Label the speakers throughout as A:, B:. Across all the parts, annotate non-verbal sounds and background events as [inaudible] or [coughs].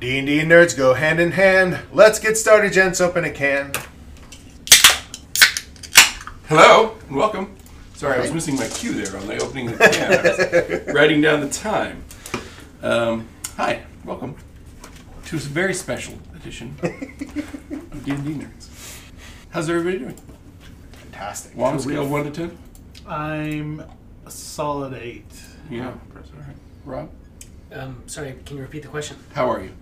A: D&D and nerds go hand in hand. Let's get started, gents. Open a can.
B: Hello and welcome. Sorry, I was missing my cue there on the opening of the [laughs] can. I was writing down the time. Um, hi, welcome to a very special edition of D and D Nerds. How's everybody doing?
A: Fantastic.
B: Well, on a scale of one to ten.
C: I'm a solid eight.
B: Yeah. All right. Rob,
D: Um, sorry, can you repeat the question?
B: how are you?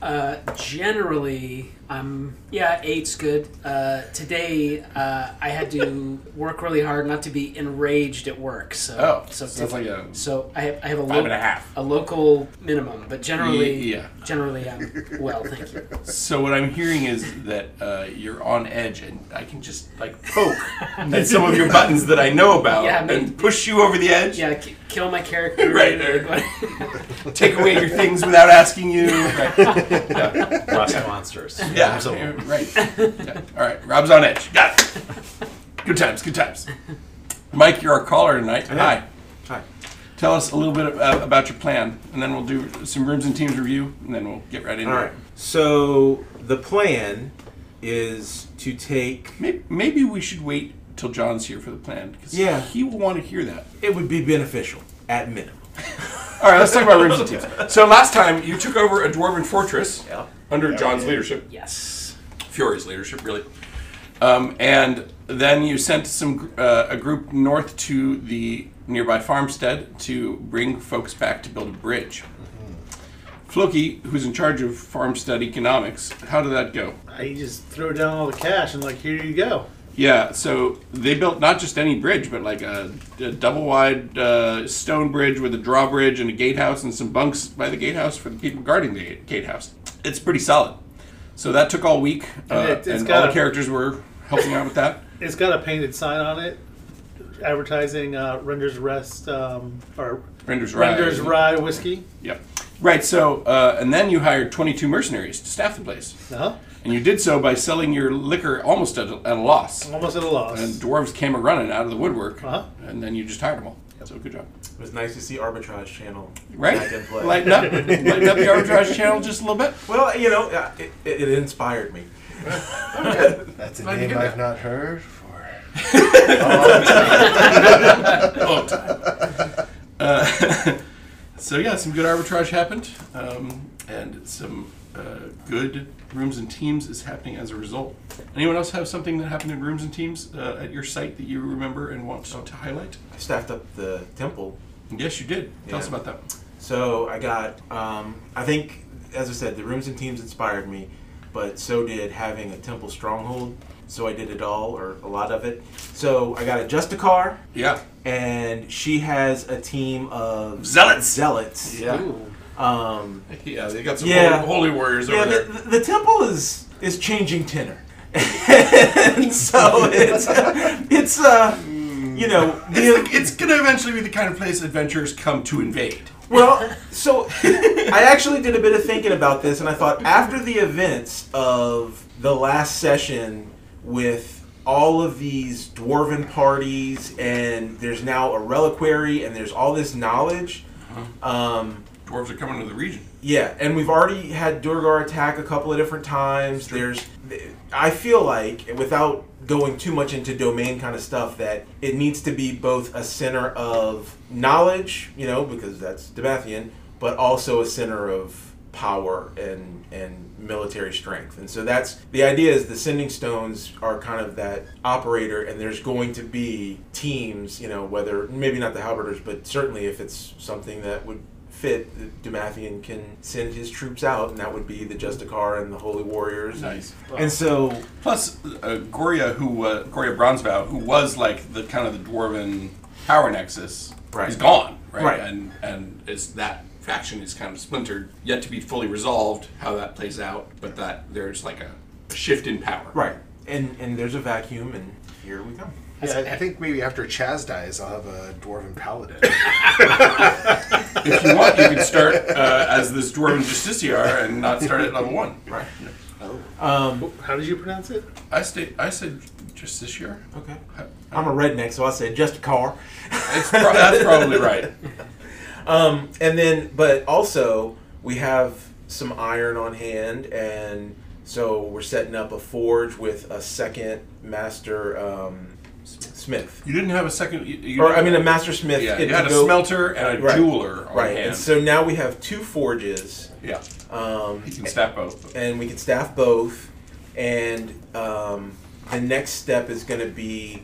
D: Uh, generally, I'm yeah, eight's good. Uh, today, uh, I
B: [laughs]
D: had to work really hard not to be enraged at work. So,
B: Oh,
D: so,
B: so that's like a
D: so I have I have a,
B: five
D: lo-
B: and a half.
D: a local minimum, but generally,
B: Yeah. [laughs]
D: generally I'm well, thank you.
B: So what I'm hearing is that uh, you're on edge, and I can just like poke
D: [laughs]
B: at some of your buttons that I know about,
D: Yeah, I mean-
B: and push you over the edge.
D: Yeah, k- kill my character.
B: Right, take away your things without asking you. [laughs] Yeah.
E: Rust [laughs] monsters.
B: Yeah, yeah, right. Yeah. All right, Rob's on edge. Got it. Good times, good times. Mike, you're our caller tonight. Hi.
E: Hi.
B: Tell us a little bit uh, about your plan, and then we'll do some rooms and teams review, and then we'll get right into
E: All right.
B: it.
E: So the plan is to take.
B: Maybe, maybe we should wait till John's here for the plan, because
E: Yeah.
B: he will want to hear that.
E: It would be beneficial at minimum.
B: All right, let's talk about rooms and teams.
E: [laughs]
B: So last time you took over a dwarven fortress
E: Yeah.
B: under John's leadership.
D: [laughs] Yes.
B: Fury's leadership, really. Um, and then you sent some gr- uh, a group north to the nearby farmstead to bring folks back to build a bridge. Floki, who's in charge of farmstead economics, how did that go?
C: I just throw down all the cash and like, here you go.
B: Yeah, so they built not just any bridge, but like a, a double wide uh, stone bridge with a drawbridge and a gatehouse and some bunks by the gatehouse for the people guarding the gate- gatehouse. It's pretty solid. So that took all week, uh,
C: And
B: and,
C: it- it's
B: all
C: got
B: the
C: a-
B: characters were helping out with that.
C: It's got a painted sign on it advertising uh, Renders Rest um, or
B: Renders Rye.
C: Renders Rye Whiskey.
B: Yep. Right. So, uh, and then you hired 22 mercenaries to staff the place,
C: Uh-huh.
B: and you did so by selling your liquor almost at a, at a loss.
C: Almost at a loss.
B: And dwarves came a running out of the woodwork,
C: Uh-huh.
B: and then you just hired them all. So good job.
E: It was nice to see Arbitrage Channel
B: Right?
E: back in play.
B: Lighten
C: [laughs]
B: up, lighten up the arbitrage channel just a little bit.
E: well, you know, uh, it, it, it inspired [laughs] me.
A: That's a
B: Glad to
A: name
B: hear
A: I've not heard for.
B: All the time. Uh, [laughs] so yeah, some good arbitrage happened, um, and some uh, good rooms and teams is happening as a result. Anyone else have something that happened in rooms and teams uh, at your site that you remember and want to highlight?
E: I staffed up the temple
B: Yes, you did. Tell us
E: Yeah.
B: about that.
E: So I got, um, I think, as I said, the rooms and teams inspired me, but so did having a temple stronghold. So I did it all, or a lot of it. So I got a Justicar,
B: Yeah.
E: and she has a team of
B: Zealots.
E: Zealots.
D: Ooh.
E: Um,
B: Yeah, they got some
E: Yeah.
B: holy, holy warriors
E: yeah,
B: over there.
E: the, the temple is is changing tenor, [laughs] and so it's [laughs] it's uh, you know the,
B: It's, it's going to eventually be the kind of place adventurers come to invade.
E: Well, so [laughs] I actually did a bit of thinking about this, and I thought after the events of the last session with all of these dwarven parties, and there's now a reliquary, and there's all this knowledge. Um,
B: Dwarves are coming to the region.
E: yeah, and we've already had Durgar attack a couple of different times. There's, I feel like, without going too much into domain kind of stuff, that it needs to be both a center of knowledge, you know, because that's Debathian, but also a center of power and and military strength. And so that's the idea is the sending stones are kind of that operator and there's going to be teams, you know, whether maybe not the halberders, but certainly if it's something that would fit, Demathian can send his troops out and that would be the Justicar and the Holy Warriors.
B: Nice.
E: And so
B: Plus, uh, Goria, who uh, Goria Bronzebow, who was like the kind of the dwarven power nexus,
E: Right.
B: is gone, right?
E: Right.
B: And and is that faction is kind of splintered, yet to be fully resolved. How that plays out, but that there's like a, a shift in power.
E: right. And and there's a vacuum and here we come.
A: Yeah, I- I think maybe after Chaz dies, I'll have a dwarven [laughs] paladin.
B: If you want, you can start uh, as this dwarven justiciar and not start at level one.
E: Right.
C: How did you pronounce it?
B: I stay. I said justiciar.
E: Okay. I'm a redneck, so I said Justicar. [laughs]
B: It's pro-
E: Um,
B: that's probably right.
E: And then, but also we have some iron on hand, and so we're setting up a forge with a second master um, smith.
B: You didn't have a second. You, you
E: Or I mean, a master smith.
B: yeah,
E: it
B: you had
E: to
B: a
E: go-
B: smelter and a
E: Right.
B: jeweler on
E: right,
B: hand.
E: and so now we have two forges,
B: yeah,
E: um,
B: he can staff both.
E: and we can staff both. And um, the next step is going to be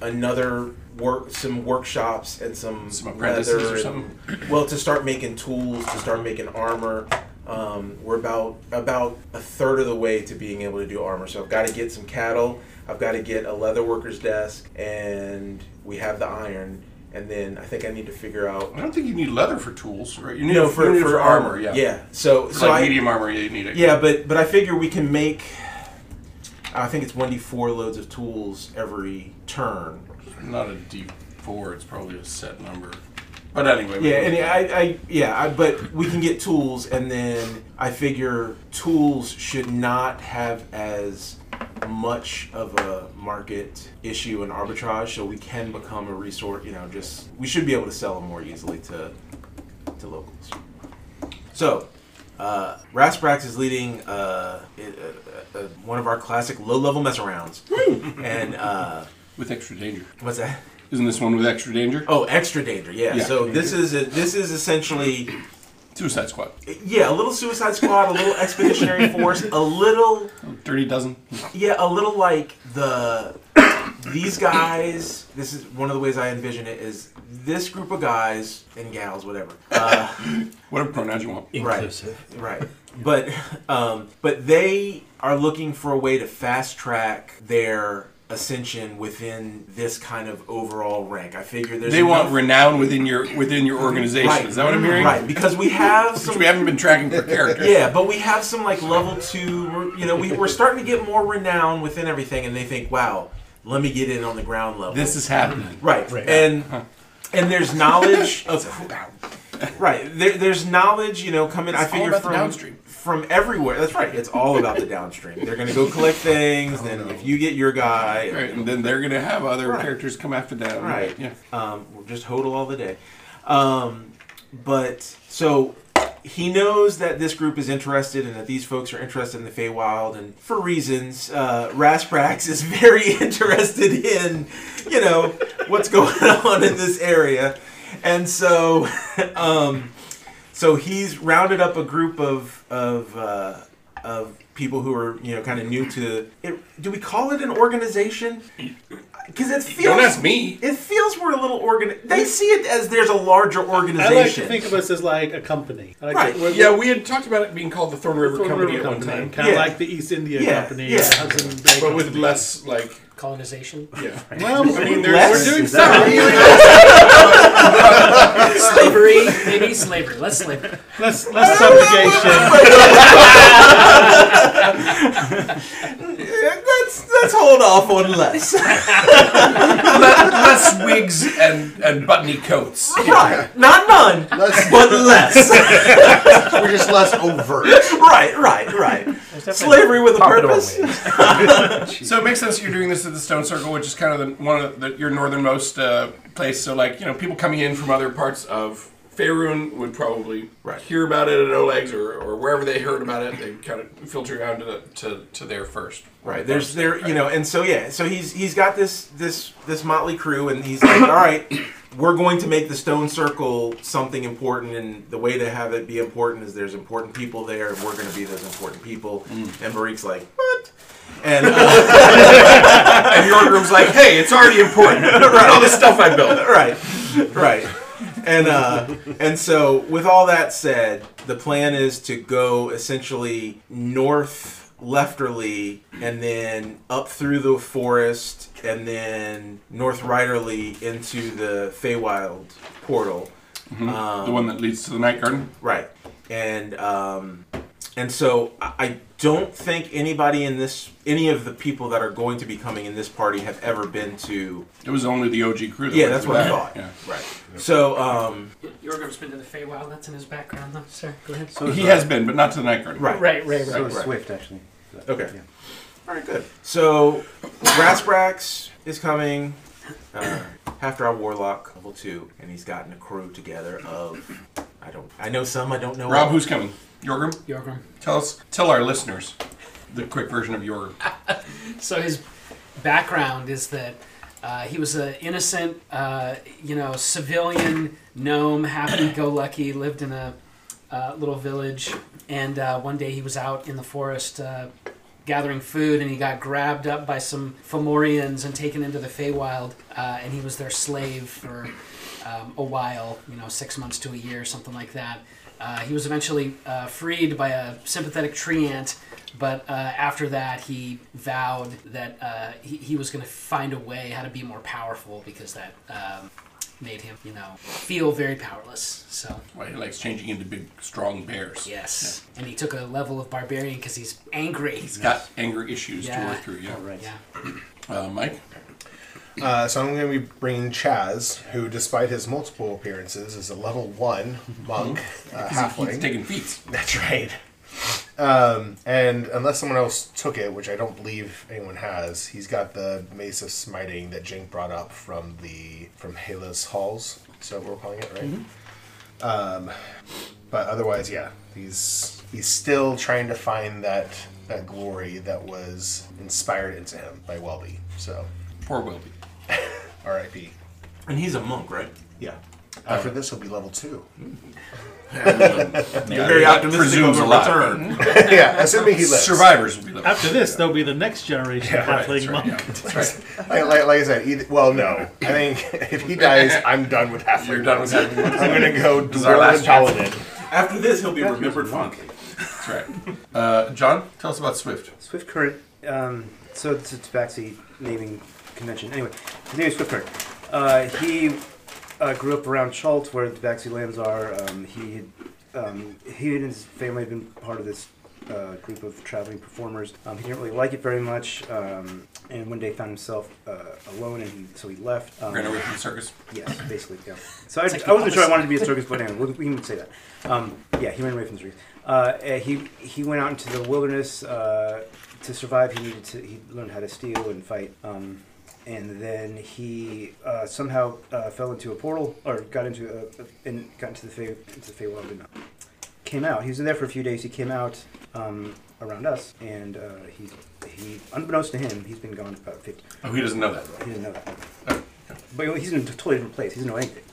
E: another work, some workshops, and some
B: Some apprentices
E: leather
B: or
E: and-
B: something?
E: well, to start making tools, to start making armor. Um, we're about about a third of the way to being able to do armor. So I've got to get some cattle. I've got to get a leather worker's desk, and we have the iron. And then I think I need to figure out.
B: I don't think you need leather for tools, right? You need,
E: No,
B: you
E: for,
B: need it
E: for, armor, yeah. Yeah. So
B: For
E: so
B: like
E: I,
B: medium armor, you need it.
E: yeah, but but I figure we can make. I think it's one d four loads of tools every turn.
B: not a D four. It's probably a set number. But anyway, we
E: Yeah,
B: can-
E: and I, I yeah, I, but we can get tools, and then I figure tools should not have as much of a market issue and arbitrage, so we can become a resource. You know, just we should be able to sell them more easily to to locals. So, uh, Rasprax is leading uh, a, a, a, one of our classic low-level mess arounds, and uh,
B: with extra danger.
E: what's that?
B: Isn't this one with extra danger?
E: Oh, extra danger. Yeah.
B: Yeah.
E: So this is a, this is essentially
B: Suicide Squad,
E: yeah, a little Suicide Squad, a little Expeditionary Force, a little
B: Dirty Dozen.
E: yeah, a little like the these guys. This is one of the ways I envision it is this group of guys and gals, whatever. Uh,
B: Whatever pronouns you want.
F: Inclusive.
E: right, but um, but they are looking for a way to fast track their ascension within this kind of overall rank. I figure there's
B: They want
E: enough-
B: renown within your within your organization.
E: Right.
B: Is that what I'm hearing?
E: Right, because we have
B: Which
E: some
B: we haven't been tracking for characters.
E: Yeah, but we have some like level two. You know, we, we're starting to get more renown within everything, and they think, "Wow, let me get in on the ground level."
B: This is happening.
E: right,
F: Right.
E: and and
B: [laughs]
E: there's knowledge of right. There, there's knowledge, you know, coming. I
B: It's all
E: figure
B: about the
E: from
B: downstream.
E: from everywhere. That's right. It's all about the downstream. They're gonna go collect things. Then if you get your guy,
B: Right, and then they're gonna have other
E: Right.
B: characters come after them.
E: Right.
B: Yeah.
E: Um, we'll just hodl all the day. Um, but so he knows that this group is interested and that these folks are interested in the Feywild, and for reasons, uh, Rasprax is very [laughs] interested in, you know, what's going [laughs] on in this area, and so, [laughs] um, so he's rounded up a group of of. Uh, of people who are you know kind of new to it do we call it an organization because it feels
B: Don't ask me.
E: it feels we're a little organ. They see it as there's a larger
C: I
E: organization.
C: like to think of us as like a company. I like
E: Right.
C: To, we're,
B: Yeah, we had talked about it being called the Thorn River
C: Thorn
B: Company
C: River
B: at one
C: Company,
B: time,
C: kind of
E: Yeah.
C: like the East India
E: Yeah,
C: Company,
E: yeah.
C: the Hudson Bay
B: but with
C: Company.
B: less like [laughs]
D: Colonization.
B: yeah.
C: Well,
B: I mean, there's,
E: Less?
B: we're doing
F: Is that
B: something.
D: slavery.
F: right?
B: [laughs]
D: Maybe slavery. Let's slavery.
C: less, less subjugation.
E: [laughs] Let's let's hold off on
C: [laughs]
E: less.
B: less wigs and, and buttony coats.
E: [laughs] right, not none,
A: Let's,
E: but less.
A: we're just less overt.
E: [laughs] right, right, right. Slavery with a purpose.
B: So it makes sense you're doing this at the Stone Circle, which is kind of the, one of the, your northernmost uh, place. So like you know, people coming in from other parts of Faerun would probably
E: Right.
B: hear about it at Oleg's or, or wherever they heard about it. They kind of filter down to the, to, to there first.
E: Right. There's there you know, and so yeah, so he's he's got this this this motley crew and he's like, All right, we're going to make the stone circle something important and the way to have it be important is there's important people there and we're gonna be those important people.
B: Mm.
E: And Barik's like, What? And uh, [laughs]
B: And your group's like, hey, it's already important. Look at all the stuff I built.
E: [laughs] right, right. And uh, and so with all that said, the plan is to go essentially north lefterly and then up through the forest and then north righterly into the Feywild portal. Um,
B: [laughs] The one that leads to the night garden.
E: Right. And um, and so I I don't think anybody in this any of the people that are going to be coming in this party have ever been to
B: It was only the OG crew. That
E: Yeah,
B: went
E: that's
B: through
E: what I
B: that.
E: thought.
B: Yeah.
E: Right. So um,
D: Yorgrim's been to the Feywild. That's in his background, though. Sorry, go ahead.
B: He has been, but not to the night garden.
E: right.
D: Right, right,
F: So
D: right.
F: was
E: Right.
F: Swift, actually.
E: Okay.
F: Yeah.
E: All right, good. So, Rasbrax is coming uh, after our Warlock level two, and he's gotten a crew together of I don't I know some I don't know
B: Rob,
E: all.
B: who's coming? Jorgrim,
D: Yorgrim.
B: tell us, tell our listeners the quick version of Jorgrim.
D: So his background is that uh, he was an innocent, uh, you know, civilian gnome, happy-go-lucky, lived in a uh, little village, and uh, one day he was out in the forest uh, gathering food, and he got grabbed up by some Fomorians and taken into the Feywild, uh, and he was their slave for um, a while, you know, six months to a year, something like that. Uh, he was eventually uh, freed by a sympathetic tree ant, but uh, after that, he vowed that uh, he, he was going to find a way how to be more powerful because that um, made him, you know, feel very powerless. So,
B: Why he likes changing into big, strong bears.
D: yes. And he took a level of barbarian because he's angry.
B: He's got anger issues to
D: Yeah.
B: work through. Yeah.
F: Right.
D: Yeah.
B: Uh, Mike,
A: Uh, so I'm going to be bringing Chaz, who, despite his multiple appearances, is a level one monk, uh,
B: he's
A: halfling.
B: taking feats.
A: That's right. Um, and unless someone else took it, which I don't believe anyone has, he's got the Mace of Smiting that Jink brought up from the from Hela's Halls. So we're calling it right. Um, but otherwise, yeah, he's he's still trying to find that that glory that was inspired into him by Welby. So
B: Poor
E: [laughs]
B: Wilby.
A: R.I.P.
E: And he's a monk, right?
A: Yeah. After this, he'll be level two.
E: You're very
B: that
E: optimistic
B: presumes
E: of a
B: a lot.
E: return.
A: yeah, assuming he lives.
B: Survivors will be the
C: After this, there'll be the next generation of
B: Right,
C: halfling
B: that's right,
C: monk.
B: yeah, that's right.
A: Like, like, like I said, either, well, no. I think if he dies, I'm done with half.
B: You're done with having one.
A: I'm gonna go
B: is our
A: dwarven
B: last chance.
A: paladin.
E: [laughs] After this, he'll be remembered
B: monk.
E: monk.
B: That's right. Uh, John, tell us about Swift.
F: Swift Current. Um, so it's, it's back to the naming convention. Anyway, his name is Swift Current. Uh, he uh, grew up around Chalt, where the Baxi lands are. Um, he had, um, he and his family had been part of this uh, group of traveling performers. Um, he didn't really like it very much, um, and one day found himself uh, alone, and he, so he left. Um,
B: Ran away from the circus.
F: Yes, basically, yeah. So I,
D: like
F: I wasn't
D: the
F: sure I wanted to be a circus, but anyway, we, we can say that. Um, yeah, he ran away from the circus. Uh, and he he went out into the wilderness uh, to survive. He needed to. He learned how to steal and fight. Um, and then he uh, somehow uh, fell into a portal, or got into a, a- and got into the Fey, into the Feywild and uh, came out. He was in there for a few days. He came out um, around us, and uh, he he unbeknownst to him, he's been gone about fifty.
B: Oh, he doesn't know that.
F: He doesn't know that. But he's in a totally different place. He doesn't know anything.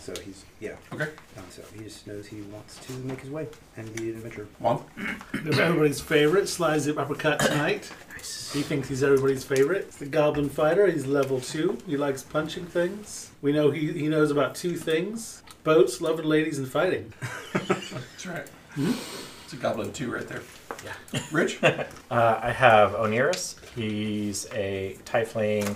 F: So he's, yeah.
B: Okay.
F: Um, so he just knows he wants to make his way and be an adventurer.
B: Juan?
C: Everybody's favorite, Sly's the uppercut tonight. He thinks he's everybody's favorite. He's the Goblin Fighter. He's level two. He likes punching things. We know he, he knows about two things boats, loving ladies, and fighting.
B: That's right. Hmm? It's a goblin two right there. Yeah. [laughs] Rich?
G: Uh, I have Oniris. He's a tiefling.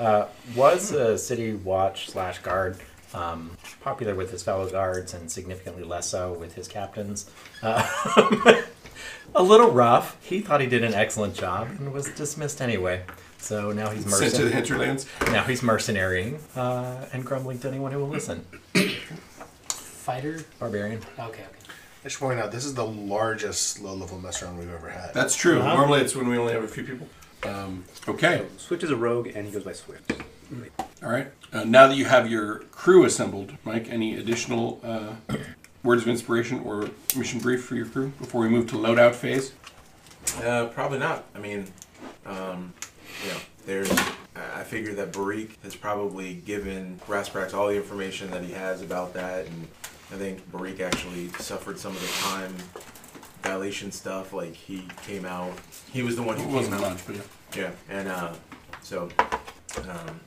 G: Uh, was a city watch slash guard. Um, popular with his fellow guards and significantly less so with his captains. Uh, [laughs] a little rough. He thought he did an excellent job and was dismissed anyway. So now he's
B: Sent to the
G: mercen-
B: hinterlands.
G: now he's mercenarying uh, and grumbling to anyone who will listen.
D: Fighter?
G: Barbarian.
D: Okay, okay.
A: I should point out this is the largest low level mess around we've ever had.
B: That's true. Normally it's when we only have a few people. Um, okay.
F: Swift is a rogue and he goes by Swift.
B: All right. Uh, now that you have your crew assembled, Mike, any additional uh, words of inspiration or mission brief for your crew before we move to loadout phase?
E: Uh, probably not. I mean, um, you know, there's. I I figure that Barik has probably given Rasprax all the information that he has about that, and I think Barik actually suffered some of the time dilation stuff. Like he came out, he was the one who
B: It
E: came
B: wasn't
E: out.
B: much, but yeah.
E: Yeah, and uh, so um,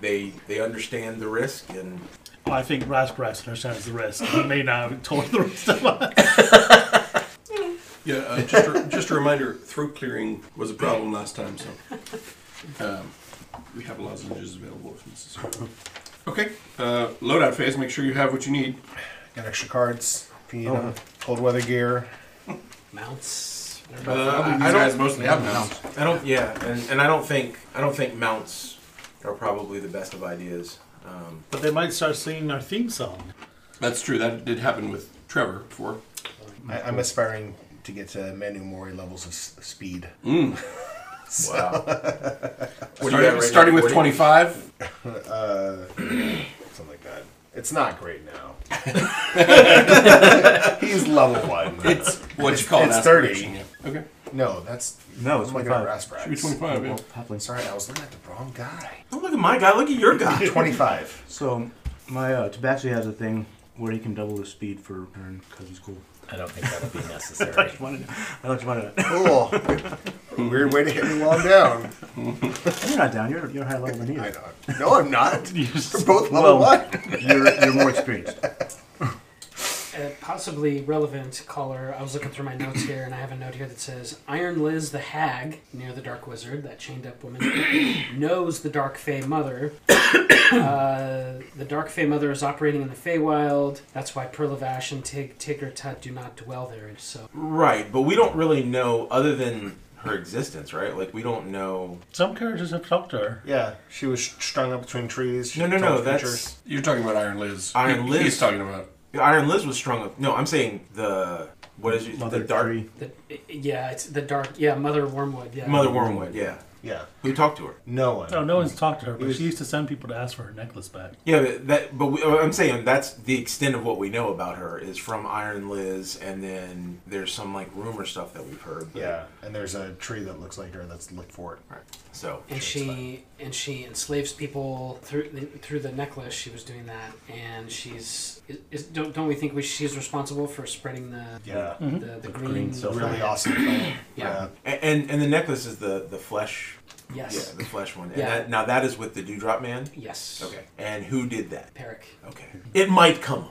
E: they they understand the risk, and
C: Well, I think Rasparas understands the rest. He may not have told the rest of us.
B: Yeah, uh, just, a, just a reminder throat clearing was a problem last time, [laughs] so um, we have lozenges available if necessary. [laughs] Okay, uh, loadout phase, make sure you have what you need.
A: Got extra cards, if you need
E: Oh,
A: 'em. cold weather gear.
D: Mounts?
B: Uh, I think
E: I
B: these
E: don't-
B: guys mostly have now.
E: I don't. Yeah, and, and I don't think I don't think mounts are probably the best of ideas. Um,
C: But they might start singing our theme song.
B: That's true, that did happen with Trevor before.
A: I, I'm aspiring to get to Manu Mori levels of s- speed.
E: Wow. What do you got
B: Starting,
E: right
B: starting
E: now?
B: with
E: What do you-
B: 25.
A: Uh, something like that. It's not great now.
E: [laughs]
A: [laughs] He's level one.
B: It's what you call
A: It's
B: an
A: 30.
B: aspiration, yeah. Okay.
A: No, that's
H: No,
F: Oh
H: it's
A: I'm looking at
H: 25.
A: Brass
B: Should be
A: Brats.
B: 25, yeah.
A: Sorry, I was looking at the wrong guy.
E: Don't Oh, look at my guy. Look at your guy.
A: Twenty-five.
H: So my uh, Tabaxi has a thing where he can double his speed for turn because he's cool.
G: I don't think that would be necessary.
H: I thought you might have.
A: Cool. Weird way to hit me while I'm down.
H: You're not down. You're you're higher level than he
A: I
H: is.
A: know. No, I'm not. We're both
H: Well-
A: level one.
H: You're, you're more experienced.
D: A uh, possibly relevant caller, I was looking through my notes here, and I have a note here that says Iron Liz the Hag, near the Dark Wizard, that chained up woman, [coughs] knows the Dark Fey Mother. [coughs] uh, the Dark Fey Mother is operating in the Feywild. That's why Perlavash and Tig Tigger Tut do not dwell there. So
E: right, but we don't really know other than her existence, right? Like we don't know.
H: Some characters have talked to her.
A: Yeah, she was strung up between trees. She
E: No, no,
A: could
E: no.
A: tell the future.
E: That's
B: You're talking about Iron Liz.
E: Iron
B: He-
E: Liz.
B: He's talking about.
E: Iron Liz was strung up. No, I'm saying the what is it?
H: Mother
E: the dark
H: tree.
D: the, yeah, it's the Dark. Yeah, Mother Wormwood. Yeah,
E: Mother Wormwood. Yeah,
A: yeah.
E: who talked to her?
A: No one.
C: Oh,
H: No, no one's talked to her, but
A: was-
H: she used to send people to ask for her necklace back.
E: Yeah, but that. But we, I'm saying that's the extent of what we know about her is from Iron Liz, and then there's some like rumor stuff that we've heard. but-
A: Yeah, and there's a tree that looks like her that's looked for it.
E: Right. So
D: and
A: Sure, it's
D: she and she enslaves people through the, through the necklace. She was doing that, and she's is, is, don't don't we think we, she's responsible for spreading the
A: Yeah,
D: the, the green,
G: green stuff.
A: really
D: plant?
A: awesome. Film.
D: Yeah.
E: A- and and the necklace is the the flesh.
D: Yes,
E: Yeah, the flesh one. And
D: Yeah.
E: that, now that is with the Dewdrop Man.
D: yes.
E: Okay. And who did that?
D: Peric.
E: Okay. It might come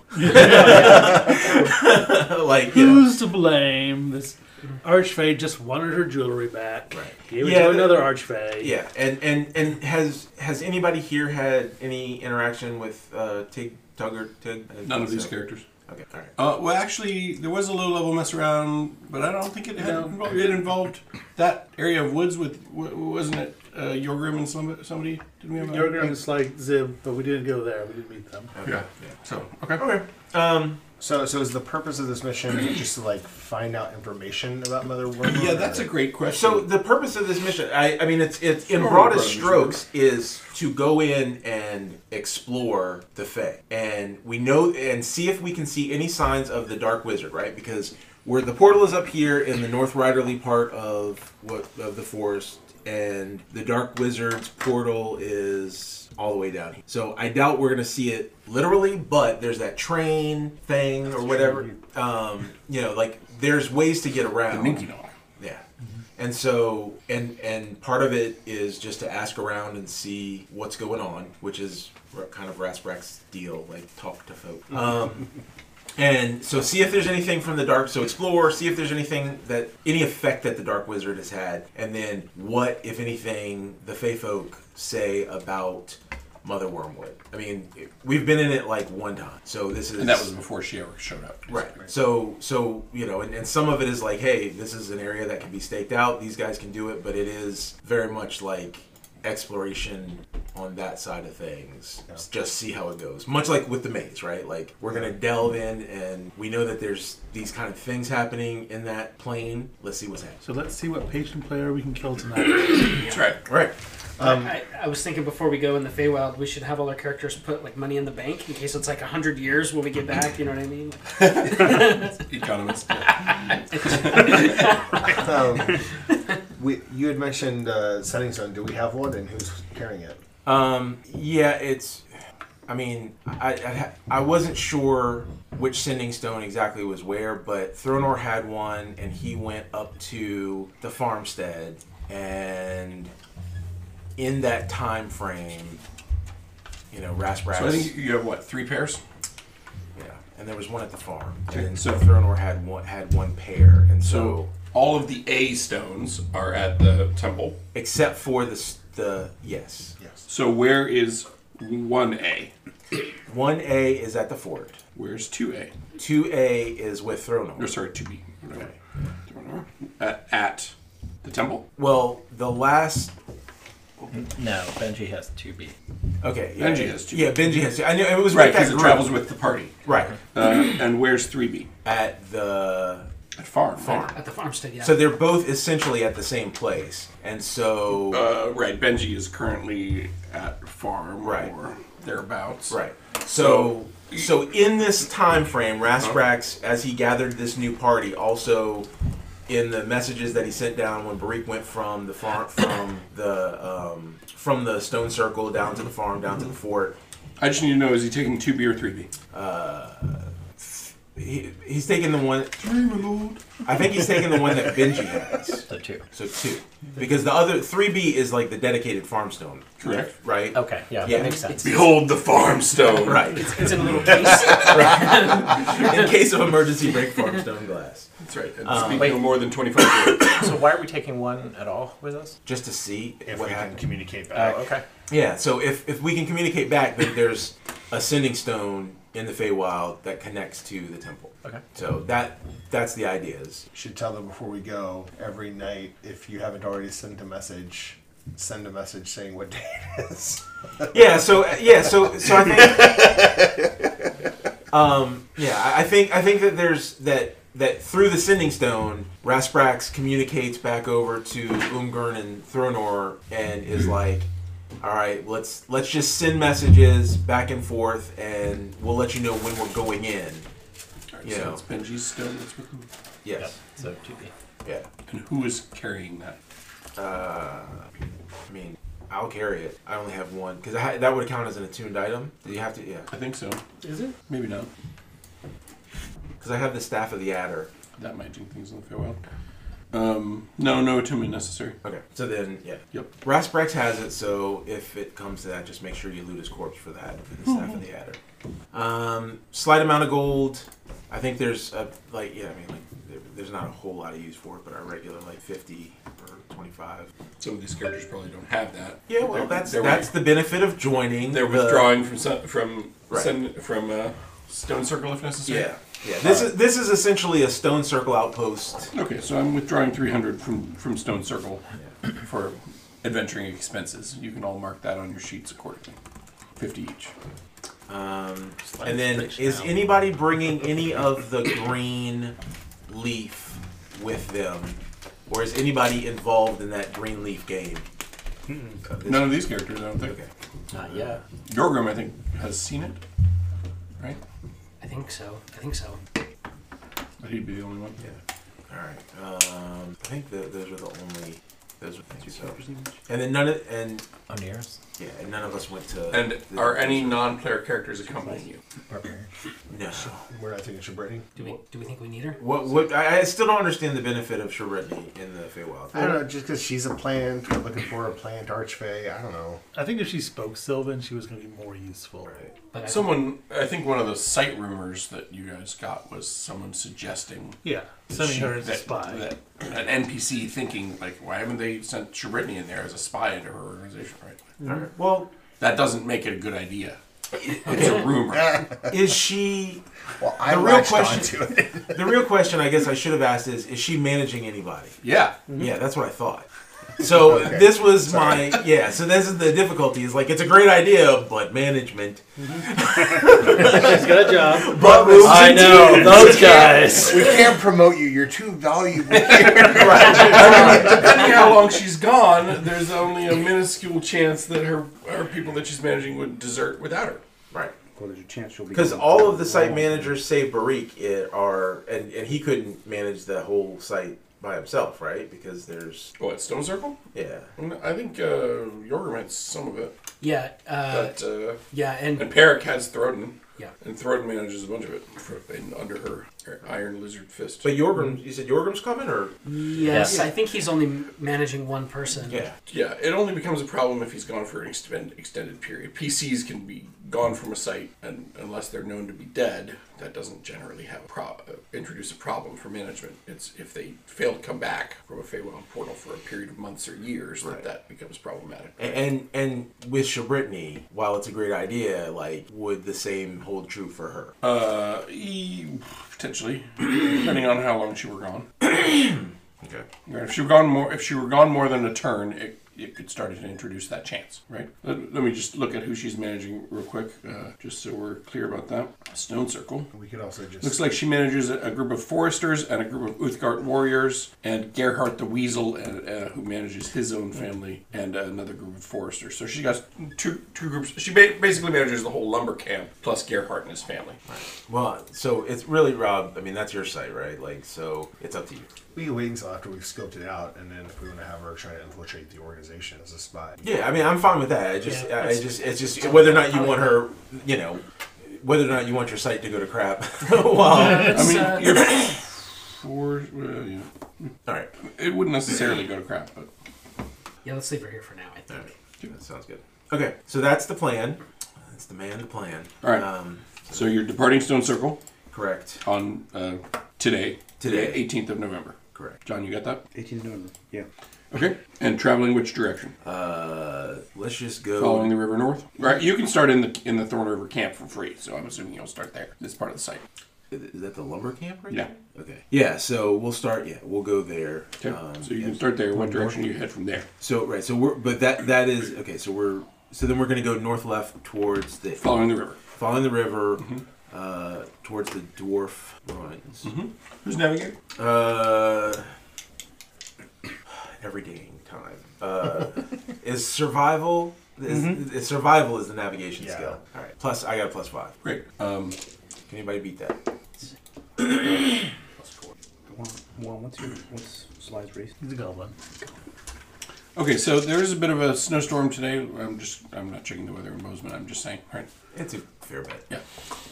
E: up. [laughs] like yeah.
C: Who's to blame? This archfey just wanted her jewelry back.
E: Right.
C: Gave it
E: Yeah,
C: to
E: the-
C: another archfey.
E: Yeah, and, and and has has anybody here had any interaction with uh, Tig Tugger Tig? I didn't
B: None
E: think
B: of these
E: so.
B: characters.
E: Okay, all right.
B: Uh, well, actually, there was a low level mess around, but I don't think it had involved, it involved that area of woods with w- wasn't it uh, Yorgrim and somebody? somebody? Did we have a-
C: Yorgrim is like Zib, but we didn't go there. We didn't meet them.
B: Yeah. So okay.
E: Okay. Um,
A: So, so is the purpose of this mission [clears throat] just to like find out information about Mother Wormwood?
B: Yeah, that's a
A: or-
B: great question.
E: so the purpose of this mission, I, I mean, it's it's in
B: Sure,
E: broadest
B: brothers.
E: strokes is to go in and explore the Fae, and we know and see if we can see any signs of the Dark Wizard, right? Because where the portal is up here in the North Riderly part of what of the forest, and the Dark Wizard's portal is all the way down here. So I doubt we're gonna see it literally, but there's that train thing or whatever. Um, you know, like there's ways to get around.
B: Ninky Dog.
E: Yeah. And so and and part of it is just to ask around and see what's going on, which is r- kind of Rasbrack's deal, like talk to folk. Um, and so see if there's anything from the dark. So explore, see if there's anything that any effect that the dark wizard has had, and then what, if anything, the Fey folk say about Mother Wormwood. I mean, we've been in it like one time, so this is
B: And that was before she ever showed up.
E: Right. So, so you know, and, and some of it is like, hey, this is an area that can be staked out. These guys can do it, but it is very much like exploration on that side of things. S- Just see how it goes. Much like with the maze, right? Like we're gonna delve in, and we know that there's these kind of things happening in that plane. Let's see what's happening.
H: So let's see what patient player we can kill tonight.
B: That's right.
E: All right.
D: I, I was thinking before we go in the Feywild, we should have all our characters put like money in the bank in case it's like hundred years when we get back. You know what I mean?
E: [laughs]
B: Economist.
A: Um, we, you had mentioned uh, Setting Stone. Do we have one, and who's carrying it?
E: Um, yeah, it's. I mean, I, I ha- I wasn't sure which sending stone exactly was where, but Thronor had one, and he went up to the farmstead, and in that time frame, you know, Rasbrass.
B: So I think you have what three pairs?
E: yeah, and there was one at the farm,
B: Okay,
E: and then
B: so-
E: so Thronor had one had one pair, and so
B: So all of the A stones are at the temple.
E: except for the s- the yes,
B: So where is one A?
E: one A is at the fort,
B: Where's two A?
E: two A is with Thronor.
B: Or sorry, two B. At, at the temple.
E: Well, the last
G: [laughs] No, Benji has two B.
E: Okay. Yeah,
B: Benji has two.
E: Yeah, Benji has two. I knew it was
B: Right,
E: with that
B: because it
E: group.
B: travels with the party.
E: right
B: Uh, and where's three B?
E: at the
B: At farm.
E: farm.
D: At the farmstead, yeah.
E: So they're both essentially at the same place, and so
B: Uh, right. Benji is currently at farm
E: Right.
B: or thereabouts.
E: right. So So in this time frame,
B: Uh-huh.
E: Rasprax, as he gathered this new party, also in the messages that he sent down when Barik went from the farm, [coughs] from the um, from the Stone Circle down to the farm, down to the fort,
B: I just need to know: is he taking two B or three B?
E: he, he's taking the one.
B: Three, my lord.
E: I think he's taking the one that Benji has.
G: So two.
E: So two, because the other three B is like the dedicated farm stone,
B: Correct.
E: right?
G: Okay, yeah,
E: Yeah.
G: that makes sense.
B: Behold the farm stone.
E: Right.
D: [laughs] It's in a little case.
E: [laughs] In case of emergency, break farm stone glass.
B: That's right. And
E: Um,
B: speak
G: wait.
B: no more than twenty-five words.
G: So why are we taking one at all with us?
E: Just to see
A: If
E: what
A: we
E: happens.
A: can communicate
G: Oh,
A: back.
G: okay.
E: Yeah, so if, if we can communicate back, then there's a sending stone in the Feywild that connects to the temple.
G: Okay.
E: So that that's the idea. Is
A: Should tell them before we go every night if you haven't already sent a message, send a message saying what [laughs] day it is.
E: yeah. So uh, yeah. So so I think. um, yeah, I- I think I think that there's that that through the sending stone, Rasprax communicates back over to Umgurn and Thronor, and is like. All right, let's let's just send messages back and forth, and we'll let you know when we're going in.
B: All right,
E: Yeah.
B: So it's Benji's stone. That's with him.
G: Yep.
E: Yes.
G: So two B.
E: Yeah.
B: And who is carrying that?
E: Uh, I mean, I'll carry it. I only have one because ha- that would count as an attuned item. Do you have to? Yeah,
B: I think so.
C: Is it?
B: Maybe not.
E: because I have the staff of the adder.
B: That might do things in the farewell. Um, no, no attunement necessary.
E: Okay, so then yeah,
B: Yep.
E: Rasprax has it. So if it comes to that, just make sure you loot his corpse for that. For the staff of the adder. Um, slight amount of gold. I think there's a like yeah. I mean like there, there's not a whole lot of use for it, but our regular like fifty or twenty-five.
B: Some of these characters probably don't have that.
E: Yeah, well
B: They're-
E: that's
B: they're
E: that's the benefit of joining.
B: They're
E: the-
B: withdrawing from some, from
E: Right.
B: some, from uh, Stone Circle if necessary.
E: Yeah, yeah. This is this is essentially a stone circle outpost.
B: Okay, so I'm withdrawing 300 from from Stone Circle for adventuring expenses. You can all mark that on your sheets accordingly. 50 each.
E: Um,
G: Slide
E: and then,
G: fish
E: is
G: now.
E: anybody bringing any of the green leaf with them, or is anybody involved in that green leaf game? Uh, this-
B: None of these characters, I don't think.
E: Okay.
G: Not yet.
B: Yorgrim, I think, has seen it, right?
D: I think so. I think so.
B: But he'd be the only one.
E: Yeah. All right. Um, I think tho- those are the only. Those are the so. And then none of and
G: Oniris.
E: yeah, and none of us went to.
B: And
E: the-
B: are any non-player characters accompanying you?
G: Barbarian.
E: No.
A: We're not taking Brittany.
D: Do we do we think we need her?
E: What? What? I, I still don't understand the benefit of Sharitni in the Feywild.
A: I don't know, just because she's a plant, we're looking for a plant archfey. I don't know.
C: I think if she spoke Sylvan, she was going to be more useful.
E: Right.
D: But I-
B: Someone, I think one of the site rumors that you guys got was someone suggesting
C: Yeah, sending
B: she-
C: her as a
B: that-
C: spy.
B: that- an NPC thinking like, why haven't they sent Sharitni in there as a spy into her organization? Right?
E: All right. Well,
B: That doesn't make it a good idea. It's a rumor.
E: is she?
A: Well, I
E: The real
A: latched
E: question-
A: onto it.
E: The real question, I guess, I should have asked is: Is she managing anybody?
B: yeah.
E: Yeah, that's what I thought. So
A: Okay.
E: this was my yeah. So this is the difficulty. Is like it's a great idea, but management.
C: She's got a job.
E: But moves
H: [laughs] I
E: and
H: know those guys.
A: [laughs] We can't promote you. You're too valuable.
E: teams. Right.
B: Depending how long she's gone, there's only a minuscule chance that her, her people that she's managing would desert without her.
E: Right.
F: Well, there's a chance she'll be.
E: Because all of the site managers save Barik it are and and he couldn't manage the whole site by himself, right? Because there's
B: Oh, at Stone Circle?
E: yeah.
B: I think uh, Yorgrim had some of it,
D: yeah, uh,
B: but uh,
D: yeah, and
B: and Peric has Throden,
D: yeah,
B: and Throden manages a bunch of it for, in, under her, her iron lizard fist.
E: But Yorgrim, you said Yorgrim's coming, or
D: yes. I think he's only managing one person.
E: yeah,
B: Yeah, it only becomes a problem if he's gone for an extend, extended period. PCs can be gone from a site, and unless they're known to be dead, that doesn't generally have a pro- uh, introduce a problem for management. It's if they fail to come back from a Feywild portal for a period of months or years that
E: Right.
B: that becomes problematic.
E: A- and and with Shabrittany, while it's a great idea, like would the same hold true for her?
B: Uh, e- potentially, depending on how long she were gone.
E: Okay.
B: If she were gone more, if she were gone more than a turn, it it could start to introduce that chance, right? Let, let me just look at who she's managing real quick, uh, just so we're clear about that. Stone Circle.
A: [laughs] We could also just
B: Looks like she manages a- a group of foresters and a group of Uthgard warriors, and Gerhardt the Weasel, and, uh, who manages his own family, and uh, another group of foresters. So she got two two groups. She ba- basically manages the whole lumber camp plus Gerhardt and his family.
E: Well, so it's really Rob. I mean, that's your site, right? Like, so it's up to you.
A: we can wait until after we've scoped it out, and then if we want to have her try to infiltrate the organization as a spy.
E: Yeah, I mean, I'm fine with that. I just,
D: Yeah,
E: I, I
D: that's-
E: just, it's just whether or not you want her, you know, whether or not you want your site to go to crap. [laughs] well,
B: I
D: That's,
B: mean,
D: uh,
B: you're four. Well, yeah.
E: [laughs] all right,
B: It wouldn't necessarily go to crap, but
D: yeah, let's leave her here for now. I think.
E: that sounds good. Okay, so that's the plan. That's the man, the plan.
B: All right.
E: Um,
B: so you're departing Stone Circle
E: correct.
B: on uh, today,
E: Today.
B: 18th of November.
E: Correct.
B: John, you got that?
F: 18th November. Yeah.
B: Okay. And traveling which direction?
E: Uh, let's just go.
B: Following the river north. Right. You can start in the in the Thorn River camp for free. So I'm assuming you'll start there. This part of the site.
E: Is that the lumber camp right
B: Yeah.
E: there? Okay. Yeah, so we'll start, yeah, we'll go there.
B: Okay.
E: Um,
B: so you
E: yeah.
B: can start there. What direction do you head from there?
E: So, right, so we're, but that, that is, okay, so we're, so then we're going to go north left towards the,
B: Following the river.
E: following the river, uh, towards the dwarf ruins.
B: Who's navigating?
E: Uh, every dang time. Uh, is survival, is, is survival is the navigation
A: Yeah.
E: skill. All right, plus, I got a plus five.
B: Great. Um,
E: Can anybody beat that?
F: Well, well, what's your what's slides race?
H: He's a goblin.
B: okay. So there is a bit of a snowstorm today. I'm just I'm not checking the weather in Bozeman. I'm just saying. Right.
E: It's a fair bet.
B: Yeah.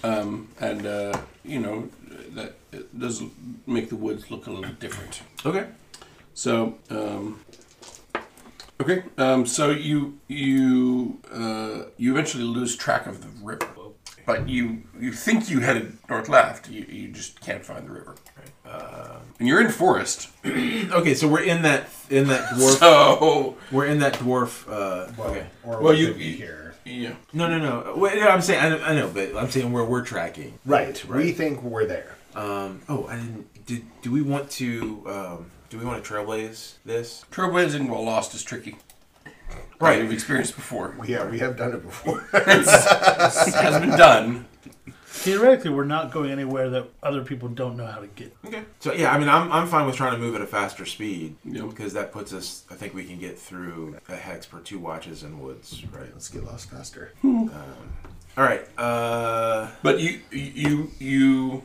B: Um, and uh, you know that it does make the woods look a little different.
E: Okay.
B: So, um, okay. Um, so you you uh, you eventually lose track of the river, but you you think you headed north left. You, you just can't find the river, Um, and you're in forest.
E: Okay, so we're in that in that dwarf.
B: So
E: We're in that dwarf. Uh,
A: Well,
E: okay.
A: or
B: Well,
A: we
B: you-
A: could be
B: you-
A: here.
B: yeah,
E: No, no, no. Wait, no, I'm saying I, know- I know, but I'm saying where we're tracking.
A: Right.
E: Right.
A: We think we're there.
E: Um. Oh, I didn't. Did do we want to? Um. Do we want to trailblaze this?
B: trailblazing while lost is tricky. I've experienced before.
A: Yeah, we have done it before.
B: It has been done.
H: Theoretically, we're not going anywhere that other people don't know how to get.
E: Okay. So yeah, I mean, I'm, I'm fine with trying to move at a faster speed
B: Yeah.
E: because that puts us. I think we can get through a hex per two watches in woods. Right.
A: Let's get lost faster.
E: All right. Uh.
B: But you you you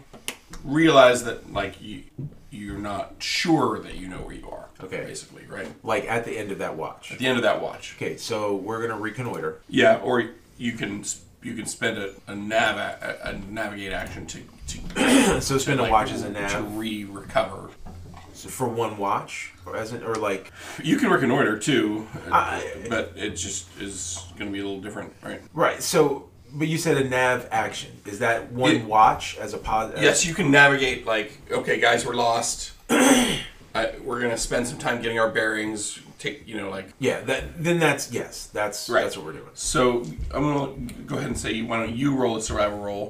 B: realize that like you you're not sure that you know where you are.
E: Okay.
B: basically, right
E: Like at the end of that watch.
B: at the end of that watch.
E: Okay. So we're gonna reconnoiter.
B: Yeah, or you can you can spend a, a nav a, a navigate action to to
E: So [coughs] spend a
B: like,
E: watch as a
B: to
E: nav
B: re recover.
E: so for one watch, or as in, or like
B: You can reconnoiter too,
E: I-
B: but it just is going to be a little different, right?
E: Right. So, but you said a nav action. Is that one
B: Yeah.
E: watch as a pos?
B: Yes, you can navigate like okay, guys, we're lost. [coughs] I, we're gonna spend some time getting our bearings. Take you know like
E: Yeah. That then that's yes. That's
B: Right.
E: that's what we're doing.
B: so. I'm gonna go ahead and say you why don't you roll a survival roll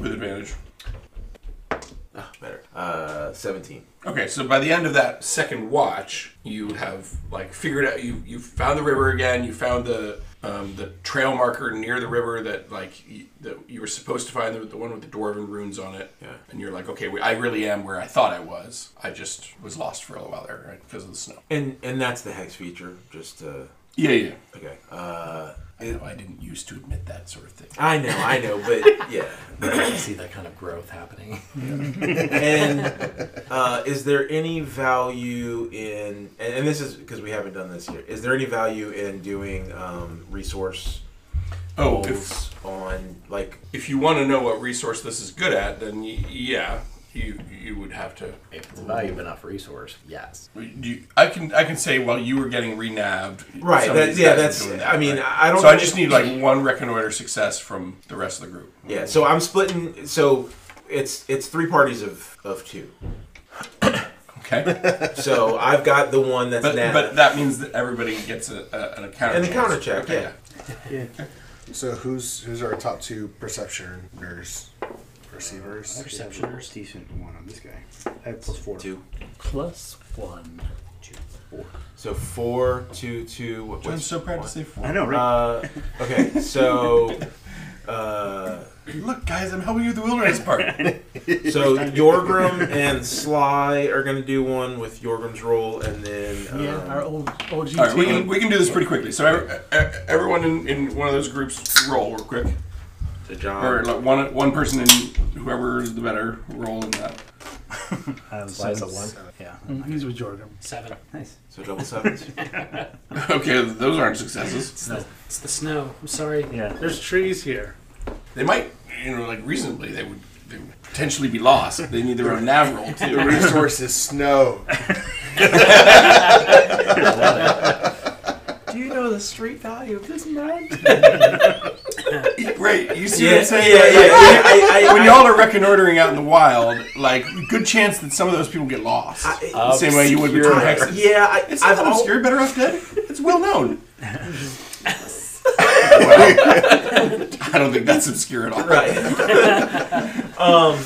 B: with advantage.
E: Ah, better. Uh, seventeen.
B: Okay, so by the end of that second watch, you have like figured out you you found the river again. You found the um, the trail marker near the river that like you, that you were supposed to find the, the one with the dwarven runes on it.
E: Yeah.
B: And you're like, okay, we- I really am where I thought I was. I just was lost for a little while there, right, because of the snow.
E: And and that's the hex feature. Just uh,
B: Yeah, yeah.
E: okay. Uh,
B: I know I didn't used to admit that sort of thing.
E: I know, I know, but yeah.
G: I see that kind of growth happening.
E: And uh, is there any value in? And, and this is because we haven't done this here. Is there any value in doing um, resource?
B: Oh, if,
E: goals on like
B: if you want to know what resource this is good at, then y- yeah, you you would have to
G: If it's a valuable enough resource, yes.
B: Do you, I can I can say while you were getting renabbed,
E: Right,
B: some of
E: that-
B: these
E: yeah,
B: guys are
E: that's-
B: doing
E: I mean, I don't
B: So I
E: know-
B: just need like one reconnoiter success from the rest of the group.
E: Yeah, so I'm splitting. So it's it's three parties of of two. [laughs]
B: Okay,
E: So I've got the one that's
B: but
E: nav.
B: but that means that everybody gets a, a, an encounter
E: An
B: check.
E: encounter check,
B: Okay,
E: yeah.
A: So who's who's our top two perceptioners, perceivers?
F: Perceptioners. Decent one on this guy. That's four.
E: two.
H: Plus one.
E: So four, two, two. What
B: I'm
E: was
B: so proud to
E: one?
B: say four.
H: I know, right?
E: Uh, okay,
B: [laughs]
E: so. Uh,
B: Look, guys, I'm helping you with the wilderness [laughs] part.
E: so Yorgrim and Sly are gonna do one with Yorgrim's roll, and then um,
C: Yeah, our old OG
B: All right, we can,
C: team.
B: we can do this pretty quickly. So ev- ev- everyone in, in one of those groups roll real quick,
E: to John.
B: or like one one person in whoever's the better roll in that.
F: Uh,
H: I was
G: Slice of
H: seven.
G: one.
H: Yeah.
C: Mm, He's with Jordan.
D: Seven.
H: Nice.
E: So double [laughs] sevens.
B: Okay, those aren't successes.
D: It's the, it's the snow. I'm sorry.
H: Yeah.
C: There's trees here.
B: They might, you know, like reasonably, they would, they would potentially be lost. They need their own nav roll [laughs]
A: The
B: too.
A: resource is snow.
G: Do you know the street value of this mine?
B: right? You see
E: yeah, yeah, yeah.
B: what I'm saying? Like,
E: I, I,
B: When
E: I-
B: y'all are reconnoitering out in the wild, like good chance that some of those people get lost.
E: I-
B: the same way you would with
E: I-
B: Texas.
E: yeah, I,
B: It's
E: I've
B: not
E: al-
B: obscure, better off dead. It's well [laughs] known. I don't think that's obscure at all.
E: right. [laughs] um,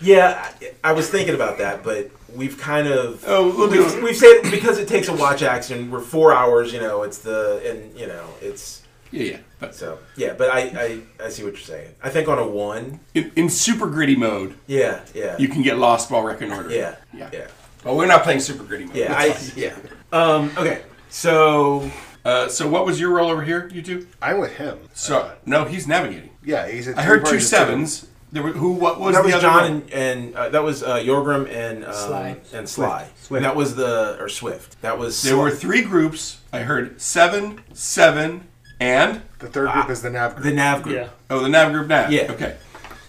E: yeah, I, I was thinking about that, but we've kind of
B: Oh, we'll do
E: we've,
B: it.
E: we've said because it takes a watch action. We're four hours, you know. It's the and you know it's
B: Yeah, yeah. But
E: so yeah. But I I, I see what you're saying. I think on a one,
B: in, in super gritty mode,
E: yeah, yeah,
B: you can get lost while reconnoitering.
E: yeah,
B: yeah,
E: yeah,
B: Well, we're not playing super gritty mode.
E: yeah. I yeah. Um, okay, so
B: Uh, so what was your role over here, you two?
A: I'm with him.
B: So no, he's navigating.
A: Yeah, he's. at
B: I heard
A: three
B: two
A: parties of
B: sevens. There were who? What was
E: that
B: the
E: was
B: other
E: John
B: one?
E: and, and uh, that was uh, Yorgrim and um,
D: Sly.
E: and Sly.
H: Swift.
E: That was the or Swift. That was
B: There were
E: Sly.
B: three groups. I heard seven, seven, and
A: The third
B: Ah,
A: group is the nav group.
E: the Nav group.
C: Yeah.
B: Oh, the nav group nav.
E: Yeah.
B: Okay.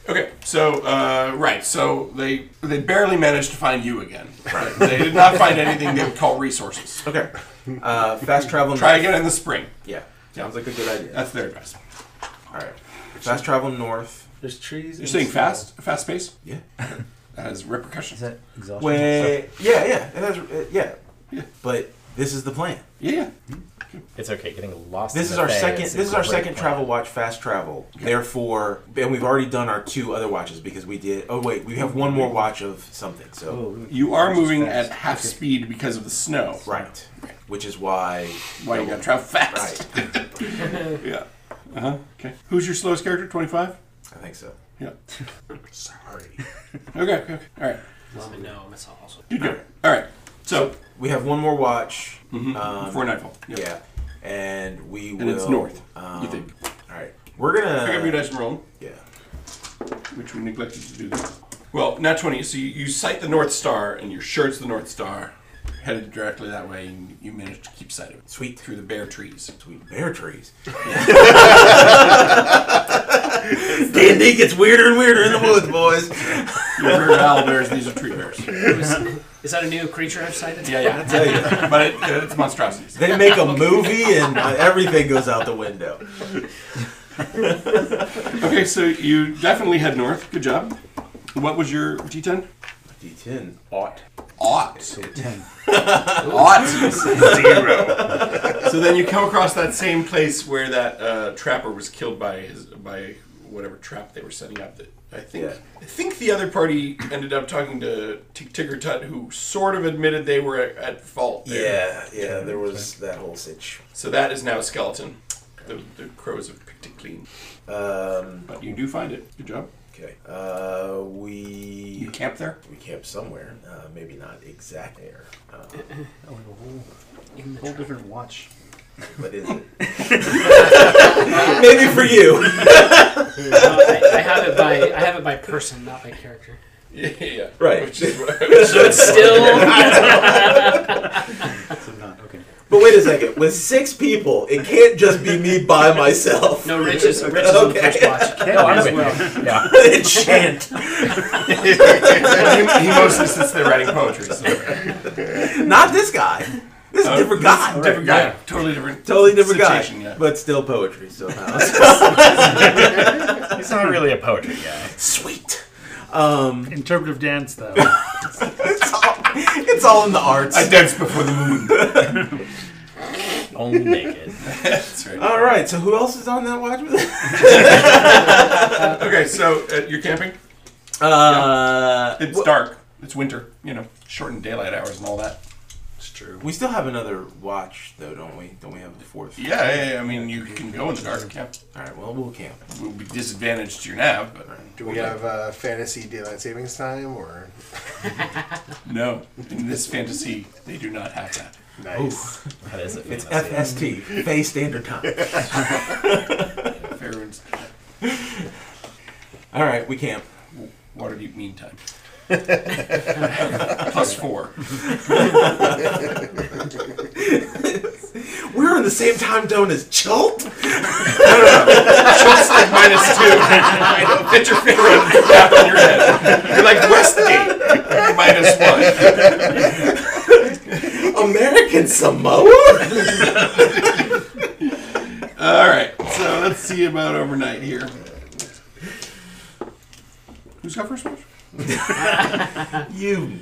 B: Okay. So uh, right. So they they barely managed to find you again. Right. they did not find anything they would call resources.
E: Okay. Uh, fast travel.
B: Try again in the spring.
E: Yeah. Sounds like a good idea.
B: That's their advice.
E: All right. Fast travel north.
C: There's trees.
B: You're saying fast, fast pace.
E: Yeah.
B: That has repercussions.
F: Is that exhaustion?
E: Way. Yeah, yeah. It has, uh, yeah. But this is the plan.
B: yeah. yeah.
G: It's okay. Getting lost.
E: This
G: in
E: is
G: the
E: our
G: bay
E: second.
G: is a
E: This is our
G: great
E: second
G: plan.
E: travel watch. Fast travel. Therefore, and we've already done our two other watches because we did. Oh wait, we have one more watch of something. So
H: Oh,
B: You are moving at
H: fast.
B: half speed because of the snow.
E: right, which is why.
B: Why you gotta travel fast?
E: Right.
B: Yeah. Uh huh. Okay. Who's your slowest character? Twenty-five.
E: I think so.
B: Yeah.
A: Sorry.
B: Okay. Okay. okay. All right.
D: Well, no, it's also.
B: Good. Good. All right. So
E: We have one more watch. Um,
B: before nightfall. Yeah.
E: Yeah. And we will.
B: And it's north.
E: Um,
B: you think?
E: All right. We're gonna.
B: Pick up your dice and roll.
E: Yeah.
B: which we neglected to do. This. Well, not 20. So you, you sight the North Star, and your shirt's the North Star, headed directly that way, and you manage to keep sight of it
E: Sweet.
B: through the bare trees.
E: Sweet bear trees. [laughs] Day and day gets weirder and weirder in the woods, boys.
B: You've heard of owl bears, these are tree bears.
D: Is, is that a new creature I've sighted?
B: Yeah, yeah, I tell you. But it, it's monstrosities.
E: They make a movie and uh, everything goes out the window.
B: Okay, so you definitely head north. Good job. What was your D10?
E: D10 ought.
B: Ought. Ought. Zero. [laughs] so then you come across that same place where that uh, trapper was killed by his by whatever trap they were setting up. That I think
E: Yeah.
B: I think the other party ended up talking to Tick Ticker Tut, who sort of admitted they were at, at fault. there.
E: Yeah, yeah, there was that whole sitch.
B: So that is now a skeleton. The, the crows have picked it clean,
E: Um,
B: but you do find it. Good job.
E: okay. Uh,
B: You
E: we
B: camp there.
E: we camped somewhere. Uh, maybe not exact there. Uh,
H: that was a whole,
D: In the
H: whole
D: trap.
H: different watch.
E: what is it? maybe for you.
D: No, I, I have it by I have it by person, not by character.
B: [laughs] Yeah, yeah.
E: Right.
B: Which is what I
E: [laughs]
B: was [laughs]
D: But still,
H: So not okay.
E: But wait a second. With six people, it can't just be me by myself.
D: no riches. Riches on the
B: [laughs]
D: first watch.
G: Oh, I'm with you. Yeah.
E: [laughs] Enchant.
A: [laughs]
B: he, he mostly sits there writing poetry. So.
E: [laughs] Not this guy. This is a
B: Oh,
E: different
B: this
E: guy.
B: Different guy. [laughs] Totally different.
E: Totally different guy.
B: situation, yeah.
E: But still
B: [laughs]
E: poetry somehow.
G: He's not really a poetry guy.
E: Sweet. Um,
C: Interpretive dance, though.
E: it's, all, it's all in the arts.
B: I danced before the moon.
G: Only naked.
E: [laughs]
B: That's right.
E: all right. So who else is on that watch with us?
B: [laughs] Okay, so uh, you're camping.
E: Uh,
B: It's dark. It's winter. You know, shortened daylight hours and all that.
A: It's true.
E: We still have another watch, though, don't we? Don't we have a fourth?
B: Yeah, yeah, yeah, I mean, you can go in the dark. Yeah,
E: All right. Well, we'll camp.
B: we'll be disadvantaged to your nav, but
A: Do we have uh, fantasy daylight savings time or
B: no. In this fantasy, they do not have that.
A: nice?
G: That is a
E: It's
G: fantasy.
E: FST, Phase
B: [laughs]
E: Standard Time.
B: Fairwinds,
E: All right, we camp.
B: Waterdeep mean
A: [laughs]
B: time. Plus four.
E: We're in the same time zone as Chult.
B: Minus two. I know. Get your finger on the back of your head. You're like Westgate. Minus one. [laughs]
E: American Samoa.
B: All right. So let's see about overnight here. Who's got first watch?
E: you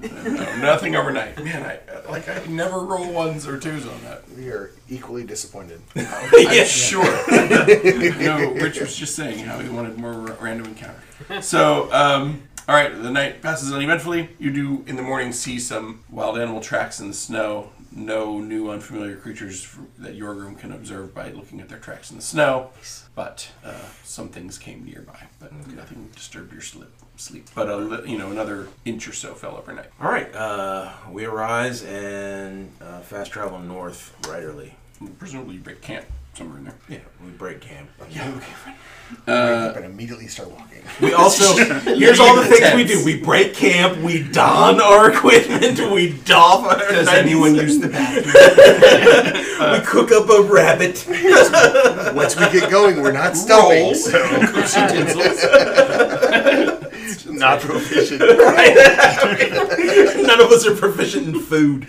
B: No, nothing overnight. Man, I like I can never roll ones or twos on that.
A: We are equally disappointed.
E: [laughs]
B: I'm sure. no, Rich was just saying how he wanted more ra- random encounter. So, um, all right, the night passes uneventfully. You do in the morning see some wild animal tracks in the snow. No new unfamiliar creatures fr- that your room can observe by looking at their tracks in the snow. But uh, some things came nearby, but nothing disturbed your slip, sleep. But a, li- you know another inch or so fell overnight.
E: All right, uh, we arise and uh, fast travel north right early.
B: Presumably you break camp somewhere in there.
E: Yeah, we break camp.
A: Up and immediately start walking.
E: We also here's all the
B: Leaving the
E: things we
B: tents.
E: do. We break camp. We don our equipment. [laughs] [laughs] We doff our.
B: [laughs] Does
E: night-
B: anyone use the bathroom?
E: We cook up a rabbit.
A: Once we get going, we're
B: [laughs]
A: not stopping. So
B: Cushy tinsels. [laughs]
A: not proficient.
E: None of us are proficient in food.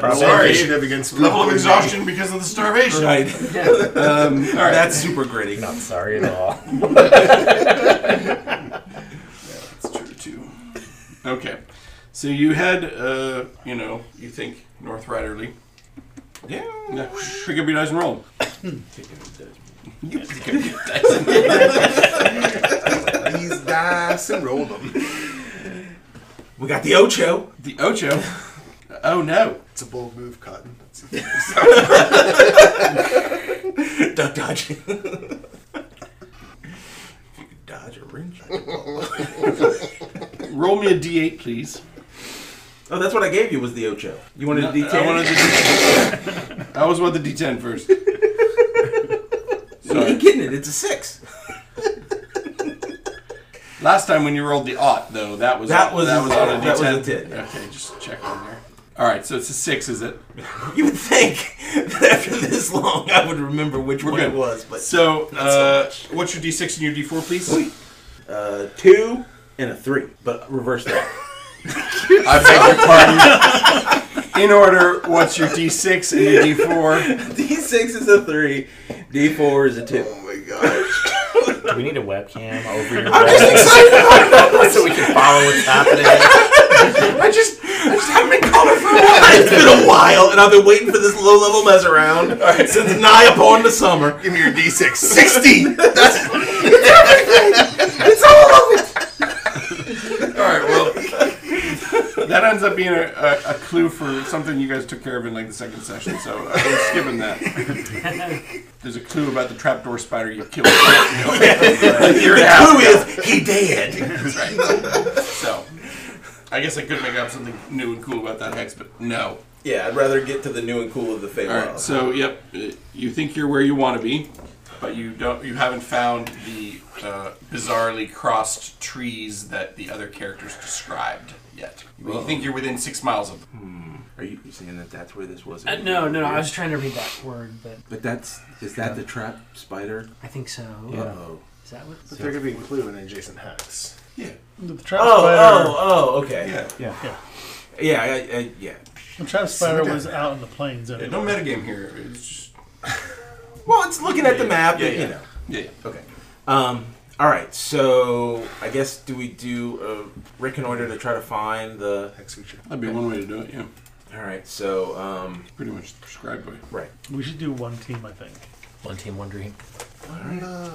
G: Probably.
B: Sorry.
A: Initiative against
B: level of exhaustion because of the starvation.
E: Right.
B: Um, all right.
E: That's super gritty.
G: Not sorry at all.
B: That's true too. Okay, so you head, uh, you know, you think north right early.
E: Yeah.
B: Yeah, pick up your dice and roll.
A: These dice and roll them.
E: We got the Ocho.
B: The Ocho. Oh no.
A: It's a bold move, Cotton.
E: Duck dodge. [laughs] if you could dodge a
B: [laughs]
E: wrench.
B: Roll me a D8, please.
E: Oh, that's what I gave you was the Ocho. You wanted
B: No,
E: a D10?
B: I wanted the D10. I always want the D10 first.
E: You ain't
B: Sorry.
E: getting it. It's a six.
B: Last time when you rolled the aught, though, that was
E: That was-
B: that was on a D10.
E: that was a 10, yeah.
B: Okay, just check on there. All right, so it's a six, is it?
E: You would think that after this long, I would remember which
B: We're
E: one
B: good.
E: it was, but
B: So, uh, what's your D6 and your D4, please?
E: uh, two and a three. But reverse that. [laughs]
B: I beg your pardon. In order, what's your D6 and your D4?
E: D six is a three. D four is a two.
A: Oh my gosh.
G: Do we need a webcam over your head [laughs] so we can follow what's happening?
E: I just, I just haven't been calling for a while. it's been a while, and I've been waiting for this low level mess [laughs] around since nigh upon the summer.
A: Give me your D6.
E: [laughs]
A: 60!
E: It's all of it.
B: All right, well, that ends up being a, a, a clue for something you guys took care of in like the second session, so I'm skipping that. There's a clue about the trapdoor spider you
E: [laughs]
B: killed. [laughs] You're
E: Who is he dead?
B: That's right. [laughs] So, I guess I could make up something new and cool about that hex, but no.
E: Yeah, I'd rather get to the new and cool of the fake.
B: All right. So, yep, uh, you think you're where you want to be, but you don't. You haven't found the uh, bizarrely crossed trees that the other characters described yet. But You think you're within six miles of them.
E: Are you saying that that's where this was?
D: Uh, no, no, no. I was trying to read that word, but
E: But that's is that the trap spider?
D: I think so.
E: Oh.
D: Is that what?
A: But there could be a clue in adjacent hex.
B: Yeah.
C: The trap spider.
E: Oh, oh, okay.
B: Yeah.
H: Yeah.
E: Yeah, I, I, yeah.
C: The trap spider was out in the plains. Anyway.
B: No metagame here. It's just
E: Well, it's looking at the map,
B: Yeah,
E: and,
B: yeah.
E: you know.
B: yeah. yeah.
E: Okay. Um, all right, so I guess do we do a reconnoiter to try to find the?
A: Hex feature.
B: That'd be one way to do it. Yeah.
E: All right, so um,
B: Pretty much the prescribed way.
E: right.
C: We should do one team, I think.
G: One team, one dream.
A: No.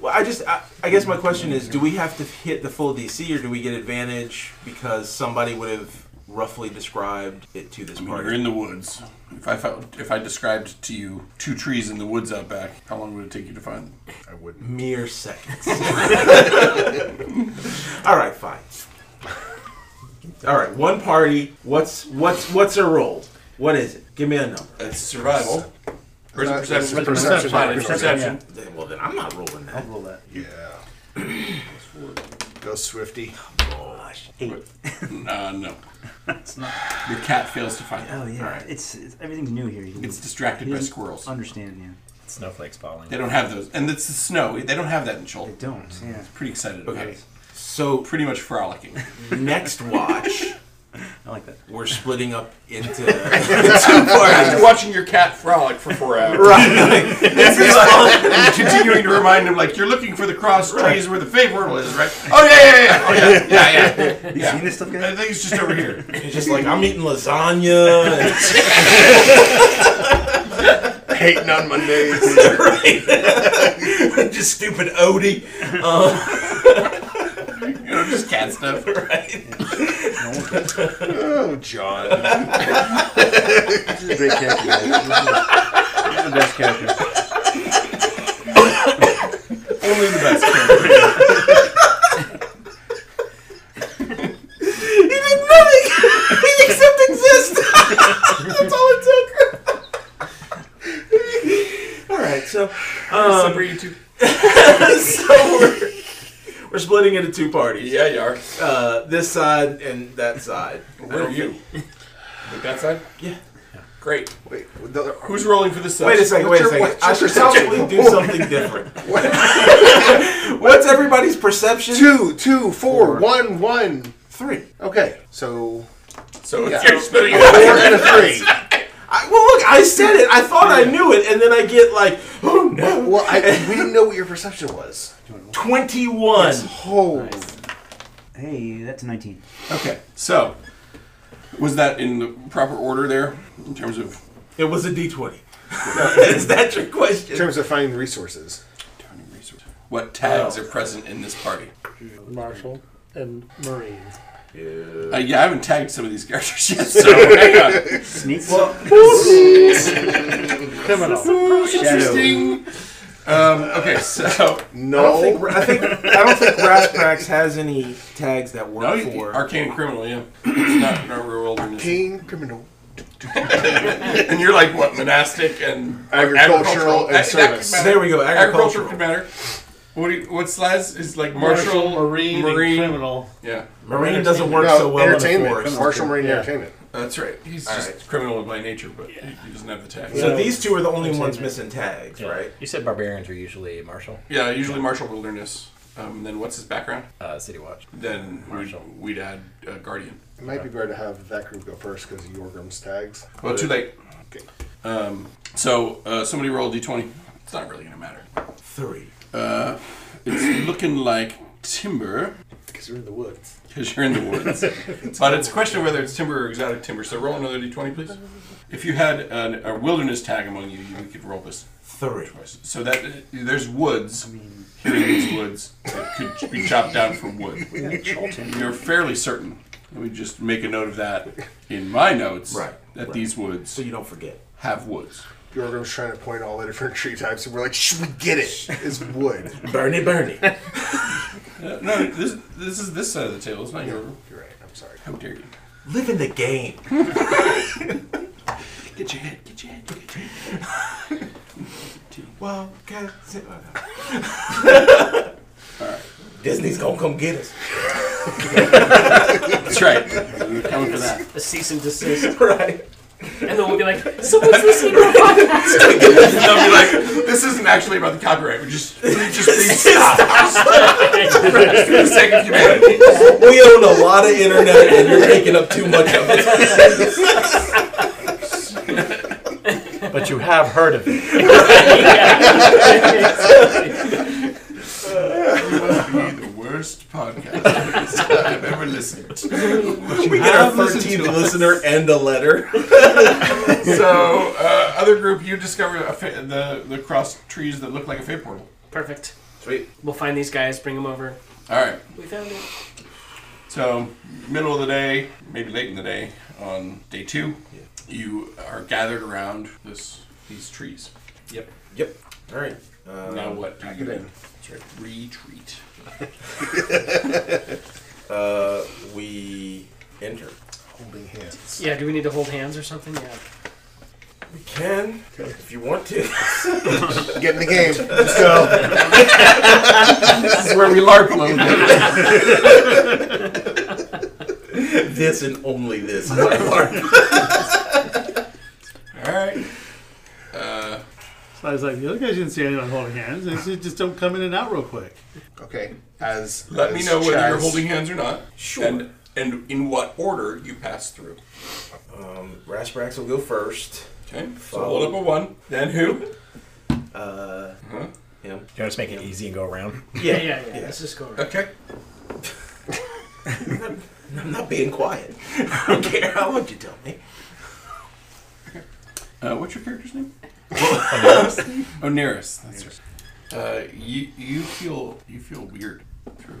E: Well, I just, I, I guess my question is, do we have to hit the full DC, or do we get advantage because somebody would have roughly described it to this
B: I mean, you're
E: party?
B: in the woods. If I found, if I described to you two trees in the woods out back, how long would it take you to find them?
A: I wouldn't.
E: Mere seconds. [laughs] All right, fine. All right, one party. What's what's what's a roll? What is it? Give me a number.
B: That's survival. Or is it
A: Uh,
B: perception?
A: it's perception.
B: Fine, it's
A: Perception,
B: perception.
E: Then- Well, then I'm not rolling that.
F: Roll that.
A: Yeah. [clears throat] Go Swifty.
F: Eight.
B: Uh, no. Your cat fails to find
F: Oh
B: it.
F: yeah. It's, it's everything's new here. You
B: It's distracted by
F: you
B: squirrels.
F: Understand? Yeah.
G: Snowflakes falling.
B: They don't have those, and it's the snow. They don't have that in
F: They
B: Chult.
F: don't. Yeah.
B: Pretty excited about
E: Okay.
B: it.
E: So
B: Pretty much frolicking. [laughs]
E: next watch,
F: I like that.
E: we're splitting up into
B: After watching your cat frolic for four hours. [laughs]
E: right.
B: and continuing to remind him, like, you're looking for the cross trees where the fave whortle is, right? Oh, yeah, yeah, yeah. [laughs] yeah. Oh, yeah, yeah, yeah.
F: You seen this stuff, guys?
B: I think it's just over here. [laughs]
E: It's just like I'm eating lasagna. and-
A: Hating on Mondays.
E: right? [laughs] just stupid Odie.
B: You know, just cat stuff.
A: [laughs] oh, John.
F: This is a great character. guys. This is- this is the best character.
B: Only the best character.
E: He did nothing except exist. [laughs] That's all it took. [laughs] all right, so um, so we're, we're splitting into two parties.
B: Yeah, you are.
E: Uh, this side and that side.
B: Where are you? Like that side?
E: Yeah.
B: Great.
A: Wait, the,
B: Who's rolling for the side?
E: Wait a second. Wait a
A: What's your-
E: second. I should
A: what's your
E: probably do something [laughs] different. [laughs] What's everybody's perception?
A: two, two, four, one, one.
E: three.
A: Okay, so
B: So it's
A: Yeah.
B: you're spinning
A: four
B: it.
A: and a three.
E: I, well, look, I said it. I thought I knew it, and then I get like, oh no,
A: Well, I, we didn't know what your perception was.
E: twenty-one.
A: Oh,
F: Hey, that's a 19.
B: Okay, so was that in the proper order there in terms of
E: It was a D twenty. [laughs] Is that your question?
A: in terms of finding resources.
B: turning resource? What tags are present in this party?
C: Marshall and Marine.
B: Uh, yeah, I haven't tagged some of these characters [laughs] yet, so hang on.
F: Sneak.
C: Criminal.
B: Interesting. Um, okay, [laughs] so
E: I don't think
A: No,
E: [laughs] I think I don't think Rasprax has any tags that
B: no,
E: work
B: you-
E: for.
B: arcane and criminal, yeah. It's not in our real wilderness.
A: king, criminal,
B: And you're like what, monastic and
A: Agricultural and
B: That- that could
A: service.
B: matter.
E: there we go.
B: Agriculture
E: Agricultural.
B: could matter. What do you, what's last is like martial,
C: Marshall, Marine, and
B: marine.
C: Criminal.
B: Yeah,
E: Marine doesn't work
A: no,
E: so well in the
A: entertainment,
E: forest.
A: Marshall Marine
C: Yeah.
A: Entertainment.
B: that's right. He's just criminal by nature, but he, he doesn't have the tags.
E: So
C: Yeah.
E: these two are the only ones missing tags, right?
G: You said barbarians are usually martial,
B: Yeah, usually martial wilderness. Um, then what's his background?
G: uh, city watch.
B: Then we'd,
G: Martial.
B: we'd add uh, guardian.
A: It might be better to have that group go first because Yorgrim's tags.
B: Well, too late.
A: Okay.
B: Um, so uh, somebody roll a d20. It's not really gonna matter.
E: Three.
B: Uh, it's looking like timber
A: Because we're in the woods.
B: because you're in the woods.
A: [laughs]
B: but it's a question of whether it's timber or exotic timber. So roll another d20, please. If you had an, a wilderness tag among you, you could roll this
E: Three.
B: twice. So that uh, there's woods. Here is woods that could be chopped down for wood. You're fairly certain. Let me just make a note of that in my notes.
E: Right,
B: That
E: right.
B: these woods
E: So you don't forget.
B: have woods.
A: Yorgrim's trying to point all the different [laughs] tree types, and we're like, Shh, we get it. It's wood.
E: Bernie, [laughs] Bernie.
B: Uh, no, this this is this side of the table. It's not your.
A: You're right. I'm sorry.
B: How dare you?
E: Live in the game.
B: Get your head. Get your head. Get your head.
E: Well, okay. sit- [laughs] Disney's gonna come get us.
B: That's right. We're coming for that.
D: A cease and desist.
E: [laughs] Right.
D: And then we'll be like, someone's
B: [laughs]
D: listening to our [laughs] podcast.
B: And [laughs] they'll be like, "This isn't actually about the copyright. We [laughs] just, we just we stop [laughs] for the sake of humanity."
E: We own a lot of internet, and you're taking up too much of it.
G: [laughs] But you have heard of it.
D: [laughs]
B: You must be the worst podcast [laughs] I've ever listened to.
E: We get our
B: have listened to
E: 13th
B: us.
E: listener and a letter.
B: So, uh, other group, you discover a fa- the the cross trees that look like a fate portal.
D: Perfect.
E: Sweet.
I: We'll find these guys, bring them over.
B: All right.
I: We found it.
B: So, middle of the day, maybe late in the day, on day two, you are gathered around this these trees. Yep.
E: Yep. All right. Uh,
B: now what? Do
A: pack
B: you
A: it
B: do?
A: in.
B: Retreat.
E: Uh, we enter.
A: Holding hands.
I: Yeah, do we need to hold hands or something? Yeah.
E: We can, if you want to.
A: Get in the game. Let's go.
B: this is where we LARP a little bit.
E: [laughs] this and only [laughs] this. by far.
B: All right. Uh,
C: So I was like, the other guys didn't see anyone holding hands. They said, just don't come in and out real quick.
A: Okay. As
B: let me
A: as
B: know whether you're
A: Chaz-
B: holding hands or not.
E: Sure.
B: And, and in what order you pass through.
E: um, Rasbrax will go first.
B: Okay. So hold up a one. Then who?
E: Uh,
B: Huh?
E: him.
G: You want to make it easy and go around?
E: Yeah,
I: Yeah, yeah, yeah.
E: yeah.
I: Let's just go around.
B: Okay.
E: I'm not being quiet. I [laughs] don't care how much you tell me.
B: Uh, what's your character's name? [laughs] Oneris. That's right. Uh, you you feel you feel weird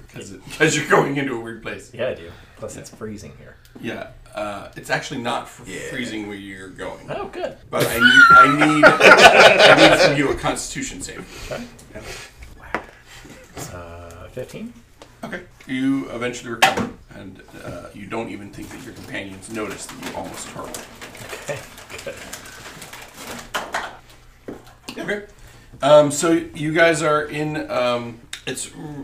B: because because you're going into a weird place.
G: Yeah, I do. Plus, it's freezing here.
B: Yeah. Uh, it's actually not f-
E: Yeah.
B: freezing where you're going,
G: Oh, good.
B: but I need I need I need from you a Constitution save.
G: Uh, 15?
B: Okay. You eventually recover, and uh, you don't even think that your companions notice that you almost hurled. Okay. Um, so you guys are in. Um, it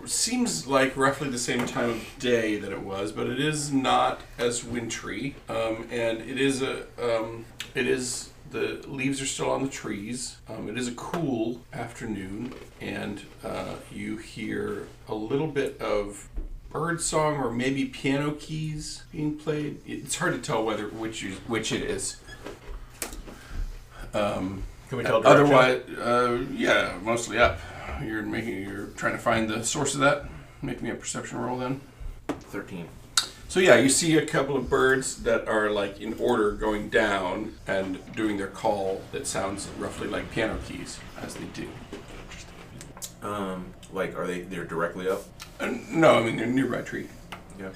B: seems like roughly the same time of day that it was, but it is not as wintry, um, and it is a. Um, it is the leaves are still on the trees. Um, it is a cool afternoon, and uh, you hear a little bit of bird song or maybe piano keys being played. It's hard to tell whether which is, which it is.
E: Can we tell direction?
B: Otherwise, uh, yeah, mostly up. You're making, you're trying to find the source of that. Make me a perception roll then.
E: 13.
B: So yeah, you see a couple of birds that are like in order going down and doing their call that sounds roughly like piano keys as they do.
E: Um, like, are they, they're directly up?
B: And Uh, no, I mean they're nearby tree.
E: Yeah.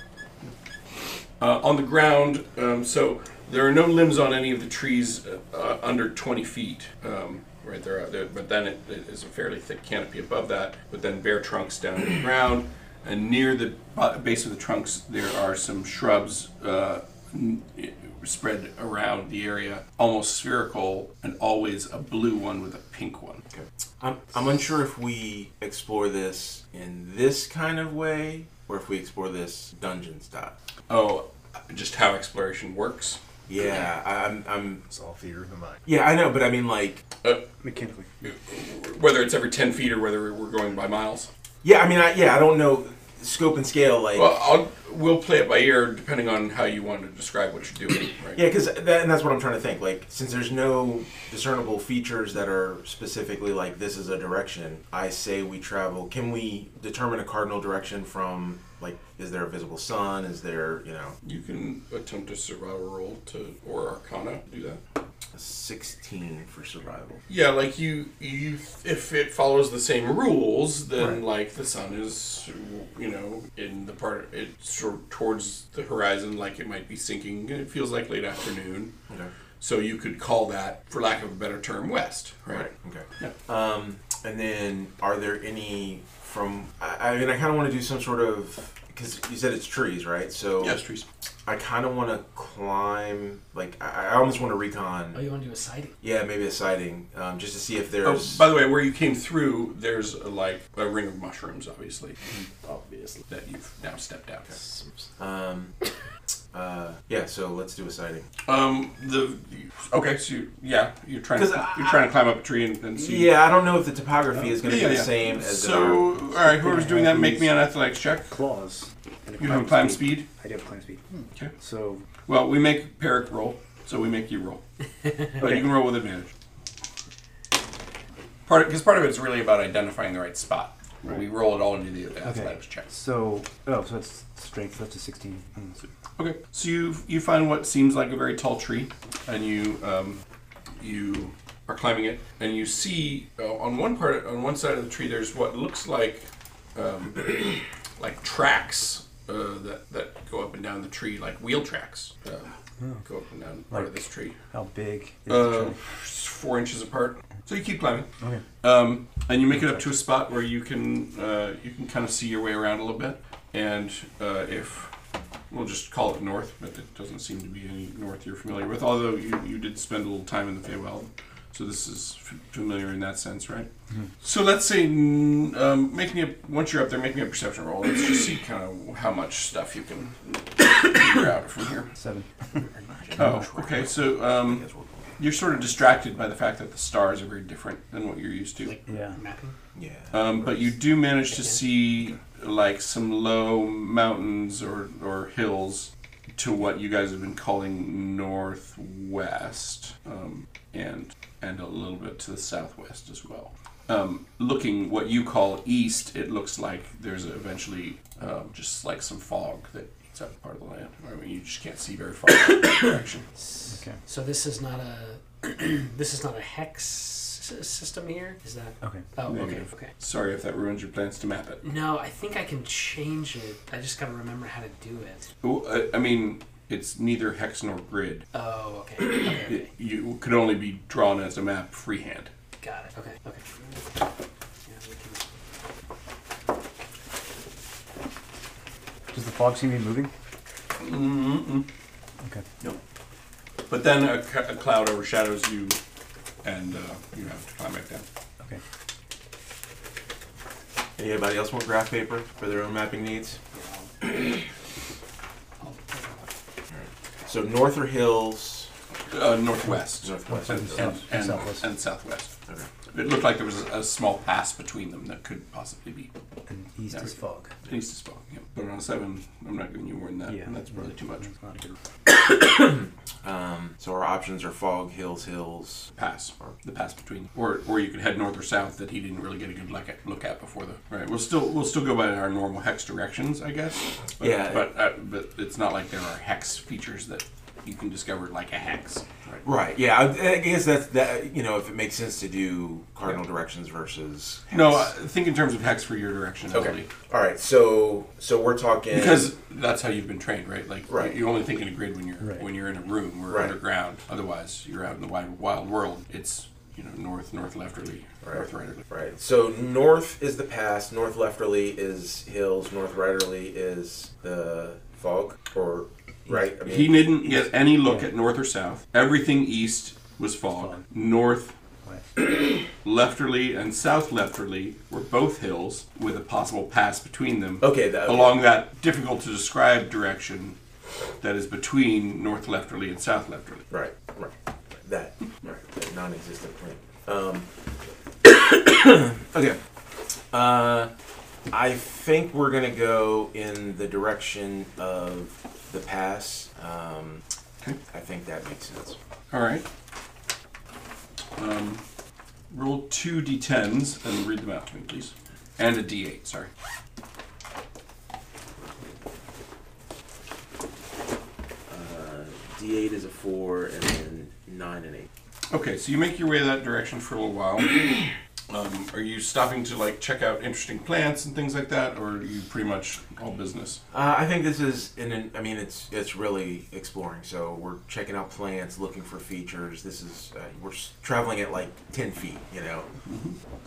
B: Uh, on the ground, um, so there are no limbs on any of the trees uh, uh, under 20 feet. Um, right there, out there, but then it, it is a fairly thick canopy above that, but then bare trunks down to the ground. And near the bu- base of the trunks, there are some shrubs uh, n- spread around the area, almost spherical, and always a blue one with a pink one.
E: Okay. I'm, I'm unsure if we explore this in this kind of way or if we explore this dungeon style.
B: Oh, just how exploration works.
E: Yeah, I- I'm, I'm,
A: It's all theater of the mind.
E: yeah, I know, but I mean, like,
F: mechanically.
B: Whether it's every 10 feet or whether we're going by miles.
E: yeah, I mean, I, yeah, I don't know scope and scale, like,
B: Well, I'll, we'll play it by ear depending on how you want to describe what you're doing. Right?
E: Yeah, because that, and that's what I'm trying to think. Like, since there's no discernible features that are specifically like this is a direction, I say we travel. Can we determine a cardinal direction from like is there a visible sun? Is there you know
B: You can attempt a survival roll to or Arcana to do that.
E: a 16 for survival?
B: Yeah, like you, you if it follows the same rules, then like the sun is, you know, in the part it's sort of towards the horizon, like it might be sinking. and It feels like late afternoon,
E: Okay.
B: so you could call that, for lack of a better term, west. Right.
E: Right. Okay. Um, and then are there any from? I, I mean, I kind of want to do some sort of because you said it's trees, right? So
B: Yes, trees.
E: I kind of want to climb. Like I, I almost want to recon.
D: Oh, you want to do a sighting?
E: Yeah, maybe a sighting, um, just to see if
B: Oh,
E: there's.
B: by the way, where you came through, there's a, like a ring of mushrooms, obviously,
E: Mm-hmm.
G: Obviously.
B: that you've now stepped out.
E: Um, uh, yeah, so let's do a sighting.
B: Um, the okay, so you, yeah, you're trying to
E: 'Cause I-
B: you're trying to climb up a tree and, and see.
E: Yeah, I don't know if the topography is going to
B: Yeah,
E: be
B: yeah.
E: the same as
B: So, all right, whoever's doing that, make me an athletics check.
F: Claws. and a
B: You have a climb speed.
F: I do have climb speed.
B: Okay.
F: So
B: Well, we make Peric roll, so we make you
E: [laughs]
B: roll, but you can roll with advantage. Part because part of it's really about identifying the right spot. We roll it all into the athletics check.
F: so oh, so that's strength. That's a sixteen. Mm, so-
B: Okay, so you you find what seems like a very tall tree, and you um, you are climbing it, and you see uh, on one part, on one side of the tree, there's what looks like um, [coughs] like tracks uh, that that go up and down the tree, like wheel tracks. Uh, Go up and down part of
F: Like-
B: this tree
F: How big is the
B: uh,
F: tree?
B: four inches apart. So you keep climbing,
F: Okay.
B: um, and you make it up to a spot where you can uh, you can kind of see your way around a little bit. And uh, if we'll just call it north, but it doesn't seem to be any north you're familiar with. Although you, you did spend a little time in the Feywild, so this is f- familiar in that sense, right?
F: Mm-hmm.
B: So let's say mm, um, making a once you're up there, making a perception roll. Let's just see kind of how much stuff you can [coughs] figure out from here.
F: Seven.
B: Oh, okay. So um, you're sort of distracted by the fact that the stars are very different than what you're used to.
F: Yeah.
D: Mapping.
E: Yeah.
B: Um, but you do manage to see like some low mountains or, or hills to what you guys have been calling northwest um, and and a little bit to the southwest as well. Um, looking what you call east, it looks like there's eventually um, just like some fog that eats up part of the land. I mean, you just can't see very far in that [coughs] direction.
D: So this is not a [clears throat] this is not a hex s- system here. Is that?
F: Okay.
D: Oh, okay,
B: Negative.
D: okay.
B: Sorry if that ruins your plans to map it.
D: No, I think I can change it. I just gotta remember how to do it.
B: Well, I, I mean, it's neither hex nor grid.
D: Oh, okay. Okay, okay.
B: It, you could only be drawn as a map freehand.
D: got it. Okay, okay. Yeah, we can-
F: Does the fog seem to be moving?
B: Mm-mm.
F: Okay.
B: No. But then a, c- a cloud overshadows you, and uh, you have to climb back down.
F: Okay.
E: Anybody else want graph paper for their own mapping needs? So north are hills,
B: Uh, northwest.
E: northwest. are
F: And
E: hills.
B: And, and,
F: Southwest.
B: and southwest.
E: Okay.
B: It looked like there was a, a small pass between them that could possibly be
F: And east
B: There
F: is
B: we
F: fog.
B: east as well. Yeah. But on a seven, I'm not giving you more than that.
F: Yeah.
B: And that's probably too much.
F: It's not a good-
E: Um, so our options are fog, hills, hills.
B: pass or the pass between or or you could head north or south that he didn't really get a good look at, look at before the all right we'll still we'll still go by our normal hex directions i guess but,
E: Yeah.
B: but uh, but it's not like there are hex features that you can discover like a hex right
E: Right. Yeah. I, I guess that's that. You know, if it makes sense to do cardinal directions versus. hex.
B: no i think in terms of hex for your direction
E: Okay. All right. So so we're talking
B: because that's how you've been trained right like
E: Right.
B: you only think in a grid when you're
F: Right.
B: when you're in a room or
E: Right.
B: underground otherwise you're out in the wide wild world it's you know north north westerly
E: Right.
B: north righterly
E: Right. So north is the pass. North lefterly is hills. North righterly is the fog. Or right. I mean,
B: He didn't get any look at north or south. Everything east was fog.
F: Fog.
B: North,
F: West.
B: [clears throat] lefterly, and south lefterly were both hills with a possible pass between them.
E: Okay, that- okay.
B: along that difficult to describe direction that is between north lefterly and south lefterly.
E: Right. Right. That. Right. That non-existent plane. Um. [coughs] okay. Uh, I think we're gonna go in the direction of the pass. Um,
B: Okay.
E: I think that makes sense.
B: All right. Um, roll two d10s and read them out to me, please. And a d8, sorry.
E: Uh, D8 is a four, and then nine and eight.
B: Okay, so you make your way that direction for a little while. Um, are you stopping to like check out interesting plants and things like that, or are you pretty much all business?
E: Uh, I think this is, an, an, I mean, it's it's really exploring. So we're checking out plants, looking for features. This is uh, we're s- traveling at like ten feet, you know.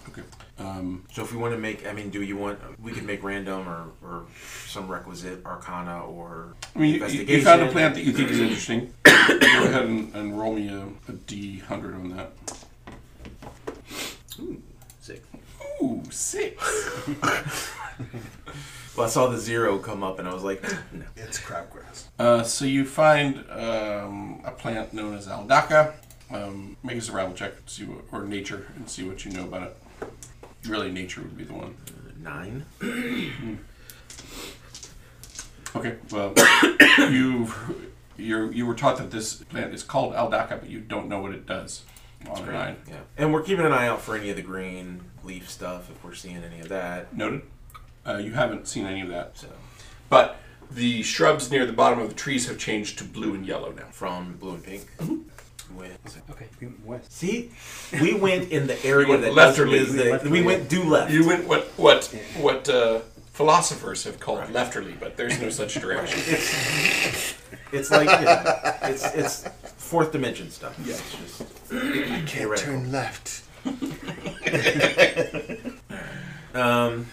B: Okay. Um,
E: So if we want to make, I mean, do you want? We could make random or, or some requisite arcana or
B: I mean, you- you,
E: investigation.
B: you found a plant that you think is interesting. Go ahead and, and roll me a, a d100 on that.
G: Six.
B: Ooh, six.
E: Well, I saw the zero come up, and I
B: [clears throat]
E: was like, no.
A: It's crabgrass.
B: Uh, so you find um, a plant known as aldaca. Um, make a survival check, see what, or nature, and see what you know about it. Really, nature would be the one. Hmm.
E: nine.
B: Okay, well, [coughs] you you you were taught that this plant is called aldaca, but you don't know what it does. On a nine.
E: Yeah, and we're keeping an eye out for any of the green leaf stuff if we're seeing any of that.
B: Noted. Uh, you haven't seen any of that,
E: So
B: but the shrubs near the bottom of the trees have changed to blue and yellow now.
E: from blue and pink.
B: Mm-hmm.
E: Went.
D: Okay.
F: We went-
E: See, we went in
B: [laughs]
E: the area
B: went
E: that
B: left
E: doesn't
B: or leave?
E: exist.
B: We
F: went left
E: we
F: or
E: went due left.
B: You went what what what uh, philosophers have called lefterly, but there's no such direction.
E: It's like you know, it's it's fourth dimension stuff. Yeah, it's just
A: Can't
E: Theoretical.
A: turn left.
E: Um,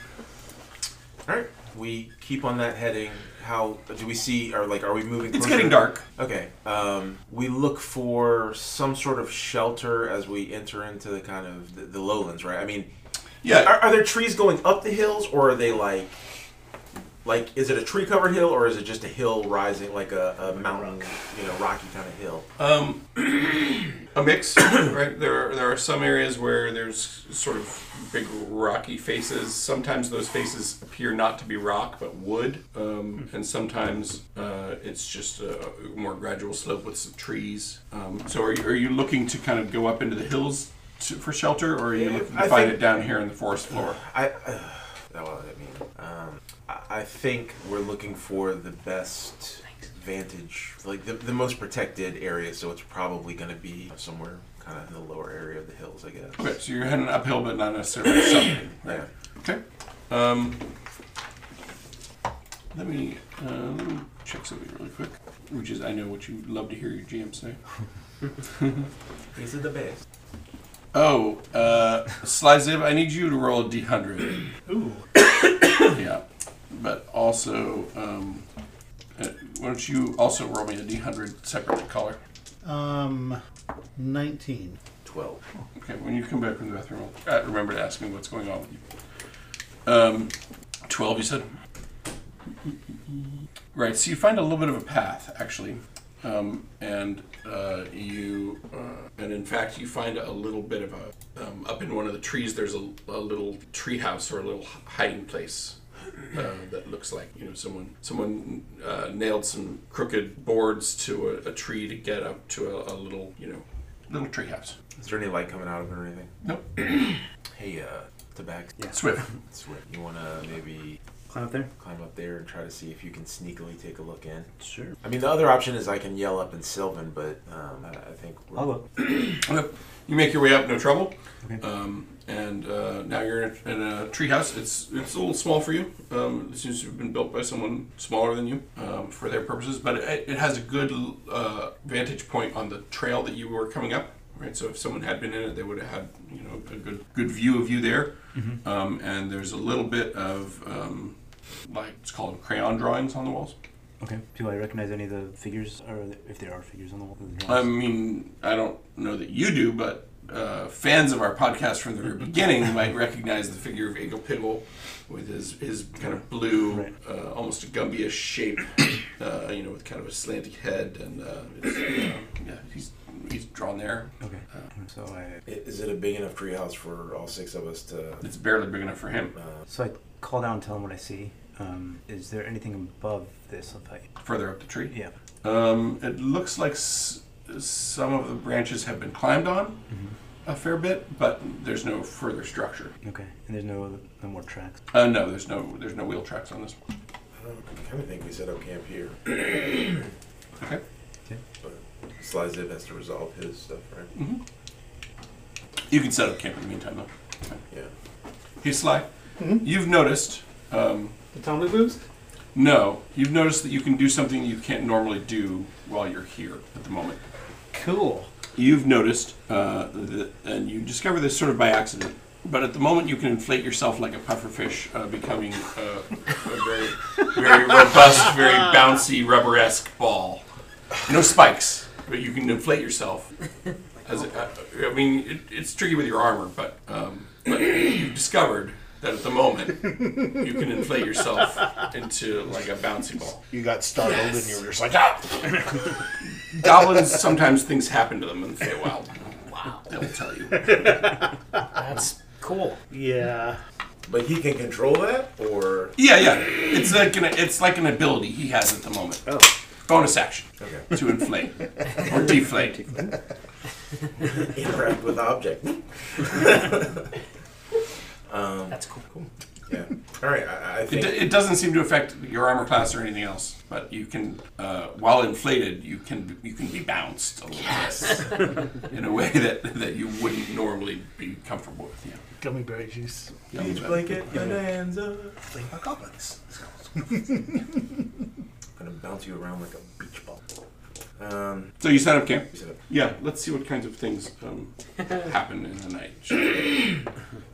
E: all right, we keep on that heading. How do we see? Or like, are we moving?
B: [laughs] It's
E: closer?
B: getting dark.
E: Okay. Um, we look for some sort of shelter as we enter into the kind of the, the lowlands, right? I mean,
B: Yeah,
E: are, are there trees going up the hills, or are they like, like, is it a tree covered hill, or is it just a hill rising like a, a mountain, you know, rocky kind of hill?
B: um, a mix, right? There are, there are some areas where there's sort of big rocky faces. Sometimes those faces appear not to be rock but wood, um, and sometimes uh, it's just a more gradual slope with some trees. Um, so, are you, are you looking to kind of go up into the hills? To, for shelter, or are you looking to
E: I
B: find
E: think-
B: it down here in the forest floor?
E: I, [sighs] uh, well, I mean, um, I, I think we're looking for the best vantage, like the, the most protected area. So it's probably going to be somewhere kind of in the lower area of the hills, I guess.
B: Okay, so you're heading uphill, but not necessarily something.
E: Yeah.
B: Okay. Um, let me uh, let me check something really quick, which is I know what you love to hear your GM say.
E: These are the best.
B: Oh, uh, Slyzib, I need you to roll a d100.
C: Ooh.
B: yeah, but also, um, uh, why don't you also roll me a d100 separately, caller?
H: Um, 19.
E: Twelve.
B: Okay, when you come back from the bathroom, I'll, uh, remember to ask me what's going on with you. Um, 12, you said? Right, so you find a little bit of a path, actually. Um, and uh, you, uh, and in fact, you find a little bit of a, um, up in one of the trees, there's a, a little tree house or a little hiding place. Uh, that looks like you know someone someone uh, nailed some crooked boards to a, a tree to get up to a, a little you know little tree house.
E: Is there any light coming out of it or anything?
B: Nope.
E: [clears throat] Hey, uh, tobacco.
B: Swift.
E: Swift, You want to maybe
F: Climb up there?
E: climb up there and try to see if you can sneakily take a look in.
F: Sure.
E: I mean, the other option is I can yell up in Sylvan, but um, I, I think we're,
F: I'll go.
B: You make your way up, no trouble. Um, and uh, now you're in a, in a treehouse. It's it's a little small for you. Um, it seems to have been built by someone smaller than you um, for their purposes, but it, it has a good uh, vantage point on the trail that you were coming up. Right, so if someone had been in it, they would have had you know a good good view of you there. Um, and there's a little bit of um, like it's called crayon drawings on the walls.
H: Okay. Do I recognize any of the figures, or if there are figures on the wall? of the
B: I
H: drawings?
B: mean, I don't know that you do, but uh, fans of our podcast from the very
H: [laughs]
B: beginning might recognize the figure of Eagle Piggle with his, his kind of blue,
H: Right.
B: uh, almost a Gumby ish shape, uh, you know, with kind of a slanty head. And uh, it's, uh, yeah, he's, he's drawn there.
H: okay. so I
E: I- Is it a big enough treehouse for all six of us to? uh,
B: It's barely big enough for him.
H: so I call down and tell him what I see. Um, is there anything above this? If I,
B: Further up the tree.
H: yeah.
B: Um, it looks like s- some of the branches have been climbed on
H: Mm-hmm.
B: a fair bit, but there's no further structure.
H: Okay. And there's no no more tracks.
B: Uh, no, there's no there's no wheel tracks on this one.
E: I don't. I kind of think we set up camp here.
B: Okay.
E: Sly Zib has to resolve his stuff, right?
B: You can set up camp in the meantime, though.
E: Yeah.
B: Hey, Sly, you've noticed. Um,
C: The Tommy Boobs?
B: no, you've noticed that you can do something you can't normally do while you're here at the moment.
C: Cool.
B: You've noticed, uh, that, and you discover this sort of by accident, but at the moment you can inflate yourself like a pufferfish, uh, becoming uh, a very, very robust, very bouncy, rubber esque ball. No spikes, but you can inflate yourself. As a, uh, I- I mean, it, it's tricky with your armor, but, um, but you've discovered that at the moment you can inflate yourself into like a bouncy ball.
A: You got startled and you were just like, ah!
B: [laughs] Goblins sometimes things happen to them in the Feywild.
D: Wow.
B: They'll tell you.
D: That's cool.
C: Yeah.
E: But he can control that, or
B: Yeah, yeah. It's like an it's like an ability he has at the moment.
F: Oh.
B: Bonus action
E: okay.
B: to inflate or deflate.
E: interact with the object.
D: That's cool. cool.
E: Yeah. [laughs] All right. I, I
B: It,
E: think.
B: it doesn't seem to affect your armor class or anything else, but you can, uh, while inflated, you can you can be bounced a little bit in a way that, that you wouldn't normally be comfortable with. Yeah.
C: Gummy berry juice.
B: Yeah,
E: Beach
B: but-
E: blanket bonanza.
A: Play my goblins.
E: I'm [laughs] gonna bounce you around like a beach ball. Um,
B: So you set up camp.
E: we set up-
B: Yeah. Let's see what kinds of things um, happen in the night.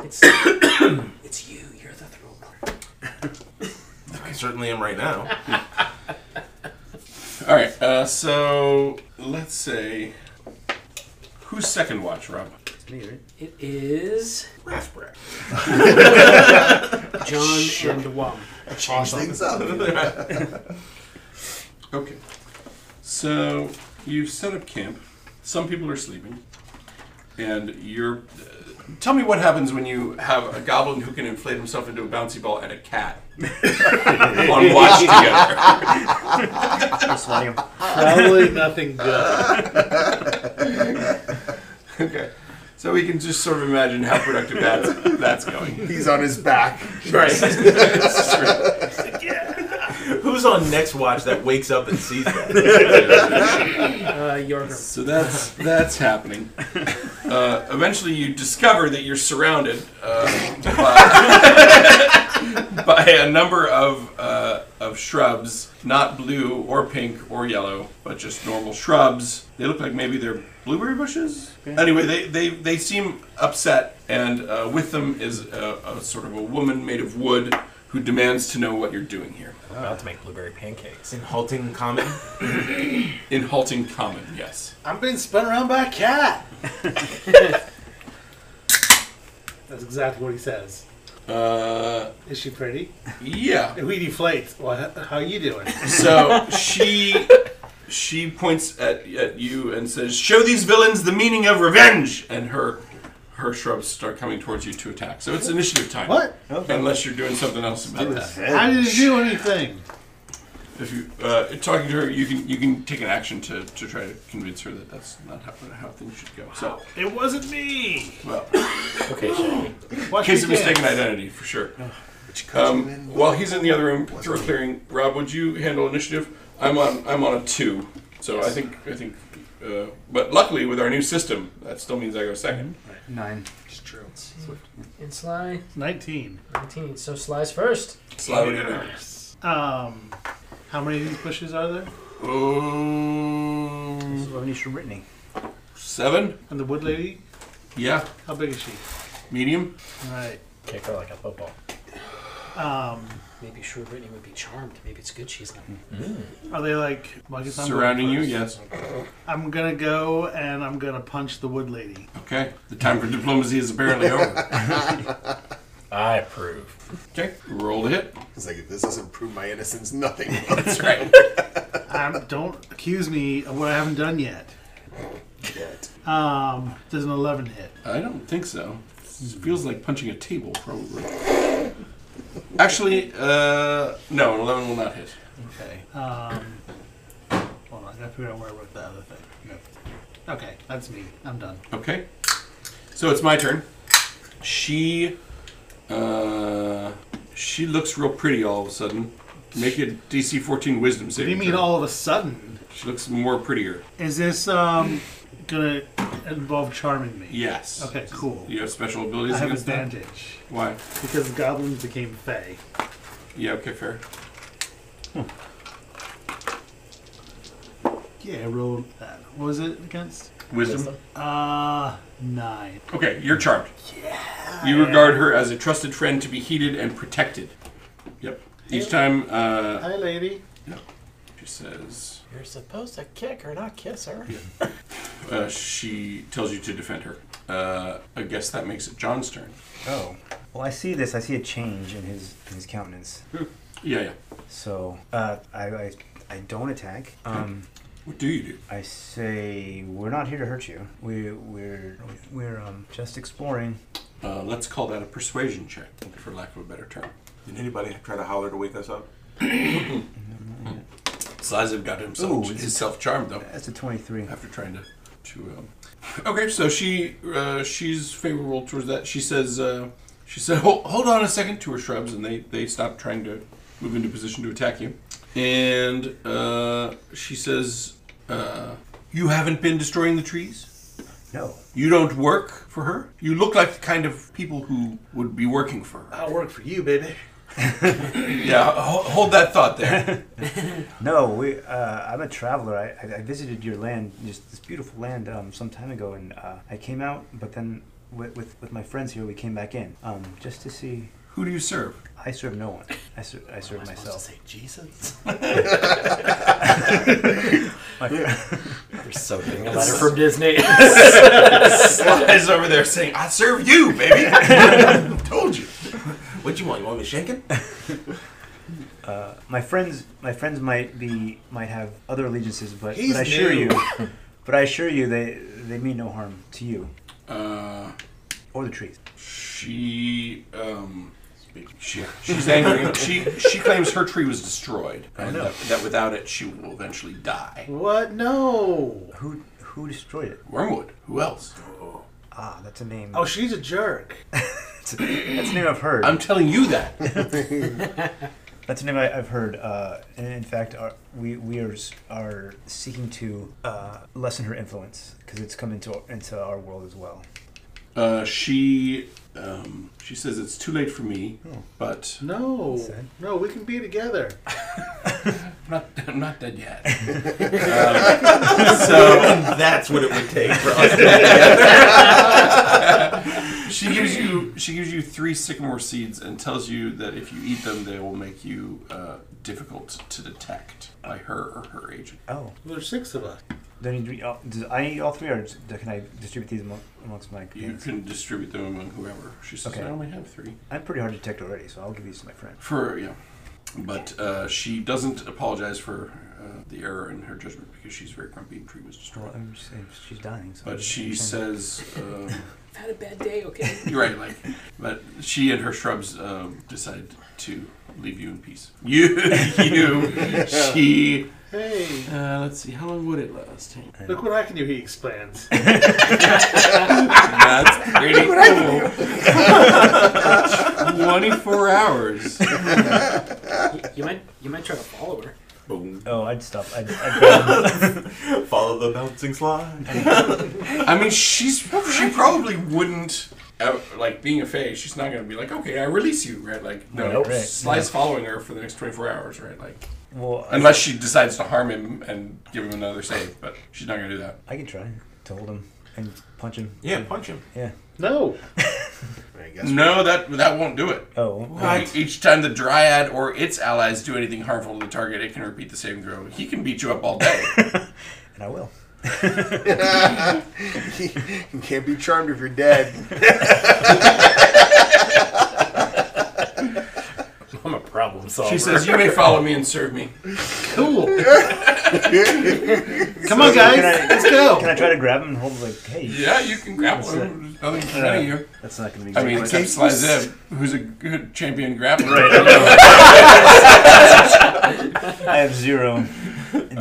D: It's, [coughs] it's you. You're the thrill player.
E: I certainly am
B: [laughs]
E: right now.
B: All right. Uh, so let's say who's second watch, Rob?
F: It's me, right?
D: It is
E: Raspberry.
D: [laughs] John and Wum.
A: Change things up.
B: Okay. So you've set up camp. Some people are sleeping, and you're. uh, tell me what happens when you have a goblin who can inflate himself into a bouncy ball and a [laughs] cat on watch together.
F: Just letting him. [laughs]
C: Probably nothing good.
B: okay. So we can just sort of imagine how productive that's that's going.
A: He's on his back.
E: Right. Who's on next watch that wakes up and sees that?
B: [laughs]
D: Uh, Yorgrim.
B: So that's that's happening. Uh, eventually, you discover that you're surrounded uh, by, [laughs] by a number of uh, of shrubs, not blue or pink or yellow, but just normal shrubs. They look like maybe they're blueberry bushes. Anyway, they, they, they seem upset, and uh, with them is a, a sort of a woman made of wood who demands to know what you're doing here.
G: I'm about to make blueberry pancakes.
E: In halting comment.
B: In halting common, yes.
C: I'm being spun around by a
F: [laughs]
C: cat. That's exactly what he says.
B: Uh,
C: Is she pretty?
B: yeah.
C: We deflate. Well, h- how you doing?
B: So she she points at, at you and says, "Show these villains the meaning of revenge." And her her shrubs start coming towards you to attack. So it's initiative time.
C: What?
B: Unless you're doing something else about that.
F: Oh,
C: How did you do anything?
B: If you uh, talking to her, you can you can take an action to, to try to convince her that that's not how, how things should go. So
C: It wasn't me.
B: well,
G: Okay, Shaggy.
C: Watch
B: case
C: me
B: of
C: dance.
B: mistaken identity for sure. Um, while he's in the other room through a clearing, Rob, would you handle initiative? I'm on. I'm on a two, so I think. I think. Uh, but luckily, with our new system, that still means I go 2nd
H: Nine.
D: And Sly.
C: 19.
D: 19. So Sly's first.
B: Slide it out.
C: Um, how many of these bushes are there?
B: Um,
H: Lebanese from Brittany.
B: seven.
C: And the wood lady?
B: Yeah,
C: How big is she?
B: medium.
C: All right.
G: Kick her like a football.
C: Um,
D: Maybe sure Brittany would be charmed. Maybe it's good she's not.
G: Mm,
C: are they like well, I guess I'm going
B: Surrounding you.
C: first.
B: Yes.
C: I'm gonna go and I'm gonna punch the wood lady.
B: Okay. The time for diplomacy is apparently [laughs] over.
G: I approve.
B: Okay. Roll the hit.
A: He's like, if this doesn't prove my innocence, nothing.
E: [laughs]
A: will."
B: That's right.
C: Um, don't accuse me of what I haven't done yet.
A: Yet.
C: Um, does an 11 hit?
B: I don't think so. This feels like punching a table, probably. Actually, uh, no, an 11 will not hit.
C: Okay. Um, hold on, I gotta figure out where I wrote the other thing. No. Okay, that's me. I'm done.
B: Okay. So it's my turn. She, uh, she looks real pretty all of a sudden. Make a DC 14 Wisdom
C: What do
B: saving.
C: you mean
B: throw.
C: all of a sudden?
B: She looks more prettier.
C: Is this um gonna involve charming me?
B: Yes.
C: Okay, cool.
B: You have special abilities
C: I have
B: against that?
C: advantage
B: Why?
C: because the goblins became fey.
B: Yeah. Okay. Fair.
C: Yeah, I rolled that. What was it against?
B: Wisdom.
C: Uh, nine.
B: Okay. You're charmed. Yeah. You regard her as a trusted friend to be heeded and protected. Yep. Each time. Uh,
C: Hi, lady.
B: She says
G: You're supposed to kick her, not kiss her.
B: uh, she tells you to defend her. Uh, I guess that makes it John's turn.
F: Oh. Well, I see this. I see a change in his in his countenance.
B: Yeah, yeah.
F: So uh, I, I I don't attack. Um,
B: What do you do?
F: I say we're not here to hurt you. We we're we're um just exploring.
B: Uh, let's call that a persuasion check, for lack of a better term.
E: Did anybody try to holler to wake us
B: [coughs]
E: up?
B: Slazov got himself
F: Ooh, it's-
B: himself charmed though
F: That's a twenty-three.
B: after trying to to. Um... Okay, so she uh, she's favorable towards that. She says uh, She said, hold, hold on a second to her shrubs, and they, they stopped trying to move into position to attack you. And uh, she says, uh, You haven't been destroying the trees?
F: No.
B: You don't work for her? You look like the kind of people who would be working for [coughs] her.
C: I'll work for you, baby.
B: Yeah, ho- hold that thought there.
F: No, we, uh, I'm a traveler. I, I, I visited your land, just this beautiful land, um, some time ago, and uh, I came out, but then with, with, with my friends here, we came back in um, just to see.
B: Who do you serve?
F: I serve no one. I, ser- I serve myself.
G: Jesus.
F: My fr-
D: [laughs]
G: We're so getting a
I: Letter
G: letter
I: from Disney.
B: Slides over there saying, I serve you, baby. Told you.
E: [laughs] What you want? You want me
B: [laughs]
E: to shake him?
F: uh, [laughs] my friends, my friends might be might have other allegiances, but,
A: He's
F: but I assure
A: new.
F: you, but I assure you, they they mean no harm to you
B: Uh,
F: or the trees.
B: she. Um, she, she's angry. she she claims her tree was destroyed, and that, that without it she will eventually die.
C: What? [laughs] No.
F: Who who destroyed it?
B: Wormwood. Who else?
F: Ah, that's a name.
C: Oh, she's a jerk.
F: that's, a, that's a name I've heard.
B: I'm telling you that.
F: That's a name I, I've heard. Uh, and in fact, our, we we are s- are seeking to uh, lessen her influence because it's come into into our world as well.
B: Uh, she um, she says it's too late for me, but
C: No.
F: Sad.
C: No, we can be together.
B: I'm not I'm not dead yet.
E: [laughs]
B: um, so
E: That's what it would take for us. to-
B: she gives you she gives you three sycamore seeds and tells you that if you eat them, they will make you uh, difficult to detect by her or her agent.
F: Oh,
C: There's six of us.
F: then you, uh, does I eat all three, or d- can I distribute these among, amongst my?
B: You
F: companions?
B: can distribute them among whoever. She says
F: Okay.
B: I only have three.
F: I'm pretty hard to detect already, so I'll give these to my friend.
B: For yeah, but uh, she doesn't apologize for uh, the error in her judgment because she's very grumpy and tree was
F: Well,
B: destroyed.
F: I'm just saying she's dying. So
B: But she says um,
D: I've had a bad day, okay?
B: you're right. Like, but she and her shrubs um, decide to leave you in peace. You, [laughs] you, she.
C: Hey,
B: Uh, let's see. How long would it last?
C: look what I can do. He
B: [laughs]
C: expands.
B: That's pretty cool. [laughs] Twenty-four hours.
D: You, you might you might try to follow her.
E: Boom.
F: "Oh, I'd stop. I'd, I'd
E: Follow the bouncing slide.
B: I mean, she's she probably wouldn't uh, like being a fae. She's not gonna be like, okay, I release you, right? Like, no,
F: Right, right.
B: Sly's following her for the next twenty four hours, right? Like,
F: well, I,
B: unless she decides to harm him and give him another save, but she's not gonna do that.
F: I can try to hold him and punch him.
E: Yeah, punch him.
F: Yeah.
C: No.
A: I guess.
B: No, that that won't do it.
F: Oh,
E: What?
B: Each time the dryad or its allies do anything harmful to the target, it can repeat the saving throw. He can beat you up all day.
F: and I will.
A: [laughs] you can't be charmed if you're dead.
G: I'm a problem solver.
B: she says, "You may follow me and serve me."
C: [laughs] Cool. Come on, guys.
F: Can I-
C: Let's go.
F: Can I try to grab him and hold like, hey?
B: Yeah, you can grapple him. There's Nothing preventing you.
H: That's not going to be
B: I mean,
H: good.
B: except Sly Zeb, who's a good champion grappler.
F: I have zero in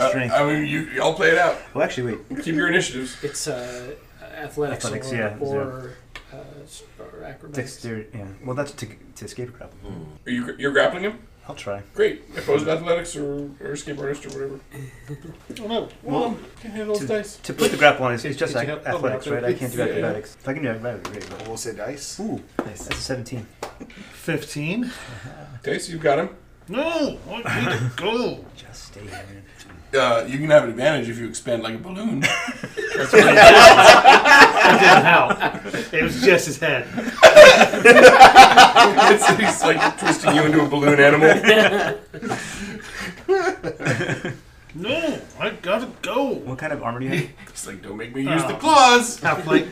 F: strength.
B: Uh, I mean, you, y'all play it out.
F: well, actually, wait.
B: Keep your initiatives.
D: It's uh, athletics,
F: Athletics,
D: or,
F: yeah,
D: or, uh, s- or acrobatics.
F: Dexterity. Yeah. Well, that's to, to escape a grapple.
B: Are you, you're grappling him?
F: I'll try.
B: Great. Opposed athletics or, or escape artist or whatever.
C: Oh, no.
B: Well, can handle
F: to-
B: those dice.
F: To put the grapple on is it's just
C: Did you
F: ac-
C: have- oh,
F: athletics, right? I can't do
B: Yeah, yeah.
F: acrobatics. If I can do acrobatics, great. But
A: We'll say dice.
F: ooh, nice. That's a seventeen.
C: 15.
B: Okay, so you've got him.
C: No. I need to go.
F: Just stay here. Man.
C: [laughs]
B: Uh, you can have an advantage if you expand like a balloon. [laughs]
C: I didn't help. It was just his head.
B: it's, it's like twisting you into a balloon animal.
C: No. I gotta go.
F: What kind of armor do you
C: [laughs]
F: have?
B: It's like, don't make me use the
C: Oh.
B: claws.
C: Halfling.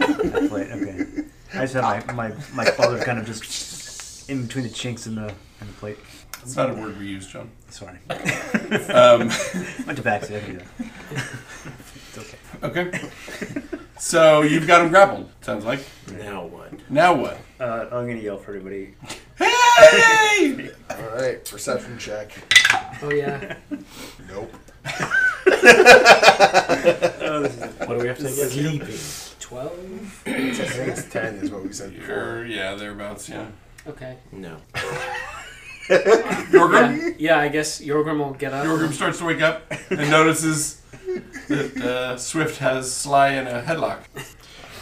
F: Plate. Okay. I just have my my my father kind of just in between the chinks in the in the plate.
B: That's not a word we use, John.
F: Sorry. [laughs]
B: Um, [laughs]
F: I went to back, so I can do that.
B: okay. So you've got him grappled. Sounds like.
E: Now what?
B: Now what?
F: Uh, I'm gonna yell for everybody.
B: Hey!
A: All right, perception check.
D: Oh yeah,
A: Nope.
G: what do we have to get?
D: twelve?
A: I think it's 10 is what we
B: [laughs]
A: said before.
B: You're, yeah, thereabouts, yeah.
D: Okay.
E: No.
B: Yorgrim,
D: Yeah, yeah, I guess Yorgrim will get up.
B: Yorgrim starts to wake up and notices that uh, Swift has Sly in a headlock.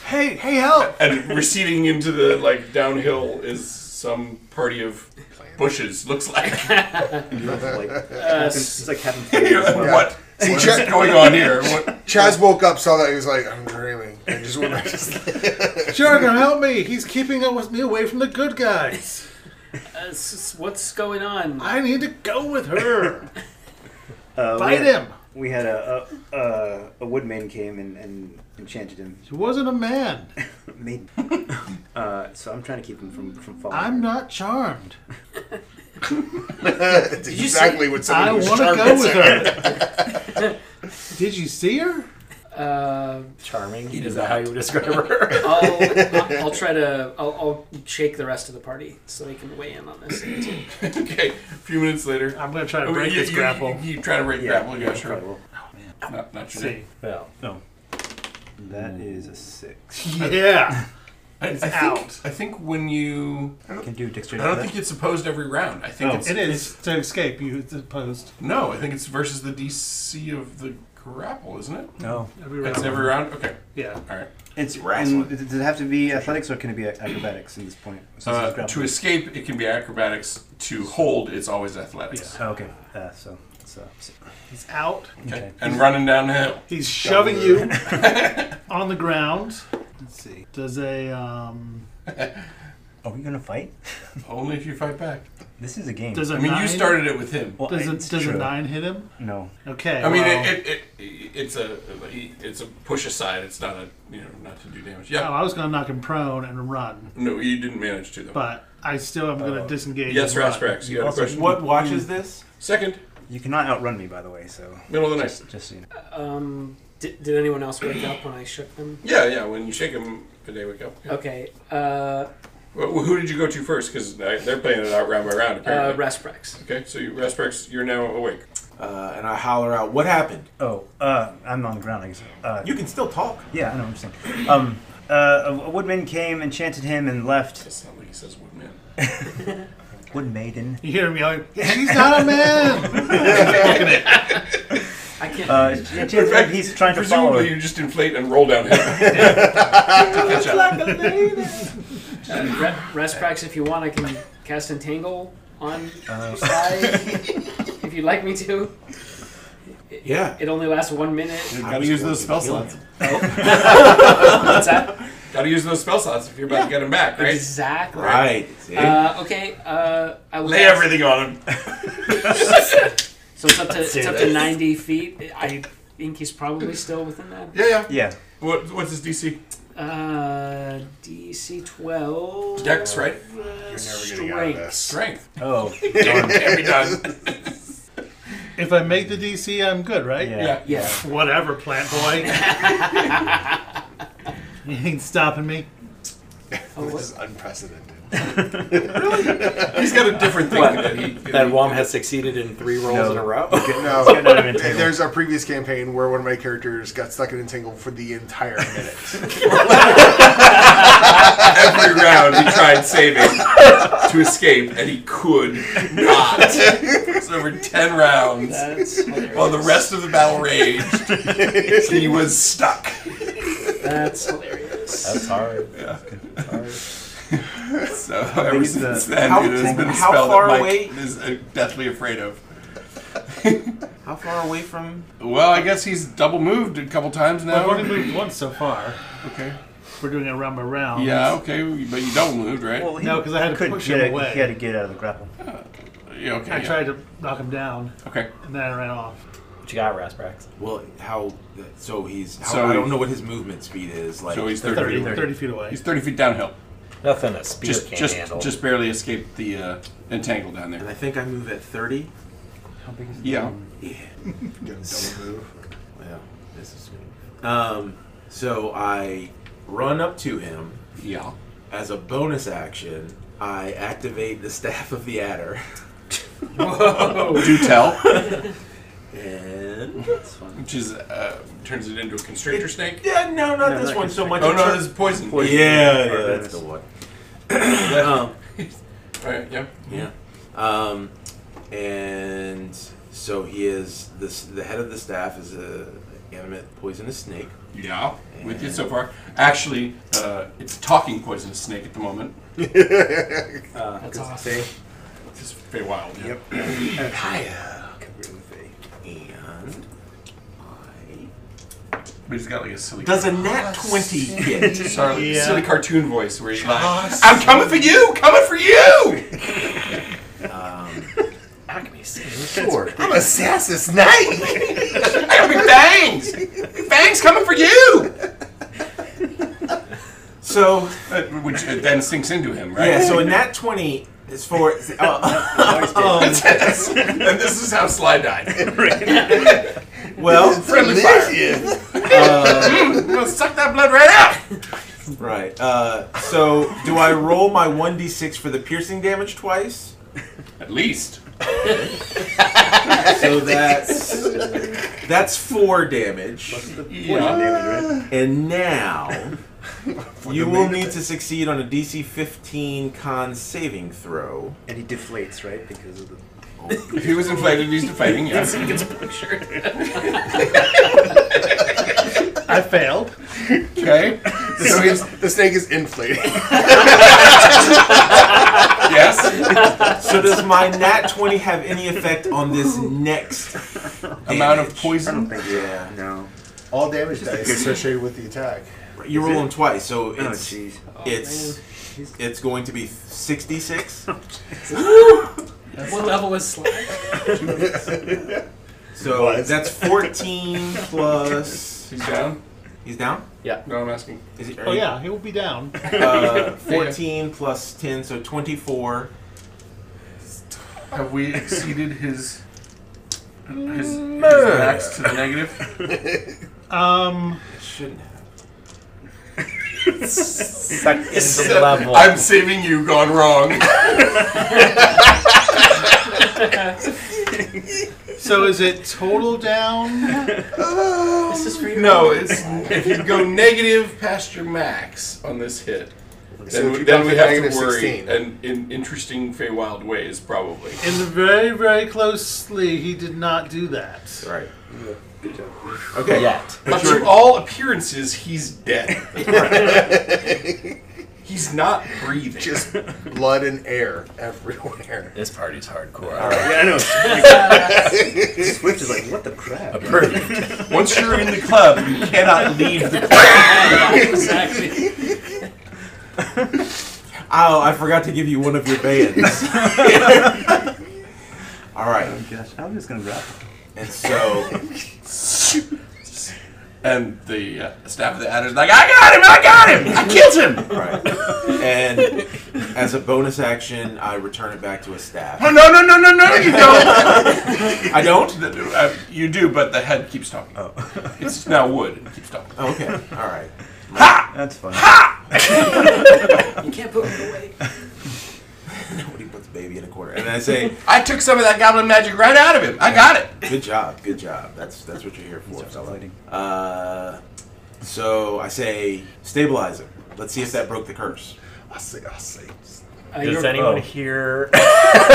A: Hey, hey, help!
B: And receding into the, like, downhill is some party of bushes, looks like. [laughs]
F: like,
D: Uh,
F: it's like Captain Planet as well.
B: what?
A: See,
B: What
A: Chaz,
B: [laughs] is going on here? What?
A: Chaz woke up, saw that, he was like, I'm dreaming. And just went back to
B: [laughs]
A: sleep.
C: Jargon, help me! He's keeping us- me away from the good guys.
D: Uh, s- s- what's going on?
C: I need to go
B: [laughs]
C: with her.
B: Oh,
F: Uh, we
C: Fight
F: had-
C: him.
F: We had a a, a, a woodman came and, and enchanted him.
C: She wasn't a man.
F: Made,
B: [laughs]
F: uh, so I'm trying to keep him from from falling.
C: I'm not charmed.
A: That's
D: you
A: exactly what
C: I
A: somebody was
C: want to
A: trying
C: go with her.
B: [laughs]
C: Did you see her?
D: Uh,
G: Charming. Is that how you would describe her?
D: I'll, I'll, I'll try to. I'll, I'll shake the rest of the party so they can weigh in on this.
B: Okay, a few minutes later.
C: I'm gonna try
B: Oh,
C: to break
B: you,
C: this
B: you-
C: grapple.
B: You, you try to break grapple, yeah, sure.
F: probably.
B: Not, not your
C: See.
B: day.
G: well,
H: No.
F: That is a six.
C: Yeah.
B: I, I think,
C: out.
B: I think when you.
H: Can do dexterity.
B: I don't think it's opposed every round. I think
H: Oh.
B: it's.
C: It is to escape. You opposed.
B: No, I think it's versus the DC of the grapple, isn't it?
H: No.
C: Every round.
B: It's every round? Okay,
C: Yeah.
B: alright.
F: Oh. It's
E: Wrestling.
F: and does it have to be athletics or can it be acrobatics at this point? Since it's
B: Uh,
F: grappling.
B: to escape, it can be acrobatics. To hold, it's always athletics.
F: Oh, okay. Uh, so it's uh, six.
C: He's out.
B: Okay. And running downhill.
C: He's shoving you
B: [laughs]
C: on the ground. Let's see. Does a um
F: Are we gonna fight?
B: Only if you fight back.
F: This is a game.
C: does a
B: I mean,
C: nine,
B: you started it with him.
F: Well,
C: does a
F: it's
C: does a
F: true.
C: nine hit him?
F: No.
C: Okay.
B: I mean,
C: well,
B: it, it, it, it's a it's a push aside. It's not a you know not to do damage.
C: oh,
B: Yeah,
C: I was gonna knock him prone and run,
B: no, you didn't manage to though.
C: but I still am
B: Oh.
C: gonna disengage.
B: yes,
C: and run.
B: Rasprax, you got a
H: Also,
B: question.
E: What watch is this?
B: Second,
F: You cannot outrun me, by the way. So
B: middle of the night.
F: just just so you know.
D: Um, did, did anyone else wake up when I shook them?
B: Yeah, yeah. When you shake him, they wake up. Yeah.
D: Okay. Uh,
B: Well, who did you go to first? Because they're playing it out round by round
D: uh,
B: apparently.
D: Rasprax.
B: okay, so you, Rasprax, you're now awake.
E: Uh, and I holler out, "What happened?"
F: Oh, uh, I'm on the ground. I guess. Uh,
E: You can still talk.
F: yeah, I know. what I'm saying. Um, uh, a, a woodman came, enchanted him, and left.
B: That's not what he says, Woodman.
F: Wood maiden.
C: You hear him yelling, [laughs] She's not a man
D: I can't.
F: Uh, enchanted him. He's trying to follow.
B: Presumably,
F: her.
B: you just inflate and roll downhill. to catch up.
D: Re- Rasprax, if you want, I can cast Entangle on Sly if you'd like me to.
E: Yeah.
D: It only lasts one
E: [laughs]
D: minute.
B: Gotta use those spell slots.
D: What's that?
B: Gotta use those spell slots if you're about to get him back, right?
D: Exactly.
E: Right. see?
D: Uh, okay. Uh, I will
B: Lay
D: cast-
B: everything on
E: [laughs]
B: him.
D: So it's up to it's up to ninety feet. I think he's probably still within that.
B: Yeah, yeah.
F: Yeah.
B: What, what's his DC?
D: Uh, DC twelve.
B: Dex, right?
D: Uh,
A: You're never getting out of
D: strength.
A: this.
B: Strength.
F: Oh.
C: [laughs]
B: Can't be done.
C: [laughs] If I make the DC I'm good, right?
B: Yeah.
D: Yeah.
C: Whatever, plant [laughs] boy. you ain't stopping me.
D: Oh,
A: This
D: what-
A: is unprecedented.
B: He's got a different thing that he.
G: [laughs] that Wom has succeeded in three rolls in a row.
A: [laughs] No,
F: Let's get another Nintendo.
A: there's a previous campaign where one of my characters got stuck in Entangle for the entire [laughs] minute.
B: every round he tried saving to escape, and he could not. So over ten rounds, [laughs]
D: that's
B: while the
D: hilarious.
B: rest of the battle raged, he was stuck.
D: That's hilarious.
G: That's hard.
B: So ever
F: is the-
B: since then,
E: How-
B: it has been a
E: how
B: spell
E: far
B: that Mike
E: away-
B: is uh, deathly afraid of.
E: How far away from?
B: Well, I guess he's double moved a couple times
C: I've
B: now.
C: only moved once so far.
B: Okay.
C: We're doing it round by round.
B: Yeah. Okay. But you double moved, right?
F: Well, he
C: No, because I had to
F: couldn't
C: push
F: get
C: him
F: a-
C: away.
F: He had to get out of the grapple.
B: yeah. Okay.
C: I
B: yeah.
C: tried to knock him down,
B: Okay.
C: and then I ran off.
G: What you got, Rasprax?
E: Well, how? So he's. How,
B: So
E: I don't
B: he-
E: know what his movement speed is. Like
B: So he's 30,
C: 30,
B: feet away.
C: 30 feet away.
B: He's 30 feet downhill.
G: Nothing a spear
B: Just
G: can't
B: just
G: handle.
B: just barely escaped the uh, entangle down
E: And
B: there.
E: I think I move at 30.
B: Yeah.
E: Yeah.
A: Don't move.
E: Well, this is good. Um, so I run up to him.
B: Yeah.
E: As a bonus action, I activate the Staff of the Adder.
B: Do tell.
E: And
B: head,
F: That's fun.
B: which is uh, turns it into a constrictor snake.
E: Yeah, no, not
F: No,
E: this
F: that
E: one
F: can
E: so
F: stay.
E: much.
B: Oh
E: It
B: no,
E: tur-
B: this is poison.
F: Poison.
J: Yeah, yeah,
F: Or
J: that's
F: venomous.
J: the one.
E: [coughs] Um,
B: All right, yeah.
J: Yeah. Um, and so he is this. The head of the staff is a animate poisonous snake.
B: Yeah, with you so far. Actually, uh, it's a talking poisonous snake at the moment.
F: Uh,
D: That's
F: 'cause
D: awesome.
F: They,
B: It's very wild. Yeah. [clears throat]
F: yep.
J: Hiya.
F: Covered in fey.
J: And I
B: But he's got like a silly.
E: does a nat twenty
B: [laughs]
E: hit?
B: Sorry,
C: Yeah.
B: silly cartoon voice where he's like, "I'm coming for you, coming for you." Um,
A: Sure. I'm a sassy
B: [laughs]
A: knight.
B: I got big bangs. Big bangs coming for you.
E: So
B: Uh, which uh, then sinks into him, right?
E: yeah,
B: [laughs]
E: so a nat twenty is for. Uh, [laughs] um,
B: and this is how Sly died.
E: um, well, [laughs]
B: Friendly fire. Mm, gonna suck that blood right out.
E: right. Uh, so do I roll my one d six for the piercing damage twice?
B: At least.
E: So that's that's four damage.
B: Yeah.
E: And
B: [laughs]
E: now you will need to succeed on a DC 15 con saving throw.
F: And he deflates, right? Because of the.
B: If he was inflated, he's deflating. Yes.
C: I failed.
B: Okay.
A: [laughs] The, snake, the snake is inflated.
B: Yes.
E: So does my nat 20 have any effect on
B: [laughs]
E: this next
B: Amount of
E: damage?
F: I don't
B: poison.
F: think
E: Yeah.
F: so. No.
A: All damage dice associated with the attack.
E: You roll them twice, so
F: Oh,
E: it's
F: jeez.
E: it's it's going to be
B: [laughs]
E: 66.
D: What level is Sly?
E: So
A: Was.
E: that's
B: [laughs]
E: 14 plus.
B: He's down.
E: He's down.
B: No, I'm asking.
E: Is he,
C: Oh
B: [laughs]
C: yeah, he will be down.
E: Uh, 14 plus 10, so 24.
B: Have we exceeded his his, his max to the [laughs] negative?
C: Um,
E: It shouldn't have. [laughs]
G: Suck into the level.
B: I'm saving you. Gone wrong. [laughs]
C: so is it total down?
B: this is for you. No, it's if you go negative past your max on this hit,
A: So
B: then,
A: if
B: we,
A: you
B: then
A: come
B: we
A: to
B: have
A: negative
B: to worry
A: 16.
B: and in interesting Feywild ways, probably.
C: In the very, very closely, he did not do that.
E: Right. Okay. [laughs]
G: Yet.
B: But to all appearances, he's
A: [laughs]
B: dead. he's not breathing.
A: Just blood and air everywhere.
G: This party's hardcore.
F: [laughs] Yeah,
A: [laughs]
F: I know. Swift is like, what the crap?
B: Once you're in the club, you cannot leave the club.
D: exactly.
E: Oh, I forgot to give you one of your
B: [laughs]
E: bands. [laughs] All right.
H: Oh, gosh, I'm just gonna wrap.
E: And so,
B: And the uh, staff of the Adder's like, I got him! I got him! I killed him!
E: right. And as a bonus action, I return it back to a
B: Oh,
E: staff.
B: no, no, no, no, no,
F: [laughs]
B: you don't!
E: I don't?
B: The- uh, you do, but the head keeps talking. [laughs] It's now wood. It keeps talking.
E: Oh, okay. All right.
H: That's fine.
D: You can't put it away.
E: Nobody puts baby in a quarter. And I say,
B: I took some of that goblin magic right out of him. I got it.
E: good job, good job. That's that's what you're here for. fella. Uh, so I say, stabilizer. Let's see if that broke the curse.
A: I see, I see.
D: Uh,
G: Does
D: your,
G: anyone
F: oh.
G: hear?
D: [laughs] your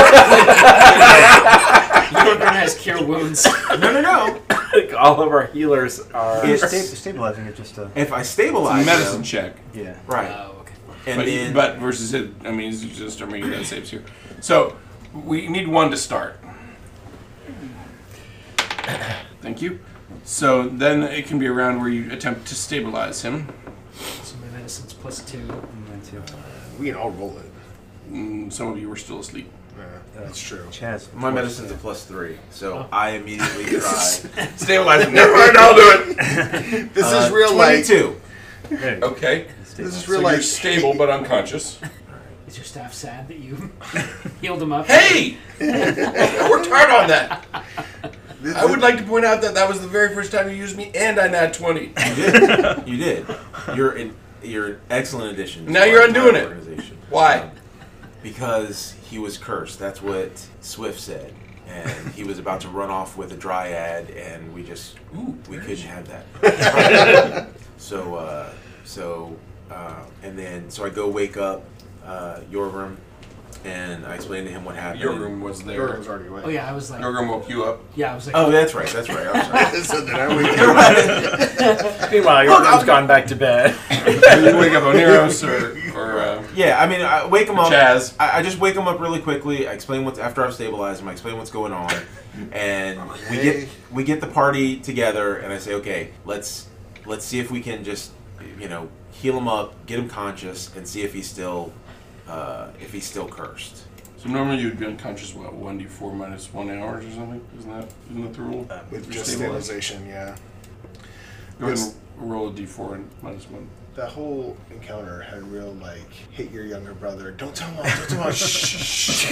D: burn has cure
G: [laughs]
D: wounds.
E: No, no, no.
G: Like, all of our healers are.
E: It's-
H: Sta- stabilizing it just uh
E: If I stabilize
B: Medicine
E: them-
B: check.
H: yeah.
E: right?
A: Uh,
D: Oh, okay.
E: And
B: But,
E: then,
B: but versus it, I mean, it's just our making that saves here. So we need one to start. [coughs] Thank you. So then it can be a round where you attempt to stabilize him.
D: So my medicine's plus two.
H: Mine too.
A: We can all roll it.
B: Mm, Some of you were still asleep.
A: Yeah, that's true.
H: Chaz.
E: my medicine's a plus three, so
A: Oh. [laughs]
E: I immediately try.
B: Stabilize him. Never mind, I'll do it.
A: This is real life.
E: Uh, Twenty-two.
B: Okay.
A: This is
B: So
A: real
B: you're
A: life. [laughs]
B: stable but unconscious.
D: Is your staff sad that you [laughs] healed him up?
B: Hey! [laughs] I worked hard on that. I would like to point out that that was the very first time you used me, and I nat 20.
E: You
B: [laughs]
E: did. You did. You're an, you're an excellent addition. to
B: Now
E: our
B: you're
E: entire
B: undoing it.
E: organization. Um,
B: Why?
E: Because he was cursed. That's what Swift said. and he was about to run off with a dryad, and we just we couldn't have that. [laughs] So, uh, so, uh, and then, so I go wake up uh, your room, and I explain to him what happened.
B: Your room was there.
A: Your room's already away.
D: Oh yeah, I was like,
B: Your room woke you [laughs] up.
D: yeah, I was like,
E: Oh, that's right. That's right. I'm sorry.
A: so then I wake up.
G: Meanwhile, your room's gone back to bed.
B: you wake up Oneros or, or uh,
K: Yeah, I mean, I wake him up.
B: Chaz.
K: I, I just wake him up really quickly. I explain what's after I've stabilized him. I explain what's going on,
A: [laughs]
K: and we get
A: Okay.
K: we get the party together. And I say, okay, let's let's see if we can just you know heal him up, get him conscious, and see if he's still uh, if he's still cursed.
B: So normally you'd be unconscious what one d four minus one hours or something. Isn't that isn't that the rule?
A: With
B: You're
A: Uh, just
B: stabilized.
A: stabilization, yeah.
B: Go ahead
A: Yes.
B: and roll a d four and minus one.
A: That whole encounter had real like hit your younger brother. Don't tell mom. Don't tell mom. Shh, shh. shh.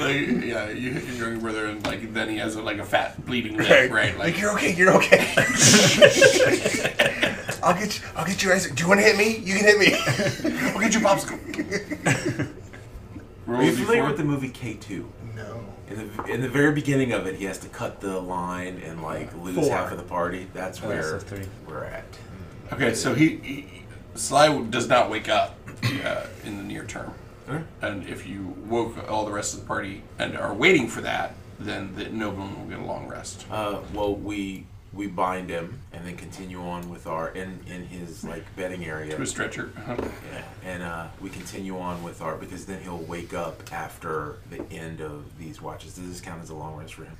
B: Like yeah, you hit your younger brother and like then he has a, like a fat bleeding lip,
A: Right.
B: right?
A: Like,
B: Like
A: you're okay. You're okay. [laughs] I'll get you. I'll get you. Isaac. Do you want to hit me? [laughs] You can hit me. I'll get you, popsicle.
B: roll
K: Are you
B: a
K: familiar
B: d4.
K: with the movie K two?
A: no.
K: In the, in the very beginning of it, he has to cut the line and like lose
F: Four.
K: half of the party. That's
G: Oh,
K: where
G: so three.
K: we're at.
B: Okay, so he, he Sly does not wake up uh, in the near term,
K: Okay.
B: and if you woke all the rest of the party and are waiting for that, then the nobleman will get a long rest.
E: Uh, well, we we bind him and then continue on with our in in his like bedding area.
B: To a stretcher. [laughs]
E: Yeah, and uh, we continue on with our because then he'll wake up after the end of these watches. Does this count as a long rest for him?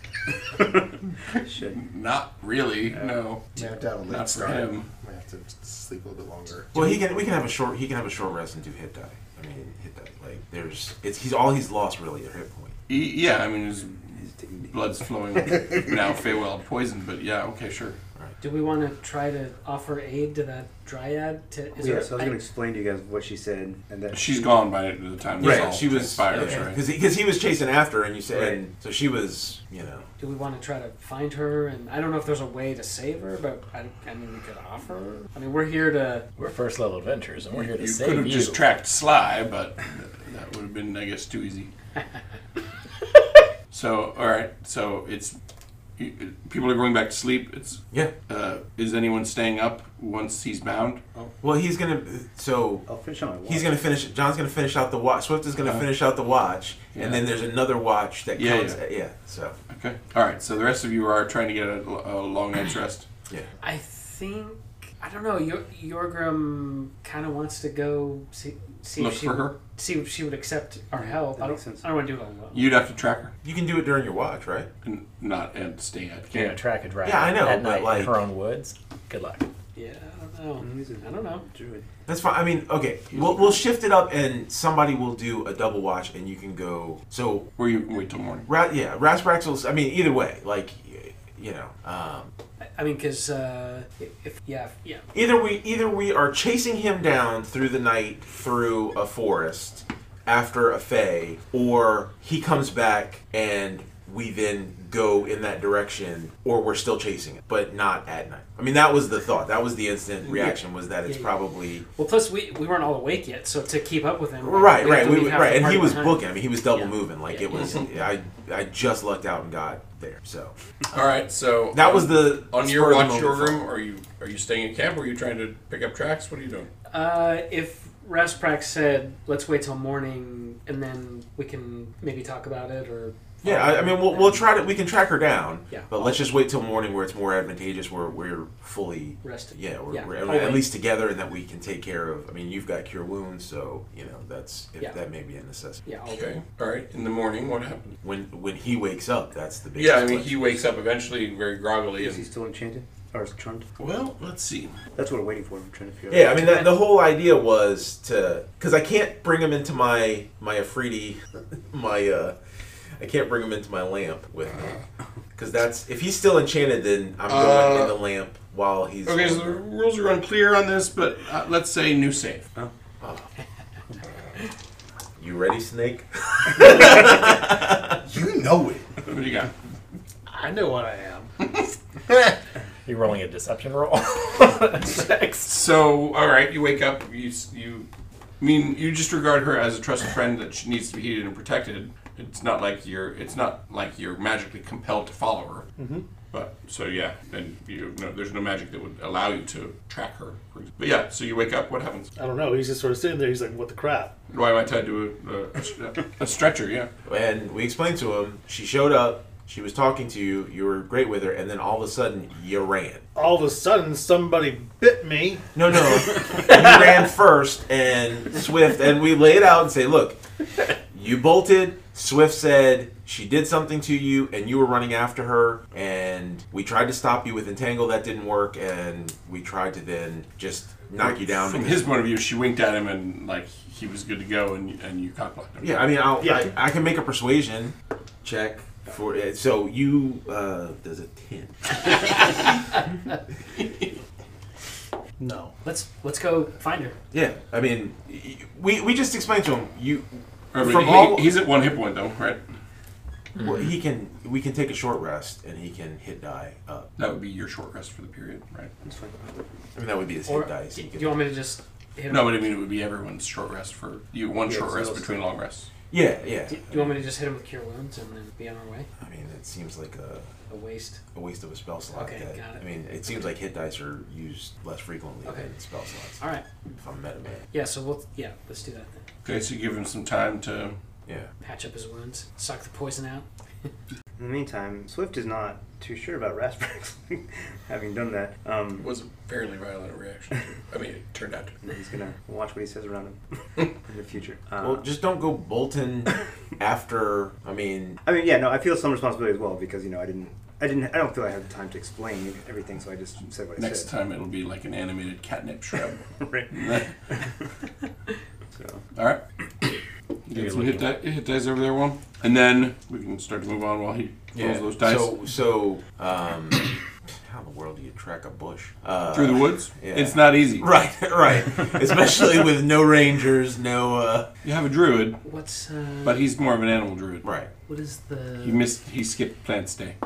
B: Not really. No,
A: Yeah, I've done a late
B: not for
A: start.
B: him.
A: I have to sleep a little bit longer.
E: Well, he can. We can have a short. He can have a short rest and do hit die. I mean, hit die. Like there's. It's he's all he's lost really a hit point.
B: E- yeah, I mean his
E: His dignity.
B: blood's flowing with now Feywild poison, but yeah, okay, sure.
D: do we want to try to offer aid to that dryad? To
F: Yes, I was going to explain to you guys what she said, and that
B: She's gone by the time this
E: Right,
B: all
E: she was-
B: expires,
D: okay.
B: right?
E: Because because he, was chasing after and you said
F: Right.
E: and so she was you know
D: do we want to try to find her? And I don't know if there's a way to save her, but I, I mean, we could offer. her. I mean, we're here to.
G: We're first level adventurers, and we're here to
B: You could
G: save
B: have
G: you.
B: just tracked Sly, but that would have been, I guess, too
E: [laughs]
B: easy. so, all right. So it's you- people are going back to sleep. It's
E: yeah.
B: uh, is anyone staying up once he's bound?
E: Well, he's gonna so
F: I'll finish on my watch.
E: he's gonna finish. John's gonna finish out the watch. Swift is gonna finish out the watch,
B: Yeah.
E: and then there's another watch that
B: Yeah,
E: counts.
B: yeah.
E: yeah so
B: Okay. All right. So the rest of you are trying to get a, a long
E: [coughs]
B: night's rest.
E: yeah.
D: I think I don't know. Yor- Yorgrim kind of wants to go see see
B: Look
D: if she
B: for her.
D: see if she would accept our help.
F: that
D: I don't,
F: makes sense.
D: I don't want to do it alone.
B: You'd have to track her,
E: You can do it during your watch, right?
B: N- not and stay at
G: You're gonna
B: camp.
G: track a dragon.
E: Yeah, I know,
G: At
E: but,
G: night
E: like-
G: in her own woods. Good luck.
D: Yeah, I don't know.
F: He's a
D: I don't know.
F: druid.
E: That's fine. I mean, okay, we'll, we'll shift it up, and somebody will do a double watch, and you can go. So,
B: Where you wait till morning.
E: Ra- yeah, Raspraxel's. I mean, either way, like, y- you know, um,
D: I- I mean, because uh, if yeah if- yeah
E: either we either we are chasing him down through the night through a forest after a fay, or he comes back and we then go in that direction, or we're still chasing it, but not at night. I mean, that was the thought. That was the instant reaction. Was that it's
D: Yeah, yeah.
E: probably.
D: Well, plus we, we weren't all awake yet, so to keep up with him,
E: Right,
D: we have
E: right,
D: to
E: we,
D: leave
E: we-
D: half the
E: right, and
D: party
E: he was
D: behind.
E: booking. I mean, he was double
D: Yeah.
E: moving. Like
D: Yeah.
E: it
D: [laughs]
E: was. I I just lucked out and got there. So
B: All right. So
E: that was the
B: on
E: spur
B: your
E: of the
B: watch
E: moment
B: your
E: thought.
B: room. Are you are you staying at camp? Or are you trying to pick up tracks? What are you doing?
D: Uh, if Rasprax said, "Let's wait till morning, and then we can maybe talk about it," or
E: Yeah, I, I mean, we'll, we'll try to. We can track her down.
D: Yeah.
E: But let's just wait till morning where it's more advantageous, where we're fully.
D: rested.
E: Yeah, we're,
D: Yeah.
E: we're
D: I'll
E: at,
D: wait.
E: least together, and that we can take care of. I mean, you've got cure wounds, so you know that's if
D: Yeah.
E: that may be a necessity.
D: yeah. I'll-
B: Okay. All right. In the morning, what happened?
E: When when he wakes up, that's the big.
B: Yeah, I mean, he wakes up eventually very groggily
F: Is he
B: and.
F: still enchanted? Or is Trunt?
B: Well, let's see.
F: That's what we're waiting for. We're trying to figure
E: Yeah, I
F: out.
E: mean that, the whole idea was to because I can't bring him into my my Afridi, [laughs] my uh, I can't bring him into my lamp with
B: [laughs]
E: me because that's if he's still enchanted, then I'm going
B: Uh,
E: in the lamp while he's
B: Okay, so the rules are unclear on this, but uh, let's say new safe.
E: you ready, Snake? [laughs]
A: You know it.
B: What do you got?
C: I know what I am.
G: You're rolling a
E: [laughs]
G: deception roll. Six.
B: So, all right, you wake up, you s- you I mean, you just regard her as a trusted friend that she needs to be heeded and protected. It's not like you're. It's not like you're magically compelled to follow her.
C: Mhm.
B: But so yeah, and you know, there's no magic that would allow you to track her. for ex- But yeah, so you wake up. What happens?
C: I don't know. He's just sort of sitting there. He's like, "What the crap?"
B: Why am I tied to a, a, a stretcher? Yeah.
E: And we explained to him, she showed up, she was talking to you, you were great with her, and then all of a sudden you ran.
C: All of a sudden, somebody bit me.
E: No, no. you ran first and Swift, and we lay it out and say, look, you bolted. Swift said she did something to you, and you were running after her. And we tried to stop you with Entangle. That didn't work, and we tried to then just knock you down.
B: From his point of view, she winked at him and like he was good to go, and and you cockblocked him.
E: Yeah, I mean, I'll,
C: Yeah.
E: I, I can make a persuasion check for it. So you uh, does a ten.
C: No.
D: Let's let's go find her.
E: Yeah, I mean, y- y- we we just explained to him you.
B: Or, but
E: From
B: he-
E: all-
B: he's at one hit point though, right? Mm-hmm.
E: well, he can we can take a short rest and he can hit die up.
B: That would be your short rest for the period, right?
E: I mean, that would be his
D: Or
E: hit dice.
D: do
E: He
D: you
E: can-
D: want me to just hit her?
B: No, but I mean it would be everyone's short rest for you. One short rest between long rests.
E: yeah, yeah.
D: Do do you want me to just hit him with cure wounds and then be on our way?
E: I mean, it seems like a,
D: A waste.
E: a waste of a spell slot.
D: Okay,
E: that-
D: got it.
E: I mean, it seems like hit dice are used less frequently
D: Okay.
E: than spell slots.
D: All right.
E: If I'm meta man,
D: Yeah. So we'll yeah. Let's do that. Then.
B: Okay, so you give him some time to.
E: yeah.
D: Patch up his wounds. Suck the poison out.
F: In the meantime, Swift is not too sure about Rasper's [laughs] having done that. Um,
B: was a fairly violent reaction. To, I mean, it turned out to. be.
F: he's gonna watch what he says around him
E: [laughs]
F: in the future. Uh,
E: Well, just don't go
D: [coughs]
E: bolting after. I mean,
F: I mean, yeah, no, I feel some responsibility as well because you know I didn't, I didn't, I don't feel I had the time to explain everything, so I just said what I
B: Next
F: said.
B: time it'll be like an animated catnip shrub. [laughs]
F: [laughs] Right. So
B: All right. You Get some hit, di- hit dice over there, one, and then we can start to move on while he rolls
E: yeah.
B: those dice
E: So, so um, [coughs] how in the world do you track a bush uh,
B: through the woods.
E: yeah.
B: It's not easy.
E: Right, right. Especially with no rangers, no. uh
B: You have a druid,
D: What's uh?
B: but he's more of an animal druid.
E: Right.
D: what is
B: He
D: the
B: missed. He skipped plants day.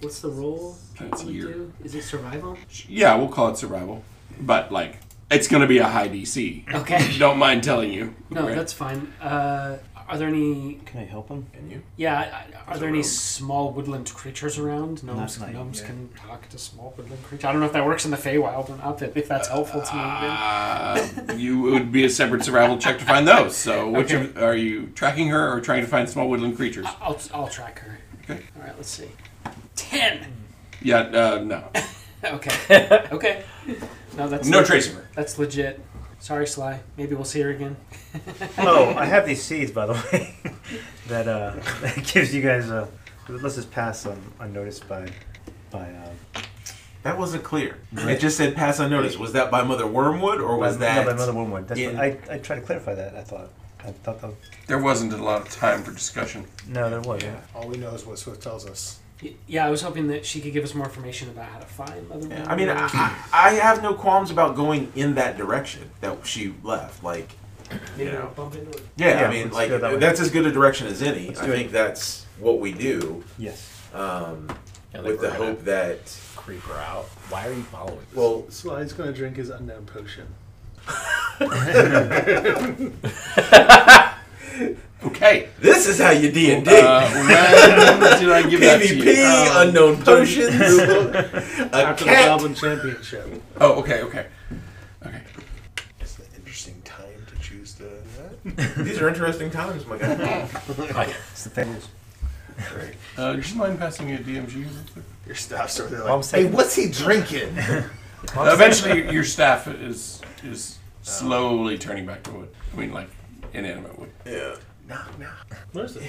D: what's the role?
B: Plants
D: we
B: year.
D: do? Is it
B: [laughs]
D: survival?
B: Yeah, we'll call it survival, but like it's gonna be a high DC.
D: Okay.
B: Don't mind telling you.
D: No,
B: right?
D: that's fine. Uh, are there any?
L: Can I help him?
E: And you?
D: Yeah, I- I- are
B: a
D: there any
B: rogue.
D: small woodland creatures around? Gnomes,
L: Not night,
D: gnomes
L: yeah.
D: can talk to small woodland creatures. I don't know if that works in the Feywild or not. If if that's helpful to me. then.
B: Uh, you it would be a separate survival check to find those. [laughs] So, which
D: Okay.
B: of, are you tracking her or trying to find small woodland creatures?
D: I'll I'll track her.
B: Okay.
D: All right. Let's see. Ten.
B: Yeah, uh, no, [laughs]
D: Okay. okay. No, that's
B: no trace of her.
D: That's legit. Sorry, Sly. Maybe we'll see her again.
F: oh, I have these seeds, by the way, [laughs] that uh, that [laughs] gives you guys a. Let's just pass um, unnoticed by, by uh,
E: That wasn't clear. It just said pass unnoticed. Was that by Mother Wormwood or was
F: by,
E: that?
F: no, by Mother Wormwood. That's
E: in-
F: what, I, I tried to clarify that. I thought, I thought that.
B: There wasn't a lot of time for discussion.
F: No, there was.
E: Yeah.
A: All we know is what Swift tells us.
D: Y- Yeah, I was hoping that she could give us more information about how to find Mother
E: Yeah,
D: Woman.
E: I mean, I, I- I have no qualms about going in that direction that she left. Like,
D: Maybe
E: yeah.
D: we'll bump into her.
E: yeah,
F: Yeah,
E: I mean,
F: let's
E: like
F: go that way.
E: that's as good a direction as any. I
F: do it.
E: think that's what we do
F: Yes.
E: um,
G: Yeah,
E: with
G: like
E: the
G: we're gonna
E: hope that.
G: creep her out. Why are you following? us?
E: Well,
C: Sly's gonna drink his unknown potion.
B: Okay.
E: this is how you D and D.
B: Uh, when did I give that to you? Um,
E: PvP, unknown potions, a
C: After the
E: cat.
C: Goblin Championship.
B: Oh, okay, okay, okay.
A: It's an interesting time to choose the.
E: These are interesting times, my guy.
F: It's the fables.
B: Uh, just mind passing me a DMG?
A: Your staff's over there
G: Well, I'm
A: like, hey,
G: saying-
A: what's he drinking? [laughs]
B: Eventually, your staff is is slowly turning back to wood. I mean, like inanimate wood.
E: yeah.
A: knock, knock.
C: Where's it?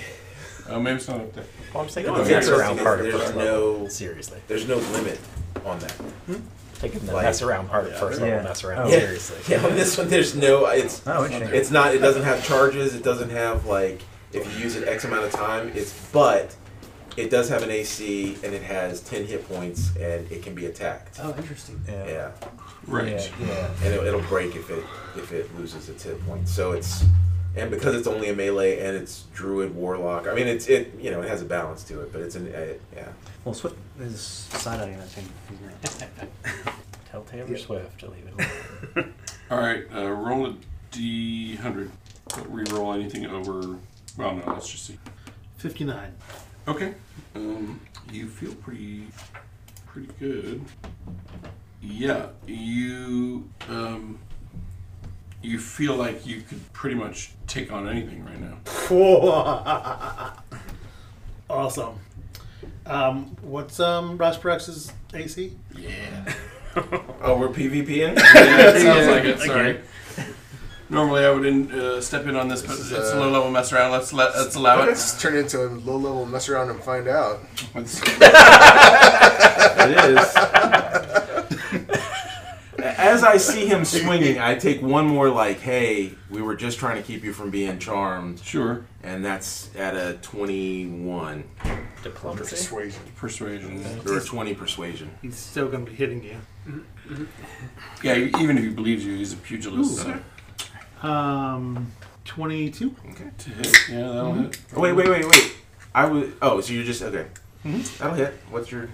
B: Oh, maybe it's not up there.
G: Well, I'm
E: You
G: taking
E: know
G: the
E: what's
G: mess
E: interesting
G: around
E: is
G: part at
E: there's
G: first
E: no-
G: level. Seriously,
E: There's no limit on that.
G: taking the
E: Like-
G: mess around part at first level.
F: Yeah.
G: Mess around.
F: Oh.
E: Yeah.
G: Seriously.
E: [laughs] Yeah, on this one, there's no. It's
F: Oh, interesting.
E: it's not. It doesn't have charges. It doesn't have like if you use it X amount of time. It's but it does have an AC and it has ten hit points and it can be attacked.
D: Oh, interesting.
B: [laughs]
E: Yeah,
B: Right.
F: Yeah. yeah.
E: and it, it'll break if it if it loses its hit points. So it's and because it's only a melee and it's druid warlock. I mean, it's it you know it has a balance to it, but it's an uh, yeah.
F: Well, Swift is side eyeing that thing.
E: [laughs]
G: Telltale or Swift to leave it alone.
B: All right, uh, roll a D hundred. Don't reroll anything over. Well, no, let's just see.
C: 59.
B: Okay. Um, you feel pretty, pretty good. Yeah, you um, you feel like you could pretty much take on anything right now.
C: [laughs] awesome. Um, what's um Rasprax's AC?
B: Yeah.
E: Oh, we're PvPing? [laughs]
B: Yeah, it sounds like it. Sorry. Normally I would in, uh, step in on this, but
A: is,
B: it's a
A: uh,
B: low level mess around. Let's let, let's allow it.
A: Let's turn into a low level mess around and find out.
H: It is.
E: As I see him swinging, I take one more, like, hey, we were just trying to keep you from being charmed.
B: [laughs] Sure.
E: And that's at a 21
G: Diplomacy.
A: Persuasion.
B: Persuasion.
E: or a 20 persuasion.
C: He's still going to be hitting you.
B: Yeah, e-, even if he believes you, he's a pugilist. so.
C: Um, 22.
B: To hit. Yeah, that'll hit.
E: Oh, Wait, wait, wait, wait. I was. Oh, so you're just okay. That'll hit. What's your?
G: Are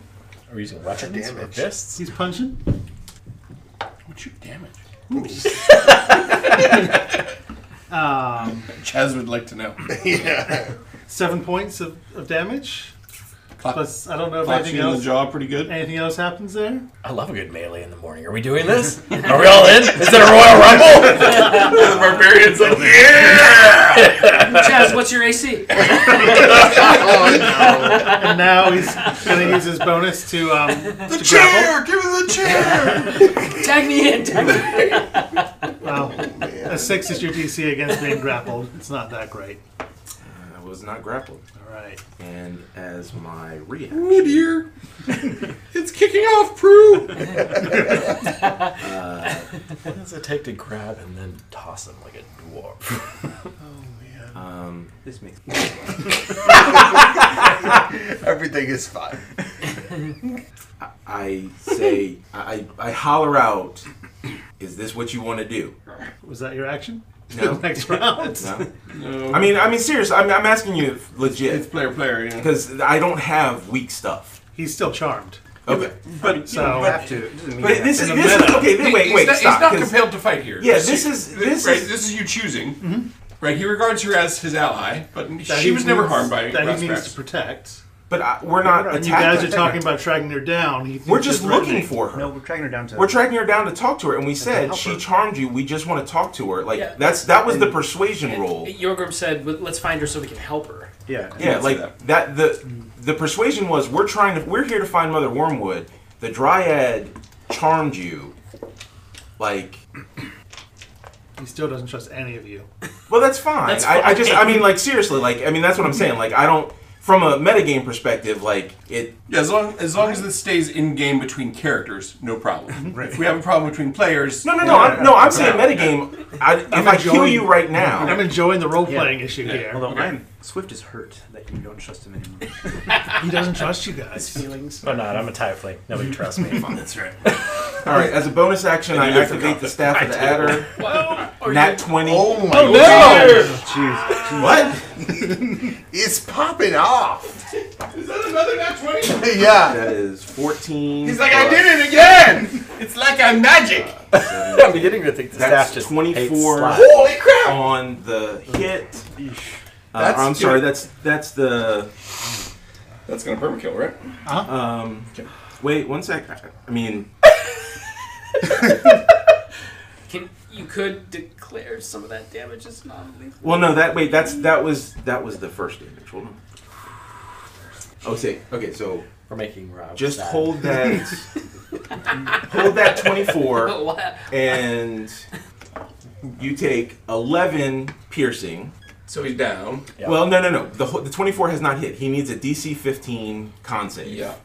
G: we using weapons or
A: damage.
G: fists?
C: He's punching.
B: What's your damage?
C: Um,
B: Chaz would like to know.
A: yeah.
C: seven points of, of damage.
B: Clap,
C: Plus, I don't know if
B: claps
C: anything
B: you in the
C: else,
B: jaw pretty good.
C: anything else happens there.
G: I love a good melee in the morning. Are we doing
E: [laughs]
G: this? Are we all in? Is it a Royal Rumble? the barbarians like, yeah!
D: Chaz, what's your AC?
C: And now he's going to use his bonus to, um, to grapple.
B: Chair! Give him the chair!
D: Tag me in. Tag me. in.
C: Well, a 6 is your DC against being grappled. It's not that great.
E: I was not grappled.
C: All right.
E: And as my
B: [laughs]
E: reaction,
B: Mid year. it's kicking off, Prue!
G: What does it take to grab and then toss him like a dwarf? [laughs]
E: um,
F: This makes
A: [laughs] Everything is fine.
E: I say, I, I I holler out, "Is this what you want to do?"
C: Was that your action?
E: No.
C: [laughs] Next round.
E: No.
B: No.
E: I mean, I mean, seriously, I'm, I'm asking you
B: it's
E: legit
B: player player, yeah.
E: because I don't have weak stuff.
C: He's still charmed.
E: Okay,
B: But
C: So
F: have to. It doesn't mean
E: but
F: you have
E: this
F: to.
E: is this is okay. Wait, wait,
B: he's
E: wait
B: not,
E: stop.
B: He's not
E: 'cause-
B: compelled to fight here.
E: Yeah, this is- this
B: right,
E: is-
B: this is you choosing. Right, he regards her as his ally, but
C: that
B: she
C: he
B: was never
C: needs-
B: harmed by
C: that he needs
B: Rasprax.
C: to protect.
E: but I, we're not
C: And you
E: attacking.
C: guys are talking about tracking her down. He thinks
E: we're just
C: you're threatening.
E: looking for her.
F: No, we're tracking her down to.
E: We're tracking her down to talk to her, and we said
F: help
E: she
F: her.
E: charmed you. We just want to talk to her. Like
D: Yeah.
E: that's that was the persuasion role.
D: Yorgrim said, "Let- "Let's find her so we can help her."
F: Yeah.
E: Yeah,
B: see
E: like
B: that.
E: that. The the persuasion was we're trying to we're here to find Mother Wormwood. The Dryad charmed you. Like,
C: He still doesn't trust any of you.
E: well, that's fine.
D: That's
E: I, I just I
D: fine.
E: mean like seriously like I mean that's what I'm saying. Like I don't from a metagame perspective like it.
B: Yeah, as long as long as this stays in game between characters, no problem. If we have a problem between players, [laughs]
E: No, no, no, I'm, no. I'm saying metagame. I, if i kill
C: enjoying-
E: you right
C: I'm
E: now,
C: enjoying the role playing issue here.
F: Although
B: Okay.
F: I'm Swift is hurt that you don't trust him anymore.
C: He doesn't trust you guys.
D: Feelings.
G: I'm not. Oh, I'm a tiefling. Nobody trusts me. [laughs] That's right.
E: all right. As a bonus action, I activate the staff of the adder.
D: [laughs]
E: Nat twenty.
A: Oh my god.
F: Oh, Jeez.
A: [laughs]
E: What?
A: It's popping off.
B: Is that another nat
A: [laughs]
B: twenty?
A: yeah.
E: That is fourteen.
B: He's like, I did it again. [laughs] It's like I'm magic.
G: I'm beginning to think the
E: That's
G: staff just
E: 24.
G: Hates
B: Holy crap!
E: on the hit. Uh,
A: That's
E: I'm
A: good.
E: sorry. That's that's the.
B: That's gonna permakill, right?
E: Um, wait one sec. I- I mean,
D: Can you could declare some of that damage as non-lethal?
E: well, no. That wait. That's that was that was the first damage. Hold on. Oh, see. Okay, so
G: We're making Rob.
E: just
G: sad.
E: hold that. hold that twenty-four,
D: [laughs] Wow.
E: and you take eleven piercing.
B: So he's down.
G: Yeah.
E: Well, no, no, no. The whole- the twenty-four has not hit. He needs a DC fifteen con save.
B: Yeah.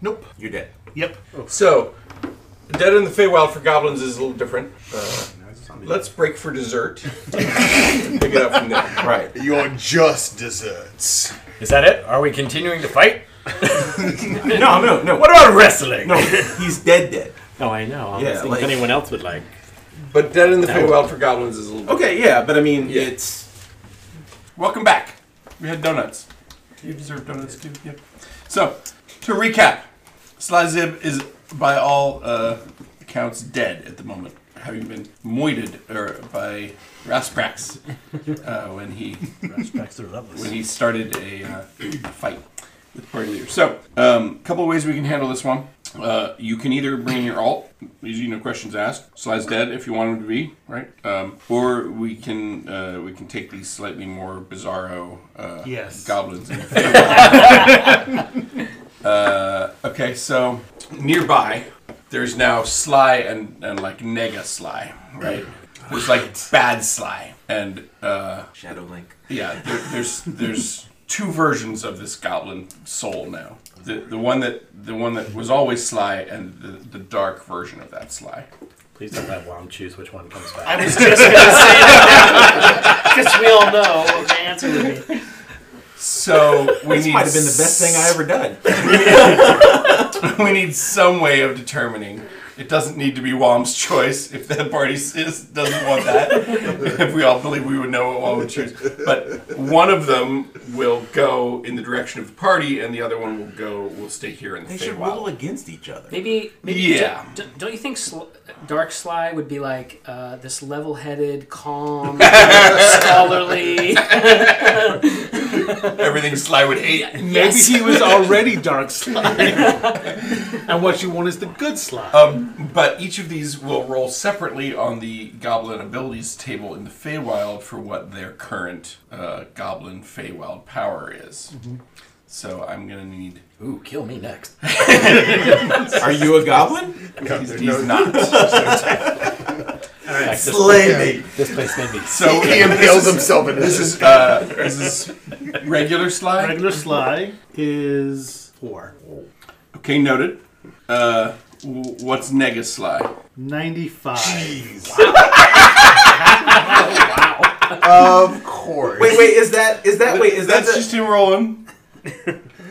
C: Nope.
E: You're dead.
C: Yep.
B: So, Dead in the Feywild for goblins is a little different. Uh, let's break for dessert. Pick it up from [laughs] there.
E: Right.
A: You're just desserts.
G: Is that it? Are we continuing to fight?
E: No, no, no.
G: What about wrestling?
E: No, he's dead, dead.
I: Oh, I know. I'm
E: Yeah,
I: yeah,
E: like-
I: if anyone else would like.
B: But Dead in the Feywild for goblins is a little.
E: Okay, yeah, but I mean,
B: Yeah.
E: it's
B: Welcome back. We had donuts. You deserve donuts too. Yep. So, to recap, Sly Zib is by all uh, accounts dead at the moment. having been moited er, by Rasprax uh, when he
H: Rasprax are lovely.
B: when he started a uh, [clears throat] fight with party leader. So, a um, couple of ways we can handle this one. Uh, you can either bring your alt, easy, no questions asked. Slide's dead if you want him to be, right? Um, or we can uh, we can take these slightly more bizarro uh,
C: Yes.
B: goblins. and- uh, okay, so nearby there's now Sly and, and like Nega Sly, right? There's like bad Sly and uh,
J: Shadow Link.
B: yeah, there, there's there's two versions of this goblin soul now. The the one that the one that was always sly and the, the dark version of that sly.
G: Please don't let Wom choose which one comes back.
D: I was just going to say that because we all know what the answer would be.
E: [laughs]
B: So we
E: This
B: need
E: might have been the best thing I ever done.
B: [laughs] we need some way of determining. It doesn't need to be Wom's choice if that party is, doesn't want that. [laughs] if we all believe we would know what Wom would choose. But one of them will go in the direction of the party, and the other one will go will stay here in the
J: They should
B: Feywild.
J: roll against each other.
D: Maybe, maybe
B: Yeah.
D: d- d- don't you think sl- Dark Sly would be like uh, this level-headed, calm, scholarly?
B: Everything Sly would
E: [laughs]
B: hate.
C: Maybe
D: Yes.
C: he was already [laughs] dark slide. and what you want is the good slide.
B: Um, but each of these will roll separately on the goblin abilities table in the Feywild for what their current uh, goblin Feywild power is. So I'm gonna need.
G: [laughs] Ooh, kill me next.
E: Are you a goblin?
B: he's
A: there's
B: he's
A: no-
E: [laughs]
B: not.
J: Slay me.
G: This place made me.
B: So [laughs]
A: He [laughs] impales himself in
B: This
A: his.
B: is uh, this is regular slide.
C: Regular sly is four.
B: Okay, noted. Uh, w- what's Nega slide?
C: 95.
A: Of course.
E: Wait, wait, is that is that wait, is that
B: That's
E: the,
B: just him
E: [laughs]
B: rolling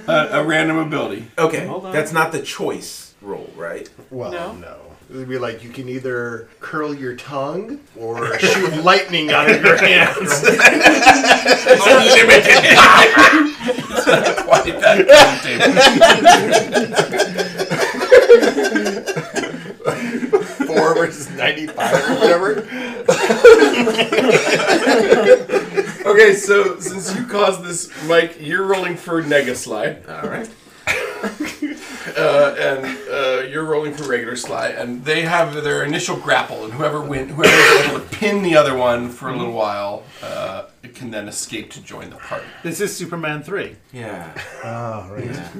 B: a, a random ability.
E: Okay.
C: Hold on.
E: That's not the choice roll,
B: [laughs]
E: right?
A: Well,
D: No.
A: no. It would be like you can either curl your tongue or shoot [laughs] lightning out of your hands.
B: Quite that table.
A: [laughs] Four versus 95 or whatever.
B: Okay, so since you caused this, Mike, you're rolling for Nega Sly. All right. [laughs] uh, and uh, you're rolling for regular Sly, and they have their initial grapple, and whoever win, whoever's able to pin the other one for a little while, uh, can then escape to join the party.
C: This is Superman 3.
E: [laughs] Yeah.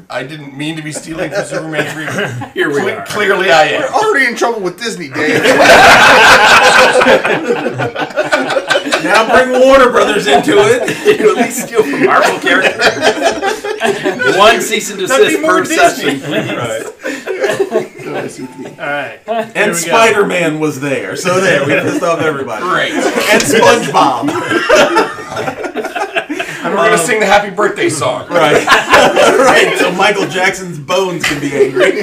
B: I didn't mean to be stealing from Superman three. but Here we are. Clearly, I am.
A: Already in trouble with Disney, Dave. [laughs]
E: now bring Warner Brothers
B: [laughs]
E: into it.
G: at least steal from Marvel characters. One cease and desist per session.
C: Alright.
E: And
C: we go.
E: Spider Man was there. So there, we pissed off everybody.
B: Great. [laughs]
E: And SpongeBob.
B: And we're gonna sing the happy birthday song.
E: right. [laughs] right. So Michael Jackson's bones can be angry.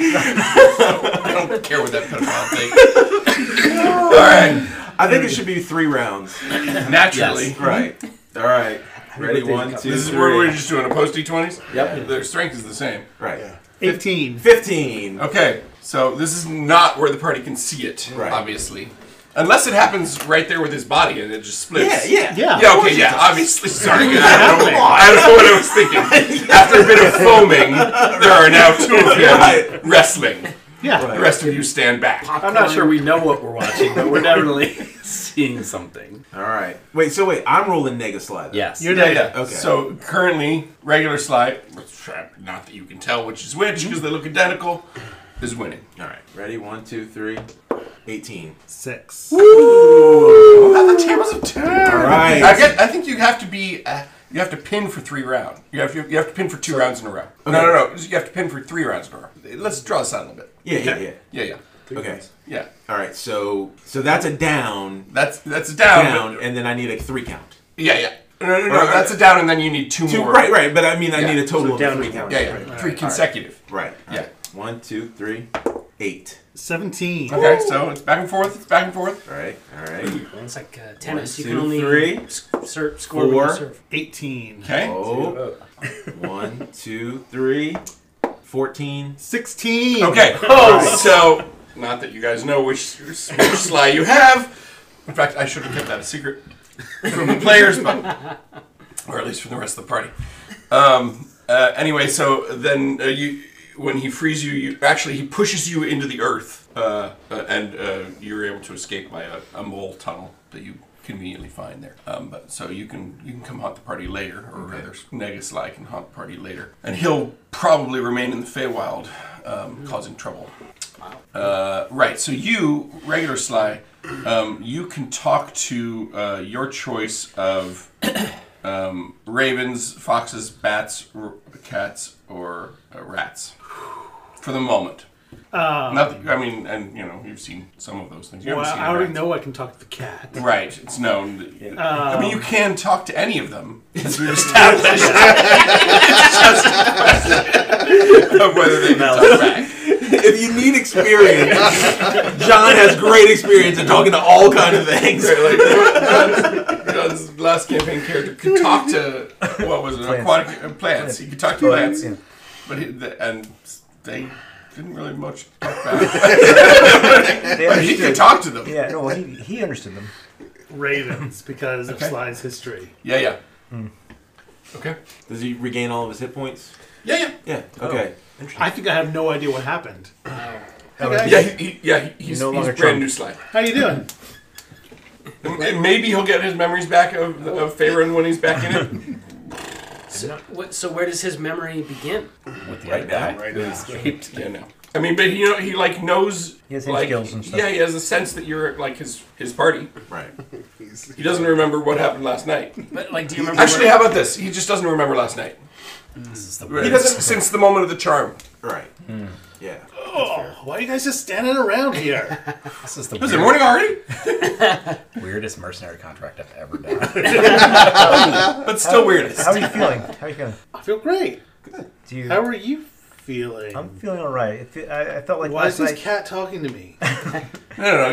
B: I don't care what that pedophile thing. All right.
E: I think it should be three rounds.
B: Naturally.
E: Right. All right. Ready?
F: birthday,
E: One,
F: Cup.
E: two,
B: This is where
E: three.
B: we're just doing a post d20s? Yep. Their strength is the same.
E: Right.
C: 18.
E: 15.
B: Okay, so this is not where the party can see it,
E: Right.
B: obviously. Unless it happens right there with his body and it just
E: Yeah,
B: splits.
E: yeah.
C: Yeah.
B: Yeah, okay, yeah, obviously. Sorry, I
E: [laughs]
B: don't, know, I don't know what I was thinking. After a bit of foaming, there are now two
E: [laughs]
B: of you
E: Right.
B: wrestling.
C: Yeah.
B: The rest of you stand back.
G: I'm not sure we know what we're watching, but we're [laughs] definitely seeing something.
E: All right. Wait, so wait, I'm rolling Nega Slide.
G: Yes.
C: You're
B: Yeah,
C: dead.
B: yeah.
E: Okay.
B: So currently, regular slide, not that you can tell which is which
E: Mm-hmm.
B: because they look identical, is winning.
E: All right. Ready? One, two, three. 18.
C: Six.
B: Not the tables of two.
E: All right.
B: I, get, I think you have to be. Uh, you have to pin for three rounds. You have, you, you have to pin for two rounds in a row. No, no, no. You have to pin for three rounds in a row. Let's draw this out a little bit.
E: Yeah, yeah, yeah.
B: Yeah, yeah,
E: Okay.
B: yeah.
E: All right. So so that's a down,
B: That's that's a down. Oh, but-
E: down, and then I need a three count.
B: yeah, yeah. No, no, no, no.
E: Or-
B: that's a down, and then you need two,
E: Two.
B: more.
E: Right, right. But I mean, I
B: Yeah.
E: need a total
F: down
E: of three
F: is
E: count.
B: Yeah, yeah. three consecutive.
E: Right. all
B: Yeah.
E: right. One, two, three, eight.
C: 17.
B: Okay, so it's back and forth. It's back and forth.
E: All right. All right.
D: It's like uh, tennis. you
E: two,
D: can only
E: three,
D: s- ser- score when
E: four.
D: you serve.
C: 18.
B: Okay.
E: Oh.
B: [laughs]
E: One, two, three. 14.
C: 16.
B: Oh. Okay. So Not that you guys know which, which sly you have. In fact, I should have kept that a secret from the players, but or at least from the rest of the party. Um, uh, anyway, so then uh, you, when he frees you, you actually he pushes you into the earth, uh, uh, and uh, you're able to escape by a, a mole tunnel that you conveniently find there. Um, but so you can you can come haunt the party later, or rather, Negasly can haunt the party later, and he'll probably remain in the Feywild, um, causing trouble. Uh, right. So you, regular Sly, um, you can talk to uh, your choice of [coughs] um, ravens, foxes, bats, r- cats, or uh, rats for the moment. Not that- I mean, and you know, you've seen some of those things. You
C: Um, Well,
B: haven't seen
C: I already
B: rats.
C: know Um, I can talk to
B: [laughs]
C: the cat.
B: Right, it's known. that- I mean, you can talk to any of them. [laughs] It's been established. it's just a [laughs] question of whether they can talk back.
E: if you need experience, John has great experience in talking to all kinds of things.
B: John's last campaign character could talk to what was it?
F: Plants.
B: Aquatic uh, plants. He could talk to plants,
F: yeah.
B: but he, the, and they didn't really much talk
F: [laughs]
B: back.
F: They
B: but he could
F: understood.
B: talk to them. Yeah,
F: Yeah, no, he, he understood them.
C: Ravens, because
B: Okay.
C: of Sly's history.
B: yeah.
F: Hmm.
B: Okay.
E: Does he regain all of his hit points?
B: Yeah, yeah,
E: Yeah. Okay.
C: I think I have no idea what happened.
B: yeah. He, he, yeah, he- he's,
F: No
B: he's
F: longer
B: brand
F: Trump.
B: new slide.
C: How you doing?
B: And- and maybe he'll get his memories back of, of Faerun when he's back in it.
D: So, what, so where does his memory begin?
B: right now,
A: Right now.
F: [laughs]
B: Yeah, no. I mean, but you know, he like knows.
F: He has
B: like,
F: skills and stuff.
B: Yeah, he has a sense that you're like his his party. [laughs]
E: Right.
B: He doesn't remember what happened last
F: [laughs]
B: night.
D: But like, do you remember?
B: Actually,
D: where,
B: how about this? He just doesn't remember last night. He doesn't since the moment of the charm.
E: Right.
F: Hmm.
E: Yeah.
C: Oh, why are you guys just standing around here?
G: This is the
B: Was it
G: weird,
B: morning already?
G: weirdest mercenary contract I've ever done. [laughs]
B: But still weird.
F: How are you feeling? How are you feeling?
C: I feel great.
F: Do you?
C: How are you feeling?
F: I'm feeling all right. It fe- I, I felt like
C: why is
F: last
C: this
F: night.
C: cat talking to me?
B: No, no, no.
C: Oh,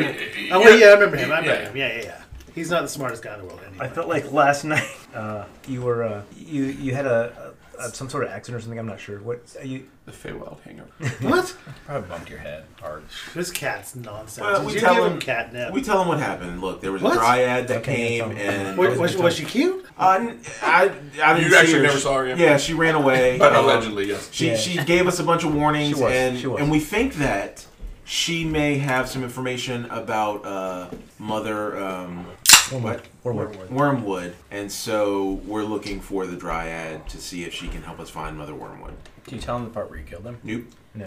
C: wait, yeah, I remember him. I remember
B: Yeah.
C: him. Yeah, yeah, yeah. He's not the smartest guy in the world anyway.
F: I felt like last [laughs] night uh, you were uh, you you had a, a, a some sort of accident or something. I'm not sure. What you?
B: The Feywild hangover.
C: what?
G: Probably bumped your head hard.
C: This cat's nonsense.
E: Well, we
C: Did you
E: tell
C: give
E: him-
C: him catnip?
E: We tell him what happened. Look, there was
C: What?
E: a dryad that
F: Okay,
E: came
F: that's all.
E: and
C: Wait, was, was she cute?
E: Uh, n- I, I didn't
B: You
E: see
B: actually
E: her.
B: never saw her, yeah.
E: Yeah, she ran away.
B: But [laughs]
E: Um,
B: allegedly, yes.
E: She
F: Yeah.
E: she gave us a bunch of warnings,
F: She was,
E: and
F: she was.
E: and we think that she may have some information about uh, Mother um,
F: Wormwood. Wormwood.
E: Wormwood, and so we're looking for the Dryad to see if she can help us find Mother Wormwood.
G: Do you tell him the part where you killed him?
E: Nope.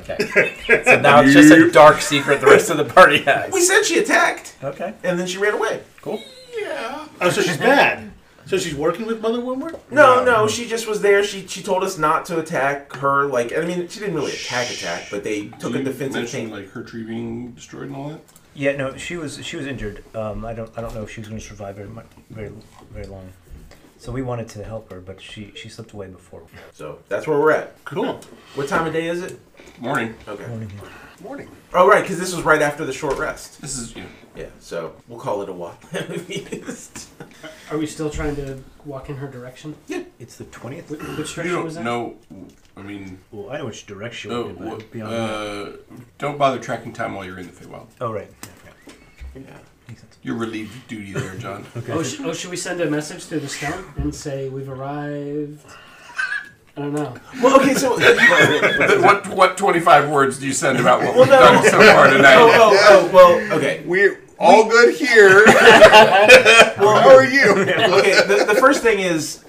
G: Okay. so now it's just a dark secret the rest of the party
E: We [laughs]
G: has.
E: said she attacked,
G: Okay.
E: and then she ran away.
G: Cool.
E: Yeah.
C: Oh, so she's bad. So she's working with Mother Wormwood?
E: No, no, she just was there. She she told us not to attack her. Like, I mean, she didn't really attack attack, but they took a
B: You
E: defensive
B: mentioned,
E: thing.
B: like her tree being destroyed and all that.
F: Yeah, no, she was she was injured. Um, I don't I don't know if she was going to survive very much, very very long. So we wanted to help her, but she she slipped away before.
E: So that's where we're at.
C: Cool.
E: What time of day is it?
B: Morning.
E: Okay.
A: Morning.
E: Oh, right, because this was right after the short rest.
B: This is you. Know,
E: Yeah, so we'll call it a walk. [laughs]
D: Are we still trying to walk in her direction?
F: It's the twentieth.
D: Which, which
B: you
D: direction was
B: don't
D: that?
B: know. I mean,
F: Well, I know which direction.
E: Oh,
B: no,
F: we did, but beyond that.
B: uh, don't bother tracking time while you're in the Feywild.
F: Oh right. Yeah, yeah.
E: yeah.
F: Makes sense.
B: You're relieved of duty there, John.
F: Okay.
D: Oh, sh- oh, should we send a message through the stone and say we've arrived? I don't know.
E: Well, okay, so. [laughs] oh,
B: Th- what what 25 words do you send about what
E: Well,
B: we've
E: no.
B: done so far tonight?
E: oh, oh, well, okay.
A: We're all good [laughs] here. How are you? [laughs]
E: Okay, the, the first thing is.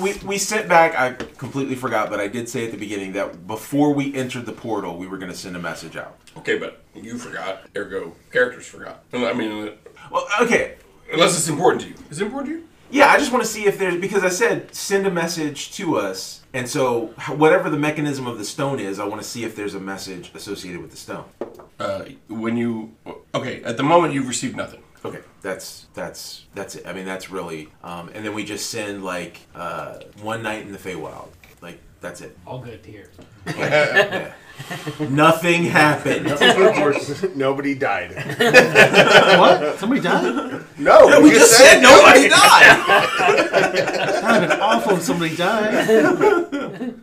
E: We, we sent back. I completely forgot, but I did say at the beginning that before we entered the portal, we were going to send a message out.
B: Okay, but you forgot. Ergo, characters forgot. I mean,
E: Well, okay,
B: unless it's important to you. Is it important to you?
E: Yeah, I just want to see if there's because I said send a message to us, and so h- whatever the mechanism of the stone is, I want to see if there's a message associated with the stone.
B: Uh, when you okay, at the moment you've received nothing.
E: Okay, that's that's that's it. I mean, that's really, um, and then we just send like uh, one night in the Feywild, like that's it.
D: All good here.
E: Yeah. Nothing happened.
A: of course, nobody died.
C: What? Somebody died?
A: No,
B: Oh,
E: We just said nobody died.
C: That would have been awful if somebody died.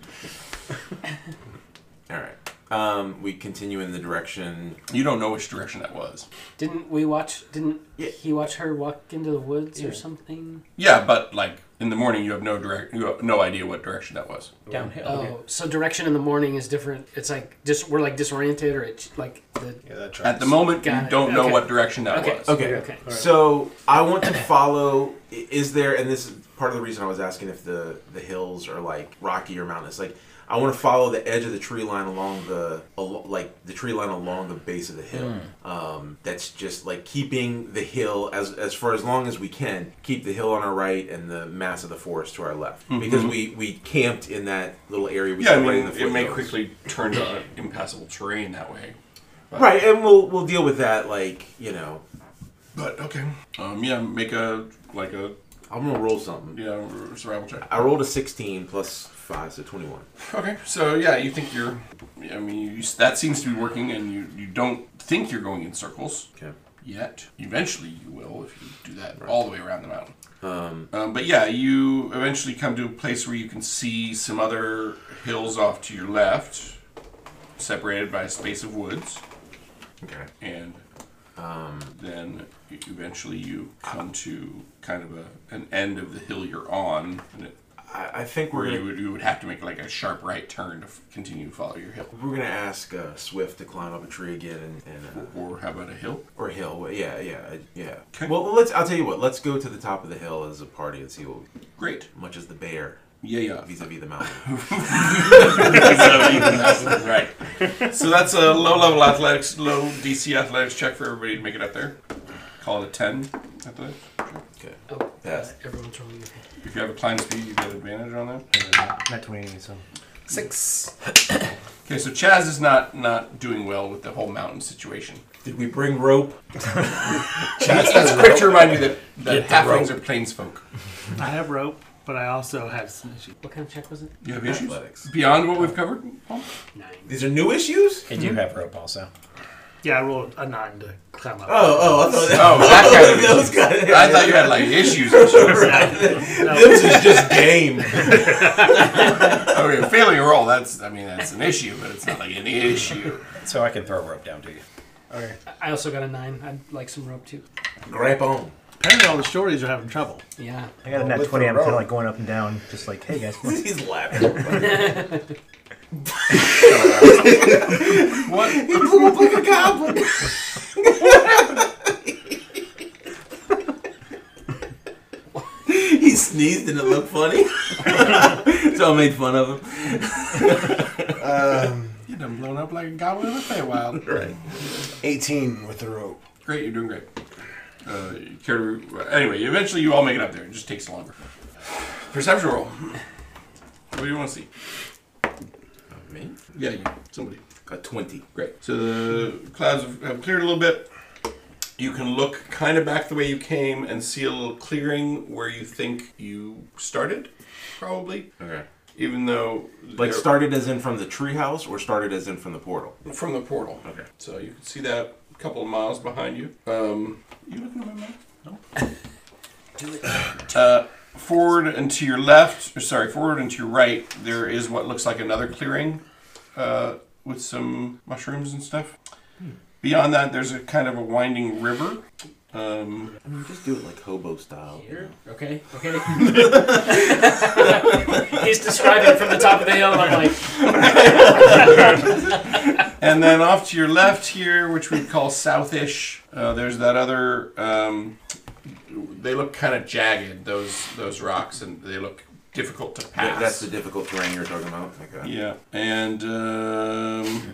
E: All right. Um, we continue in the direction.
B: You don't know which direction that was.
D: Didn't we watch? Didn't
E: Yeah.
D: he watch her walk into the woods or something?
B: Yeah, but like in the morning, you have no direct, you have no idea what direction that was.
G: Downhill.
D: Oh, so direction in the morning is different. It's like dis- we're like disoriented, or it's like the
A: Yeah, that tracks.
B: At the moment,
D: Got
B: you
D: it.
B: don't know
D: Okay.
B: what direction that
D: Okay.
B: was.
E: Okay.
D: Okay.
E: So I want to follow. i- Is there? And this is part of the reason I was asking if the the hills are like rocky or mountainous. Like I want to follow the edge of the tree line along the al- like the tree line along the base of the hill. Um, that's just like keeping the hill as as far as long as we can. Keep the hill on our right and the mass of the forest to our left because we we camped in that little area.
B: Mm-hmm.
E: We
B: Yeah, I
E: separated
B: mean,
E: the
B: it may
E: foothills.
B: quickly turn to impassable terrain that way.
E: Right, and we'll we'll deal with that. Like you know,
B: But okay. Um, yeah, make a like a
E: I'm gonna roll something.
B: yeah survival check.
E: I rolled a 16 plus five, so 21.
B: Okay, so yeah, you think you're. I mean, you, that seems to be working, and you you don't think you're going in circles
E: Okay.
B: yet. Eventually, you will if you do that all the way around the mountain. Um, but yeah, you eventually come to a place where you can see some other hills off to your left, separated by a space of woods,
E: Okay.
B: and um, then eventually you come to kind of a, an end of the hill you're on, and it,
E: I, I think we're
B: where you
E: gonna,
B: would, you would have to make like a sharp right turn to f- continue to follow your hill.
E: we're gonna ask uh, Swift to climb up a tree again and, and uh,
B: Or how about a hill?
E: or a hill. Yeah, yeah, I- yeah.
B: 'Kay.
E: Well, let's. I'll tell you what. Let's go to the top of the hill as a party and see what
B: Great.
E: much as the bear
B: Yeah, yeah.
E: vis-a-vis the mountain.
B: right. So that's a low level athletics, low DC athletics check for everybody to make it up there. Call it a 10 athletics.
E: Okay.
D: oh,
E: Yes.
D: uh, everyone's rolling. Okay.
B: If you have a climb speed, you get advantage on that.
F: Not 20, so.
A: Six.
B: Okay, so Chaz is not not doing well with the whole mountain situation.
E: Did we bring rope?
B: Chaz, that's quick to remind you that, that halflings are plainsfolk.
C: I have rope, but I also have some issues.
D: What kind of check was it?
B: You have issues
E: Athletics.
B: beyond what we've covered. Paul?
D: Nine.
E: These are new issues.
G: They do have rope also.
C: Yeah, I rolled a nine to climb up.
E: Oh, oh, I thought that,
B: Oh, that kind [laughs] of
E: those got it.
B: I thought you had like issues. okay,
E: this is just game. [laughs]
B: failing a roll. That's I mean that's an issue, but it's not like an issue.
G: So I can throw rope down to you.
A: Okay.
D: I also got a nine. I'd like some rope too.
E: Grab on.
C: Apparently, all the shorties are having trouble.
D: Yeah.
F: I got a net
A: with
F: 20.
A: the
F: I'm kind of
A: rope.
F: like going up and down, just like, hey guys, come
E: [laughs]
F: on.
E: He's laughing.
B: What?
E: [laughs] he blew up like a goblin. he sneezed and it looked funny. [laughs] so I made fun of him.
A: Um,
B: You done blown up like a goblin in a Feywild.
E: Right.
A: 18 with the rope.
B: Great, you're doing great. Uh, you care to, anyway, eventually you all make it up there. It just takes longer. Perception roll. What do you want to see?
E: Me?
B: Yeah, you, somebody.
E: A 20.
B: Great. So the clouds have- have cleared a little bit. You can look kind of back the way you came and see a little clearing where you think you started, probably.
E: Okay.
B: Even though
E: Like
B: there-
E: started as in from the treehouse or started as in from the portal?
B: from the portal.
E: Okay.
B: So you can see that a couple of miles behind you. Um, you looking at my map? No. Uh, forward and to your left, or sorry, forward and to your right, there is what looks like another clearing uh, with some mushrooms and stuff. Beyond that, there's a kind of a winding river. Um,
E: I mean, just do it like hobo style.
D: Here. Okay. Okay. [laughs] He's describing from the top of the hill. and I'm like,
B: and then off to your left here, which we'd call southish, uh, there's that other. Um, they look kind of jagged. Those those rocks, and they look difficult to pass.
E: Th- That's the difficult terrain you're talking about. Okay.
B: Yeah, and um,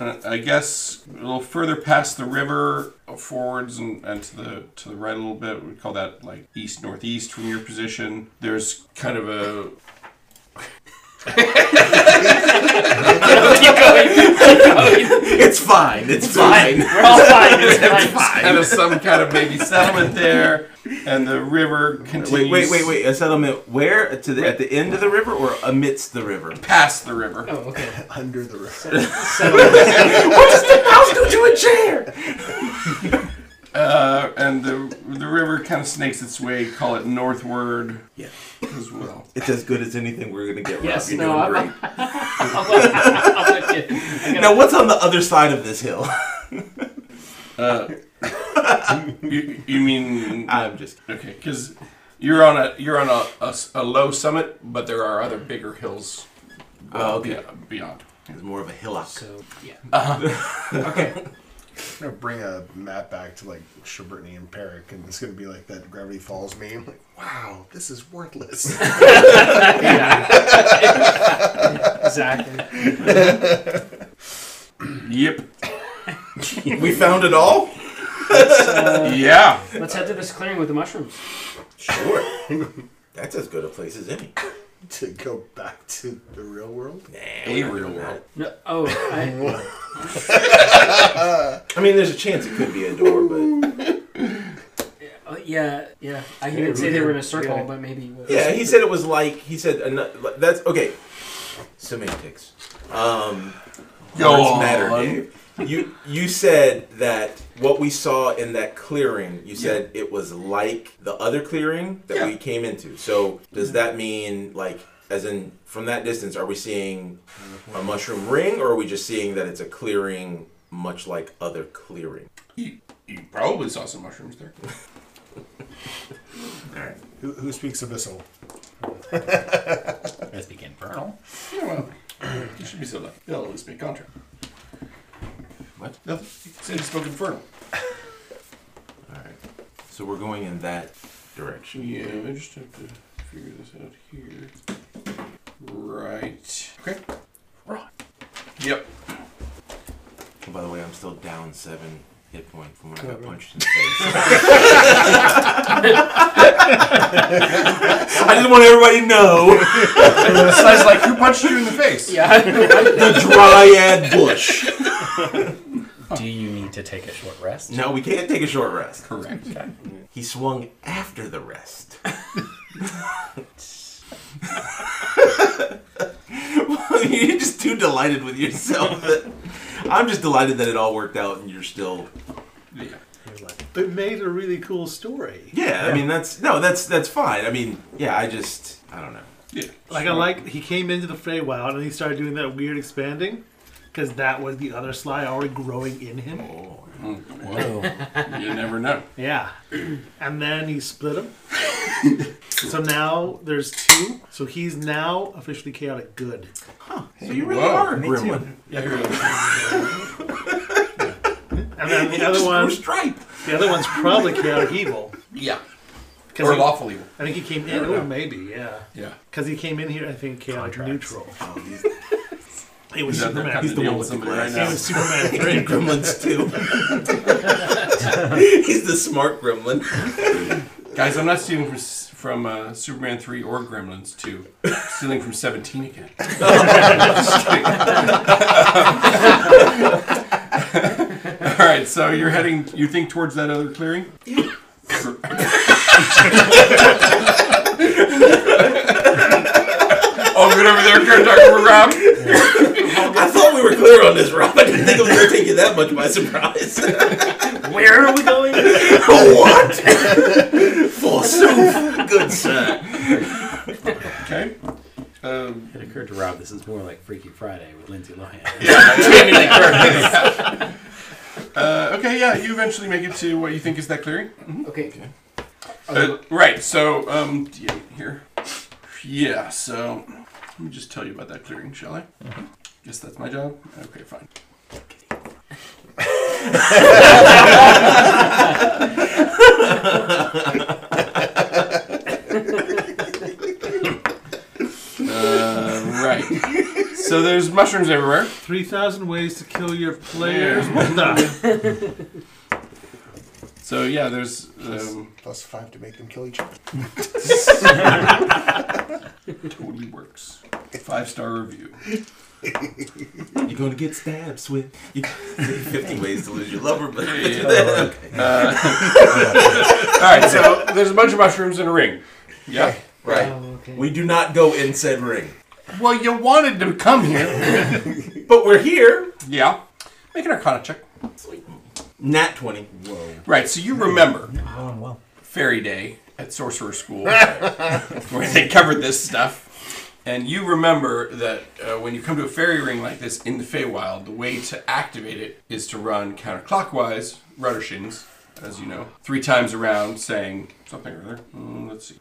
B: uh, I guess a little further past the river, uh, forwards and, and to the to the right a little bit. We call that like east northeast from your position. There's kind of a
D: keep going. Keep going.
E: It's fine. It's fine.
D: We're all fine. It's fine.
B: kind of some kind of maybe settlement there, and the river continues.
E: Wait, wait, wait, wait. A settlement where? To the, at the end of the river or amidst the river?
B: Past the river.
D: Oh, okay.
A: Under the rope.
E: what does the mouse do to a chair?
B: Uh, and the the river kind of snakes its way, call it northward
E: Yeah.
B: as well.
E: It's as good as anything we're gonna get.
D: Yes,
E: Rob.
D: no,
E: You're
D: I'm-
E: doing great.
D: I'm like,
E: Now, what's on the other side of this
D: [laughs]
E: hill?
B: Uh, you, you mean
E: I'm just
B: okay? Because you're on a you're on a, a s- a low summit, but there are other bigger hills.
E: Oh, okay.
B: yeah, beyond.
E: It's more of a hillock.
D: So yeah,
A: I'm gonna bring a map back to like Shibertney and Peric, and it's gonna be like that Gravity Falls meme. Like, wow, this is worthless. [laughs]
D: exactly.
B: Yep.
E: [laughs] we found it all?
B: [laughs] yeah.
D: Let's head to this clearing with the mushrooms. [laughs]
E: Sure. That's as good a place as any.
A: to go back to the real world.
B: A real world.
D: No, oh, I,
E: I mean, there's a chance it could be a door,
D: [laughs]
E: but.
D: oh, yeah, yeah. I he didn't say they were in a circle, but maybe.
E: Yeah, he said it was like. He said. ano- That's. Okay. Semantics. Um.
B: Go
E: words
B: on.
E: matter, Dave. You you said that what we saw in that clearing, you said it was like the other clearing that we came into. So does that mean like as in from that distance are we seeing a mushroom ring or are we just seeing that it's a clearing much like other clearing?
B: You, you probably saw some mushrooms there.
A: Who, who speaks abyssal?
F: Let's speak infernal.
B: Yeah, well, you should be so lucky. They'll at least be a contract.
E: What?
B: Nothing. Said he spoke infernal.
E: All right. So we're going in that direction.
B: Yeah, I just have to figure this out here. Right. Okay. Right. Yep.
E: And by the way, I'm still down 7 hit point from when I got punched in the face. [laughs] I just want everybody to know.
B: Besides, like, who punched you in the face?
E: the dryad bush.
F: Do you need to take a short rest?
E: No, we can't take a short rest.
B: Correct.
E: He swung after the rest. [laughs] well, you're just too delighted with yourself. That I'm just delighted that it all worked out and you're still.
B: Yeah.
C: But made a really cool story.
E: Yeah, I mean that's no, that's that's fine. I mean, yeah, I just I don't know.
B: Yeah.
C: Like I like, he came into the Feywild and he started doing that weird expanding, because that was the other Sly already growing in him.
B: Well, you never know.
C: Yeah, [clears throat] and then he split them. [laughs] so now there's two. So he's now officially chaotic good.
E: So you really
B: Whoa.
E: are a
B: Me
E: gremlin.
B: Yeah, here we go.
C: And
B: [laughs]
C: then the other one,
E: stripe.
C: the other one's probably chaotic evil.
B: Yeah.
C: Because
B: Or lawful evil.
C: I think he came in. Oh, maybe yeah.
B: Yeah.
C: Because he came in here, I think chaotic neutral. [laughs] It was
B: He's out there
C: Superman.
B: cutting
C: He's
B: a
C: the
B: deal
C: one.
B: with somebody
E: glass.
B: right
C: He
B: now.
C: was Superman [laughs] three.
E: Gremlins [laughs] too. He's the smart gremlin.
B: Guys, I'm not stealing from s- from uh, Superman 3 or Gremlins 2.
C: [laughs]
B: I'm stealing from 17 again. [laughs] Just kidding. All right, so you're heading, you think towards that other clearing? oh, good over there, good Dr. Rob.
E: I thought we were clear on this, Rob. I didn't think it was going to take you that much by surprise.
D: [laughs] Where are we going?
E: [laughs] what? Forsooth, good sir.
B: Okay. Um,
G: It occurred to Rob this is more like Freaky Friday with Lindsay [laughs] Lohan.
B: uh, okay, yeah, you eventually make it to what you think is that clearing.
D: Okay.
B: Uh, right. So, um, yeah, here. Yeah. So, let me just tell you about that clearing, shall I? Guess that's my job. Okay, fine. uh, right. So there's mushrooms everywhere.
C: Three thousand ways to kill your players. What the?
B: So yeah, there's um, [laughs]
A: Plus five to make them kill each other.
B: totally works. Five star review.
E: You're going to get stabbed, Swift. [laughs] You 50 ways to lose your lover, but
B: All right. So there's a bunch of mushrooms in a ring. Yeah.
E: right.
D: Oh, okay.
E: We do not go in said ring,
B: Well, you wanted to come here.
E: but we're here.
B: Yeah. Make an arcana check.
E: Nat 20.
B: Right, so you remember
F: Going well.
B: Fairy Day at Sorcerer School where they covered this stuff. And you remember that uh, when you come to a fairy ring like this in the Feywild, the way to activate it is to run counterclockwise, rudder shins, as you know, three times around, saying something or other. Mm, let's see.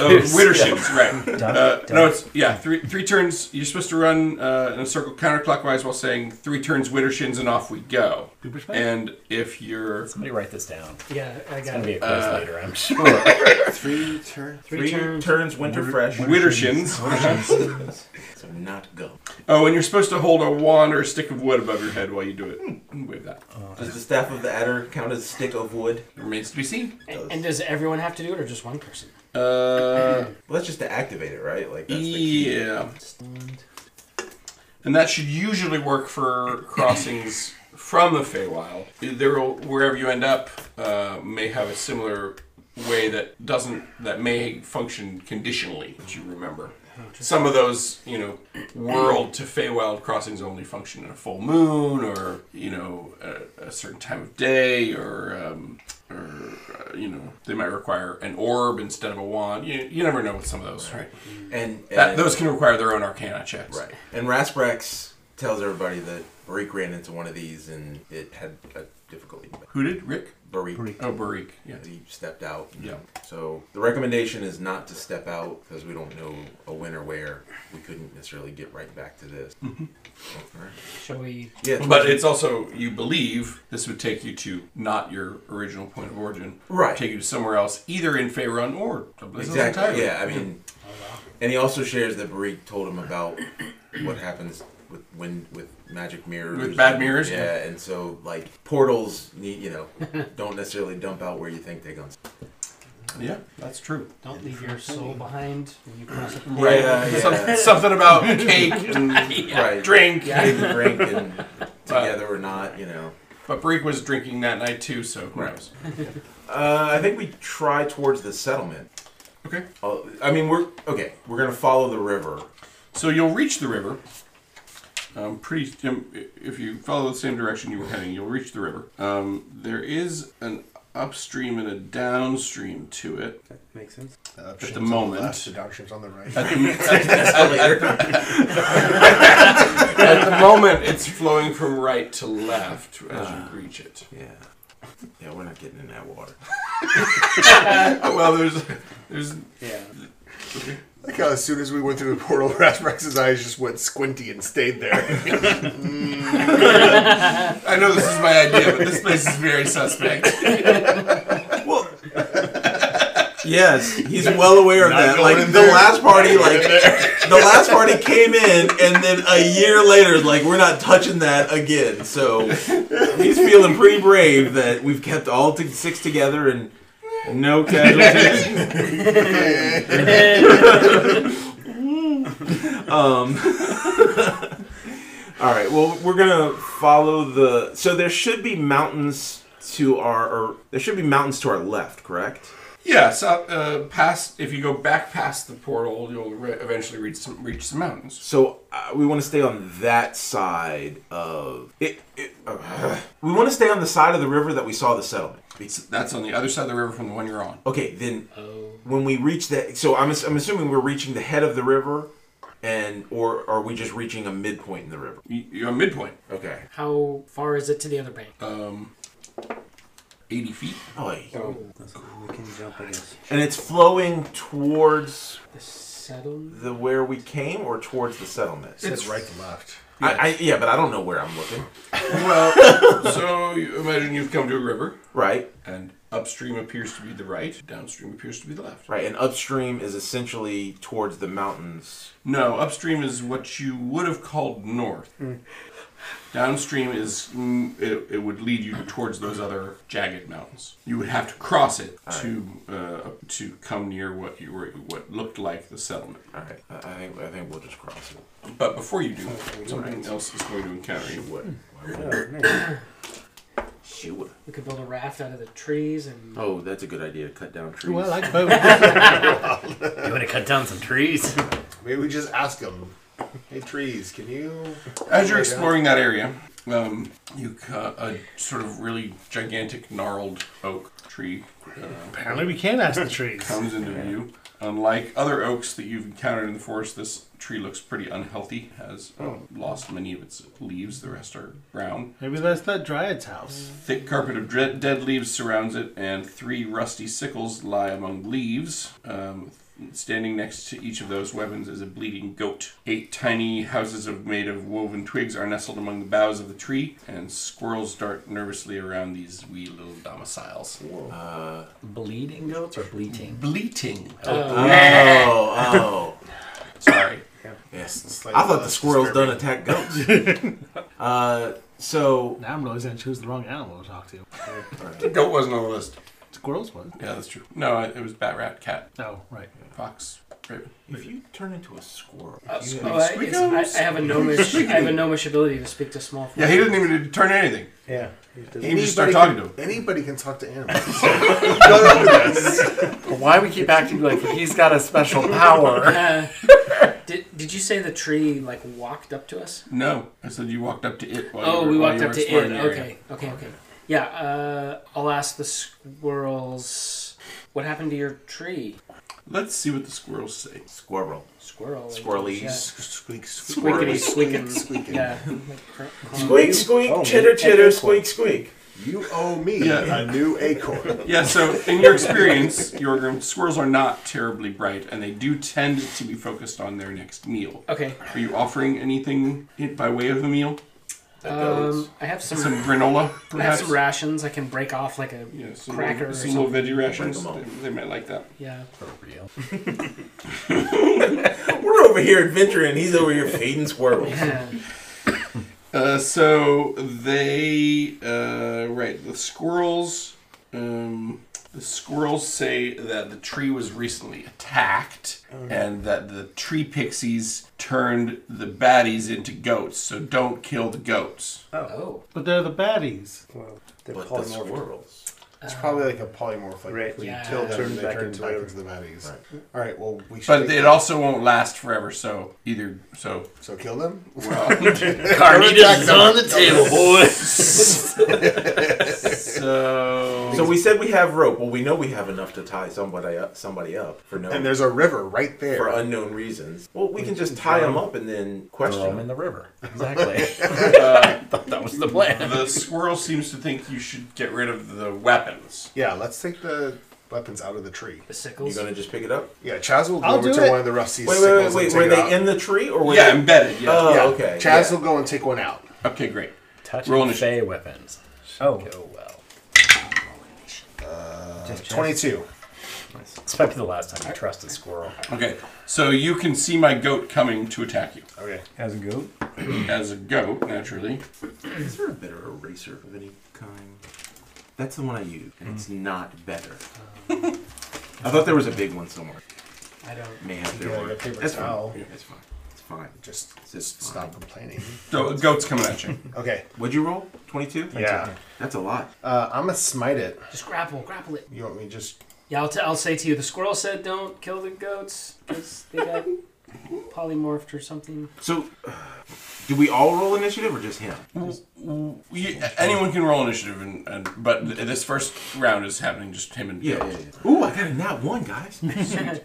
B: Oh, winter shins, right? Uh, no, it's yeah. Three three turns. You're supposed to run uh, in a circle counterclockwise while saying three turns winter shins and off we go. And if you're
G: Somebody write this down.
D: Yeah, I
G: It's
D: got
G: gonna
D: it.
G: be a quiz later, [laughs] I'm sure.
E: Three turns.
D: Three turns.
E: winter fresh.
B: winter shins,
E: So not go.
B: oh, and you're supposed to hold a wand or a stick of wood above your head while you do it. Wave that.
E: Does the staff of the adder count as a stick of wood?
B: It remains to be seen.
D: And, and does everyone have to do it or just one person?
B: Uh,
E: Well, that's just to activate it, right? Like that's the key.
B: yeah. And that should usually work for crossings from the Feywild. There, will, wherever you end up, uh, may have a similar way that doesn't that may function conditionally that you remember. Some of those, you know, world to Feywild crossings only function in a full moon, or you know, a, a certain time of day, or um, or uh, you know, they might require an orb instead of a wand. You, you never know with some of those, right?
E: And,
B: That,
E: and-
B: those can require their own arcana checks.
E: right. And Rasbrax tells everybody that Barik ran into one of these and it had a difficulty.
B: Who did? Rick?
E: Barik,
B: Oh, Barik. Yeah.
E: he stepped out.
B: Yeah.
E: So the recommendation is not to step out because we don't know a when or where. We couldn't necessarily get right back to this. Alright.
D: Shall we?
E: Yeah,
B: Mm-hmm. But it's also, you believe this would take you to not your original point of origin.
E: Right.
B: Take you to somewhere else, either in Faerun or Dublin.
E: Exactly. Yeah, I mean, and he also shares that Barik told him about what happens with when with magic mirrors,
B: With bad mirrors,
E: Yeah,
B: yeah.
E: and so like portals, need, you know, don't necessarily dump out where you think they're going.
B: Yeah, that's
E: [laughs]
B: true.
D: Don't leave your soul behind when you cross it.
B: Right. [laughs]
E: Yeah, yeah.
B: Some- something
E: [laughs]
B: about cake and
E: Right.
B: drink.
D: Yeah.
E: Maybe
B: [laughs]
E: drink and together or not, you know.
B: But Barik was drinking that night too, so who knows?
E: Uh, I think we try towards the settlement.
B: Okay.
E: Oh, I mean, we're okay. We're gonna follow the river.
B: So you'll reach the river. Um, pretty, um, if you follow the same direction you were heading, you'll reach the river. Um, there is an upstream and a downstream to it.
F: Makes sense.
A: Uh, ships
B: the
A: on
B: moment.
A: The
B: [laughs]
A: left, the dark ships on the right.
B: At the, at the moment, it's flowing from right to left as
F: Ah.
B: you reach it.
E: Yeah. Yeah, we're not getting in that water.
B: Oh, well, there's, there's
F: Yeah.
A: Like how as soon as we went through the portal, [laughs] Rasbrax's eyes just went squinty and stayed
B: [laughs]
A: there.
B: I know this is my idea, but this place is very
E: [laughs]
B: suspect.
E: Yes, he's well aware of that. Like the last party, like the last party came in, and then a year later, like we're not touching that again. So he's feeling pretty brave that we've kept all t- six together and no casualties. [laughs] um. [laughs] all right. Well, we're gonna follow the. So there should be mountains to our, or there should be mountains to our left, correct?
B: Yeah, so uh, past if you go back past the portal, you'll re- eventually reach some reach some mountains.
E: So uh, we want to stay on that side of it. it uh, we want to stay on the side of the river that we saw the settlement. Because-
B: That's on the other side of the river from the one you're on.
E: Okay, then when we reach that, so I'm, ass- I'm assuming we're reaching the head of the river, and or are we just reaching a midpoint in the river?
B: You- You're on midpoint,
E: Okay.
D: How far is it to the other bank?
B: um, eighty
A: [laughs]
B: feet.
E: Oh, yeah.
F: We can jump, I guess.
E: and it's flowing towards
D: The settlement.
E: the where we came or towards the settlement.
A: It's right to left.
E: I, I, yeah, but I don't know where I'm looking.
B: Well, so you imagine you've come to a river,
E: Right,
B: and upstream appears to be the right, downstream appears to be the left.
E: right, and upstream is essentially towards the mountains.
B: No, upstream is what you would have called north. Downstream is mm, it, it would lead you towards those other jagged mountains. You would have to cross it to uh, to come near what you were what looked like the settlement.
E: All right, I, I think I think we'll just cross it.
B: But before you do, something else is going to encounter you.
E: What?
F: Oh, nice.
E: Sure.
D: We could build a raft out of the trees and.
E: Oh, that's a good idea. Cut down trees.
C: [laughs] Well, I suppose.
I: You want to cut down some trees?
A: Maybe we just ask them. Hey, trees, can you?
B: As you're exploring that area, um, you ca- a sort of really gigantic gnarled oak tree uh,
C: Apparently, we can ask the trees.
B: comes into view. Unlike other oaks that you've encountered in the forest, this tree looks pretty unhealthy. Has uh, lost many of its leaves. The rest are brown.
C: Maybe that's that Dryad's house.
B: Thick carpet of dre- dead leaves surrounds it, and three rusty sickles lie among leaves. Um, standing next to each of those weapons is a bleeding goat. Eight tiny houses of made of woven twigs are nestled among the boughs of the tree, and squirrels dart nervously around these wee little domiciles.
G: Uh, Bleeding goats or bleating?
B: Bleating.
E: Oh, oh.
B: Sorry.
E: [laughs] Yes.
A: like,
E: I thought
A: uh,
E: the squirrels done attack goats. [laughs] uh, so
C: Now I'm realizing I chose the wrong animal to talk to.
B: The [laughs] goat wasn't on the list.
C: Squirrels was.
B: Yeah, that's true. No, it it was bat, rat, cat,
C: Oh, right.
B: fox, raven.
E: if you turn into a squirrel,
D: Uh,
E: you
D: oh, I,
B: Squeakums.
D: it's- I- I have
B: [laughs]
D: a gnomish. I have a gnomish ability to speak to small.
B: Yeah, he didn't even turn anything.
F: Yeah.
B: He can just start talking to him.
A: Anybody can talk to animals. [laughs]
I: But why we keep acting like
C: [laughs]
I: he's got a special power?
B: [laughs]
D: Uh, did Did you say the tree like walked up to us?
B: No, I said you walked up to it. While
D: Oh,
B: you were,
D: we
B: while
D: walked
B: you were
D: up to
B: exploring
D: it.
B: the area.
D: Okay, okay, okay. Yeah, uh, I'll ask the squirrels. What happened to your tree,
B: Let's see what the squirrels say.
E: squirrel,
D: squirrel?
E: squirrelies,
A: squeak,
D: Squickety
A: squirrel,
D: squeakin'.
A: squeakin'.
D: Yeah.
B: [laughs]
E: squeak, squeak,
F: Oh,
E: chitter,
F: man.
E: chitter, squeak, squeak.
A: You owe me
B: Yeah.
A: a new acorn.
B: Yeah, so in your experience, [laughs] your squirrels are not terribly bright, and they do tend to be focused on their next meal.
D: Okay.
B: Are you offering anything in- by way of a meal?
D: Um, I have some.
B: Some granola,
D: I have
B: perhaps?
D: some rations I can break off like a
B: yeah, some
D: cracker or
B: little, some little
D: something.
B: veggie rations.
E: Break
B: They,
E: 'em
B: they might like that.
D: Yeah.
E: We're over here adventuring. He's over here feeding
D: [laughs]
E: squirrels.
D: yeah.
B: Uh, so they uh, right the squirrels. Um, the squirrels say that the tree was recently attacked, and that the tree pixies turned the baddies into goats. So don't kill the goats.
D: Oh.
C: But they're the baddies.
F: Well, they're
E: But the
F: polymorphic.
E: squirrels.
A: It's probably like a polymorph. Like
F: Right.
A: if we
D: Yeah.
A: kill them,
F: Turns
A: they
F: back
A: turn
F: into
A: back
F: whatever.
A: into the baddies. All right. Well, we should.
B: But
A: take
B: it
A: them.
B: also won't last forever. So either so
A: So kill them. [laughs]
I: Carnitas is on the table, boys.
B: so
E: So we said we have rope. Well, we know we have enough to tie somebody up, somebody up for no
A: And there's a river right
E: for
A: there.
E: unknown reasons. Well, we can just tie them up and then
G: Throw
E: question
G: them
E: them.
G: in the river. [laughs] Exactly.
I: that was the plan.
G: Uh,
B: the squirrel seems to think you should get rid of the weapons.
A: Yeah. Let's take the weapons out of the tree.
D: The
E: You
D: sickles.
E: gonna just pick it up?
A: Yeah. Chaz will go
C: I'll
A: over
C: do
A: to
C: it.
A: one of the rusty
E: Wait, wait,
A: sickles
E: wait, wait.
A: and
E: Were
A: take it
E: they
A: out.
E: in the tree or were
B: Yeah,
E: they?
B: embedded. Yeah.
E: Oh,
A: Yeah.
E: okay.
A: Chaz
E: yeah.
A: will go and take one out.
B: okay, great.
G: Touch
B: Roll
G: and
B: initiative.
G: fey weapons. Should
F: Oh.
G: go well.
F: Just check.
A: Twenty-two.
G: This might be the last time you trust a squirrel.
B: Okay, so you can see my goat coming to attack you.
A: Okay.
F: As a goat.
B: as a goat, naturally.
E: Is there a better eraser of any kind? That's the one I use, and it's not better. I thought there was a big one somewhere.
D: I don't.
E: May have
A: You gotta
E: there.
A: get paper
E: That's fine.
A: towel.
E: It's fine. It's fine.
A: Just
E: It's just fine.
A: stop complaining.
B: So a goat's coming at you.
A: Okay.
E: Would you roll? 22?
A: Yeah.
E: That's a lot.
A: Uh, I'm gonna smite it.
D: Just grapple, grapple it.
A: You want me to just?
D: Yeah, I'll, t- I'll say to you, the squirrel said don't kill the goats because they got polymorphed or something.
E: So, do we all roll initiative or just him?
B: You- anyone can roll initiative, and, and but th- this first round is happening just him and goat.
E: Ooh, I got a nat one, guys.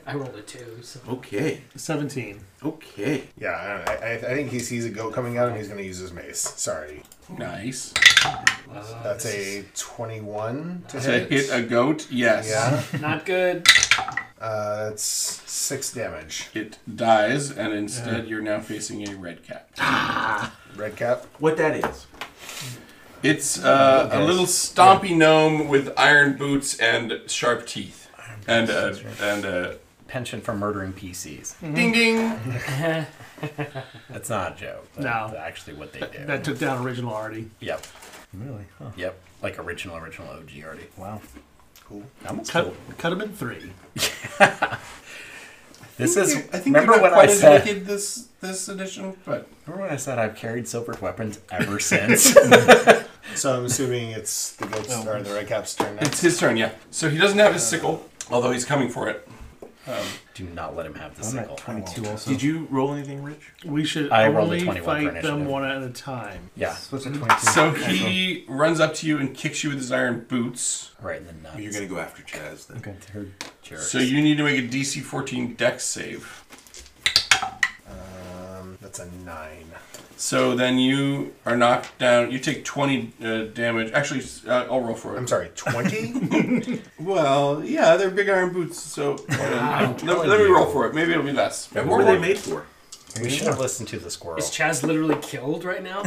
E: [laughs]
D: [laughs] I rolled a two. So.
E: okay.
C: 17.
E: Okay.
A: Yeah. I, don't know. I, I I think he sees a goat coming out and he's gonna use his mace. Sorry.
B: Nice.
D: Uh,
A: That's
D: this
A: a twenty-one to
B: To
A: hit.
B: hit a goat, yes.
A: Yeah.
D: is Not good.
A: Uh, that's six damage.
B: It dies, and instead you're now facing a red cat.
A: Red cap.
E: What that is?
B: It's uh, a
G: Oh,
B: little stompy gnome with iron boots and sharp teeth, and uh, and uh,
G: Pension for murdering PCs.
B: ding ding.
G: That's not a joke. That-
C: No.
G: that's actually what they do.
C: That took down original already.
G: Yep.
H: Really? Huh.
G: Yep. Like original, original OG already.
H: Wow.
G: I'm
C: Cut,
G: cool.
C: cut them in three.
G: This is.
B: I think
G: remember
B: you're not
G: when I
B: quite as
G: said?
B: wicked this this edition, but
G: Remember when I said I've carried silvered [laughs] weapons ever since?
A: So I'm assuming it's the
E: Oh,
A: goat's or the red cap's turn now.
B: It's his turn, yeah. So he doesn't have his sickle, although he's coming for it.
G: Do not let him have the
H: I'm at
G: sickle.
H: 22 also.
E: Did you roll anything, Rich?
C: We should
G: I rolled a
C: only
G: 21 for
C: fight them
G: initiative.
C: one at a time.
G: Yeah,
F: So it's a 22.
B: So he runs up to you and kicks you with his iron boots.
G: right in the nuts.
J: You're gonna go after Chaz then.
H: Okay.
G: Jerks.
B: So you need to make a DC 14 Dex save.
A: Um, that's a nine.
B: So then you are knocked down. You take 20 uh, damage. Actually, uh, I'll roll for it.
A: I'm sorry,
E: [laughs]
A: twenty.
B: Well, yeah, they're big iron boots. So [laughs] let, let me roll for it. Maybe it'll be less.
J: And what were they made for?
G: we should have listened to the squirrel.
D: Is Chaz literally killed right now?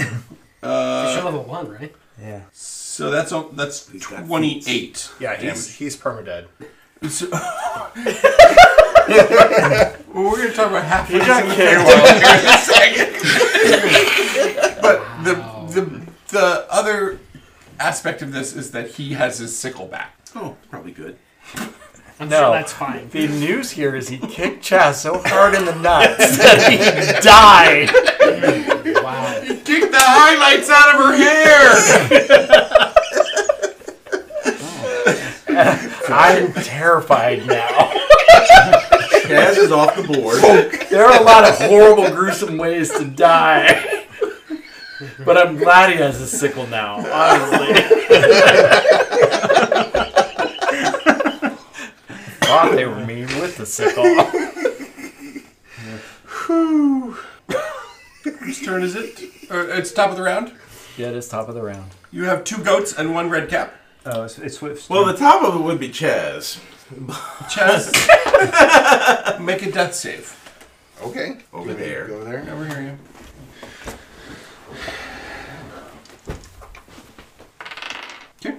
B: Uh,
D: He's still level one, right?
H: Yeah.
B: So that's all- that's
J: got
B: 28.
A: Yeah, he's he's permadead.
B: So- [laughs] well, we're gonna talk about half. We got in a second. [laughs] but the the the other aspect of this is that he has his sickle back.
J: Oh, probably good.
D: I'm
I: No.
D: sure that's fine.
I: The news here is he kicked Chaz so hard in the nuts that he
G: [laughs]
I: died.
D: Wow.
B: Kick the highlights out of her hair.
I: I'm terrified now.
J: Chaz is off the board.
I: There are a lot of horrible, gruesome ways to die. But I'm glad he has a sickle now, honestly. Thought they were mean with the sickle.
B: Whose turn is it? Uh, it's top of the round.
I: Yeah, it is top of the round.
B: You have two goats and one red cap.
F: Oh, it's, it's Swift's
E: Well,
F: turn.
E: the top of it would be Chaz.
B: Chaz, make a death save.
A: Okay,
J: Over there.
A: Go there.
B: Never hear you. Okay.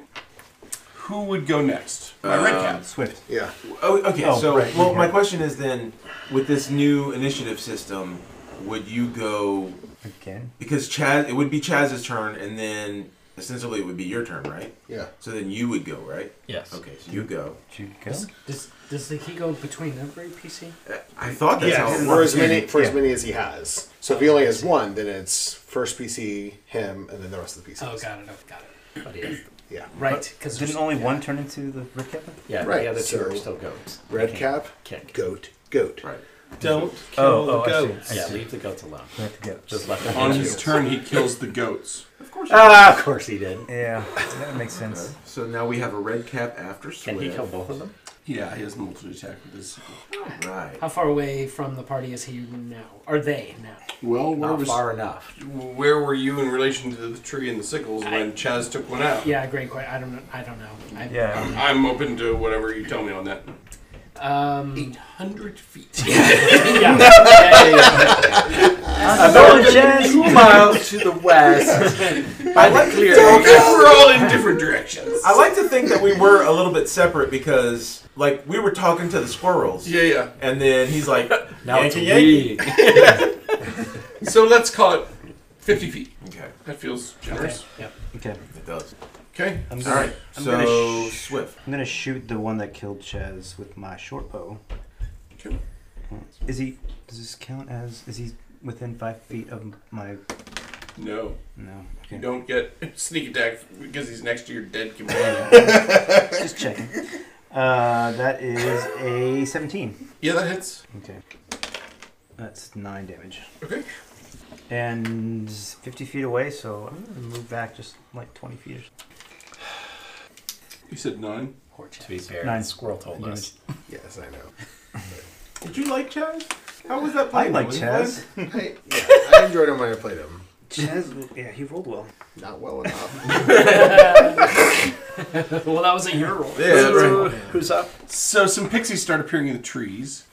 B: Who would go next? My red cap.
H: Swift.
A: Yeah.
E: Oh, okay.
H: Oh,
E: so,
H: right,
E: well,
H: yeah.
E: my question is then, with this new initiative system, would you go
H: Again.
E: because Chaz? It would be Chaz's turn, and then ostensibly it would be your turn, right?
A: Yeah.
E: So then you would go, right?
G: yes.
E: Okay, so you go.
H: Did you go?
D: Does, does the, he go between every PC?
E: Uh, I thought that's how
A: Yeah,
E: it
A: or
E: worked.
A: as many for as
H: Yeah.
A: many as he has. So if he only has one, then it's first PC him, and then the rest of the PCs.
D: Oh, got it. Oh, got it.
G: But he has-
A: Yeah.
D: Right, because
H: Didn't only one turn into the Rick Kevin?
G: yeah,
A: Right,
G: the other two are
A: so-
G: still goats.
A: Red cap,
G: Kick.
A: goat, goat.
E: Right.
C: Don't kill
H: Oh,
C: the
H: oh, I see.
C: goats.
G: Yeah, leave the goats alone.
H: We have to go.
G: Just let them
B: On
G: hit
B: his
G: you.
B: turn, he kills the goats.
G: Ah, of course he did.
H: Yeah, that makes sense.
E: So now we have a red cap after
G: Can he
E: Swift.
G: kill both of them?
B: Yeah, he has multiple attack with his.
E: Right.
D: How far away from the party is he now? Are they now?
B: Well, where
G: Not
B: was
G: far enough.
B: where were you in relation to the tree and the sickles when Chaz took one out?
D: Yeah, great question. I don't know. I don't know. I,
H: Yeah.
B: I'm open to whatever you tell me on that.
D: [laughs]
B: [laughs]
D: Um,
B: Hundred feet. [laughs]
D: yeah.
I: Another two miles to the [laughs] west.
E: I like clear.
B: we're all in different directions.
E: I like to think that we were a little bit separate because, like, we were talking to the squirrels.
B: Yeah, yeah.
E: And then he's like,
H: [laughs]
I: Now it's
E: Yankee, Yankee.
I: we.
B: So let's call it fifty feet.
E: Okay,
B: That feels generous.
H: Okay.
E: it does.
B: Okay.
H: I'm
E: All
H: gonna,
E: right.
H: I'm
E: so
H: gonna sh-
E: Swift.
H: I'm gonna shoot the one that killed Chaz with my short bow.
B: Okay.
H: Is he? Does this count as? Is he within five feet of my?
B: No.
F: [laughs]
H: No. Okay.
B: You don't get [laughs] sneak attack because he's next to your dead companion. [laughs]
H: Just checking. Uh, that is a 17.
B: yeah, that hits.
H: Okay. That's nine damage.
B: Okay.
H: And 50 feet away, so I'm gonna move back just like 20 feet. Or so.
B: You said nine.
G: To be fair,
H: Nine.
G: the squirrel told
H: Nine.
G: us.
A: Yes, I know.
E: Did you like Chaz? How was that
H: I
E: playing?
H: like
E: Was it
H: Chaz.
A: [laughs] I, yeah, I enjoyed him when I played him.
H: Chaz, yeah, he rolled well.
A: Not well enough.
D: [laughs] well, that was a year roll.
E: fun? Yeah, that's right.
I: Who's up?
B: So some pixies start appearing in the trees.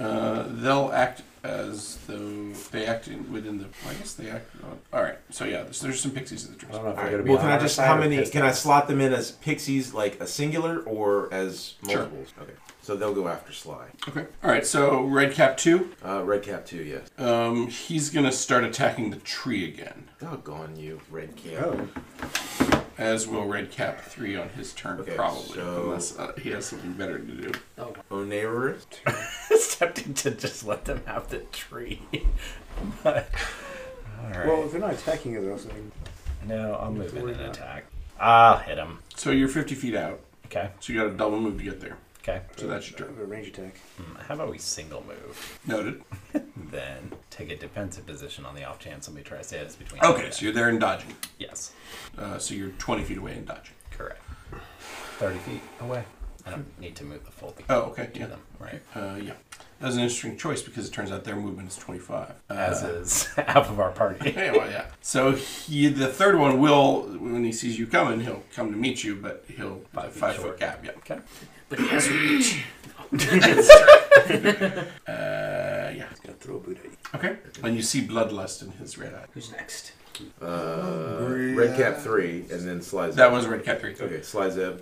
B: Uh, they'll act as though they act in, within the. I guess they act. On, all right. So yeah, there's, there's some pixies in the trees.
G: I don't know if
E: All
G: we're
E: right.
G: gonna be
E: Well,
G: on
E: can I
G: our
E: just
G: side
E: how
G: or
E: many?
G: pissed
E: Can I
G: off.
E: slot them in as pixies, like a singular or as
B: Sure.
E: multiples? Okay, so they'll go after Sly.
B: Okay. All right. So red cap two.
E: Uh, Red Cap too, yes.
B: Um, he's gonna start attacking the tree again,
E: Doggone you, Red Cap.
B: as will red cap three on his turn,
E: Okay,
B: probably,
E: so-
B: unless uh, he has something better to do.
E: Onerous.
I: It's tempting to [laughs] just let them have the tree. [laughs] but, all right.
F: Well, if they're not attacking you, they're also.
G: No, I'll move in and attack. I'll hit him.
B: So you're 50 feet out.
G: Okay.
B: So you got a double move to get there.
G: Okay.
B: So that's your turn.
F: A range attack.
G: Hmm, How about we single move?
B: Noted.
G: Then take a defensive position on the off chance somebody tries to hit us between.
B: Okay, so you're there and dodging.
G: Yes.
B: Uh, so you're 20 feet away and dodging.
G: Correct. 30 feet away. I don't need to move the full thing
B: Oh, okay,
G: to
B: yeah.
G: them, right?
B: Uh, yeah. That was an interesting choice because it turns out their movement is 25. Uh,
G: As is [laughs] half of our party.
B: Yeah, well, yeah. So he, the third one will, when he sees you coming, he'll come to meet you, but he'll five,
G: feet
B: five foot
G: short.
B: gap. Yeah.
G: Okay.
D: But he has reach.
B: Uh, yeah.
F: Gonna throw a boot at you.
B: Okay. And you see bloodlust in his red eye.
D: Who's next?
J: Uh, red cap three, and then slides.
B: That was red cap three.
J: okay. Slides up.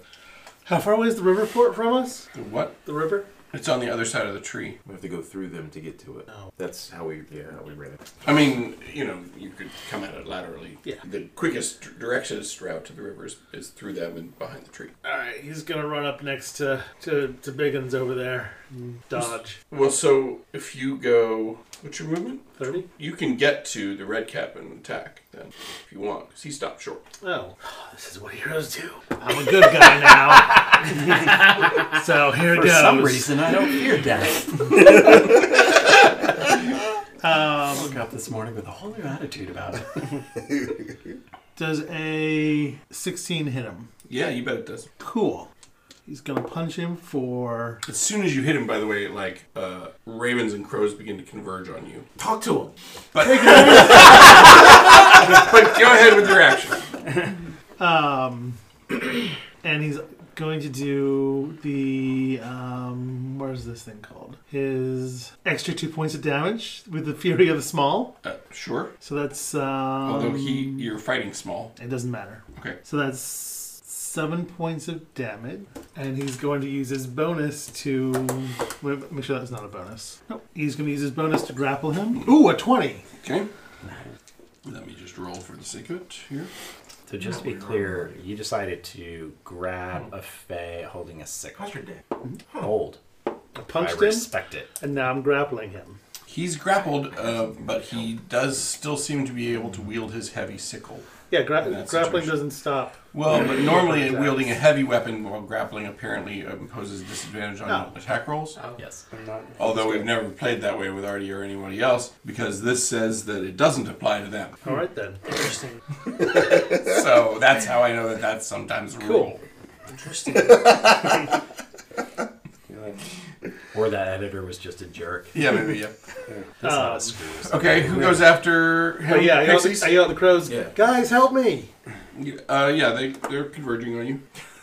C: How far away is the river port from us?
B: The what?
C: The river?
B: It's on the other side of the tree.
J: We have to go through them to get to it.
E: Oh.
J: That's how we. Yeah, how we ran it.
B: I mean, you know, you could come at it laterally.
C: Yeah.
B: The quickest directionist route to the river is, is through them and behind the tree.
C: All right, he's gonna run up next to to, to Biggins over there. and Dodge
B: Well, so if you go, what's your movement?
C: thirty.
B: You can get to the red cap and attack then, if you want, because he stopped short.
C: Oh, this is what heroes do. I'm a good guy now. so here
I: For
C: goes.
I: some reason, I don't fear
G: [laughs]
I: death. I
C: Um,
I: woke up this morning with a whole new attitude about it.
C: does a sixteen hit him?
B: Yeah, you bet it does.
C: Cool. He's gonna punch him for
B: As soon as you hit him, by the way, like uh, ravens and crows begin to converge on you.
E: Talk to him.
B: But, [laughs] but go ahead with your action.
C: Um, [clears throat] and he's going to do the um, what is this thing called? His extra two points of damage with the fury of the small.
B: Uh, sure.
C: So that's um, although
B: Although he, you're fighting small.
C: it doesn't matter.
B: Okay.
C: So that's seven points of damage, and he's going to use his bonus to wait, make sure that's not a bonus. Nope. He's going to use his bonus to grapple him. Ooh, a twenty.
B: Okay. Let me just roll for the sake of it here.
G: So just to be clear, you decided to grab a Fey holding a sickle.
E: How's your day?
G: Hold.
C: I
G: I
C: punched him,
G: respect it.
C: and now I'm grappling him.
B: He's grappled, uh, but he does still seem to be able to wield his heavy sickle.
C: Yeah, gra-
B: In that
C: grappling
B: situation.
C: doesn't stop.
B: Well, but normally wielding a heavy weapon while grappling apparently imposes disadvantage on
C: No.
B: attack rolls.
G: Yes.
F: I'm not.
B: Although we've never played that way with Artie or anybody else, because this says that it doesn't apply to them.
C: All right then.
D: Interesting.
B: [laughs] So that's how I know that that's sometimes a rule.
D: Interesting. [laughs]
F: You know, like,
G: Or that editor was just a jerk.
B: Yeah, maybe,
C: [laughs]
B: yeah.
G: That's not
C: Um,
G: a screw.
B: Okay, who goes after him?
C: But Oh, yeah, I yell, at
B: Pixies?
C: the, I yell at the crows.
E: Yeah.
C: Guys, help me!
B: Uh, yeah, they, they're converging on you.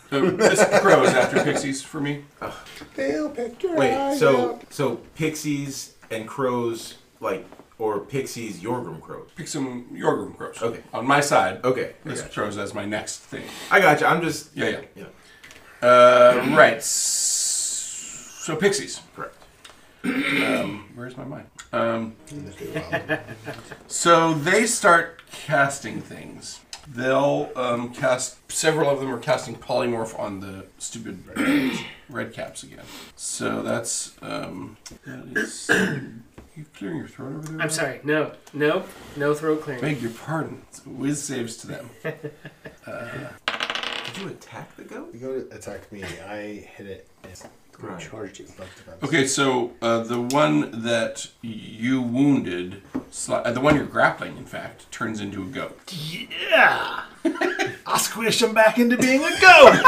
B: So this crows after pixies for me.
A: They'll pick your
E: Wait,
A: eye
E: so
A: out.
E: so pixies and crows like or pixies Yorgrim crows.
B: Pick some Yorgrim crows.
E: Okay.
B: On my side.
E: Okay, I
B: This
E: got
B: crows as my next thing.
E: I got you. I'm just
B: Yeah, yeah.
E: you know,
B: Uh, right. s- So pixies.
E: correct.
B: Um, where's my mind? Um, [laughs] so they start casting things. They'll um, cast. Several of them are casting polymorph on the stupid red caps again. So that's um, that is. you clearing your throat over there?
D: I'm sorry. No, no, no throat clearing.
B: Beg your pardon. It's Whiz saves to them.
E: Did you attack the goat?
A: [laughs] You go to attack me. I hit it. It's
E: Right.
F: Charged you.
A: above defense.
B: Okay, so uh, the one that you wounded, sli- uh, the one you're grappling, in fact, turns into a goat.
H: [laughs]
C: Yeah! I squished him back into being a goat!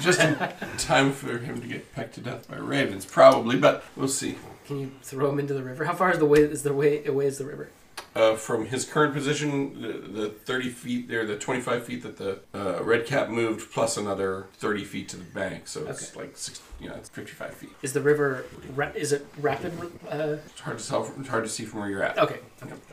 B: Just in time for him to get pecked to death by ravens, probably, but we'll see.
D: Can you throw him into the river? How far is the way? Is the way away? Is the river?
B: Uh, from his current position, the, the 30 feet there, the 25 feet that the uh, red cap moved, plus another 30 feet to the bank, so it's like six, you know, it's 55 feet.
D: Is the river? Ra- is it rapid? Uh,
B: It's hard to tell. It's hard to see from where you're at.
D: okay.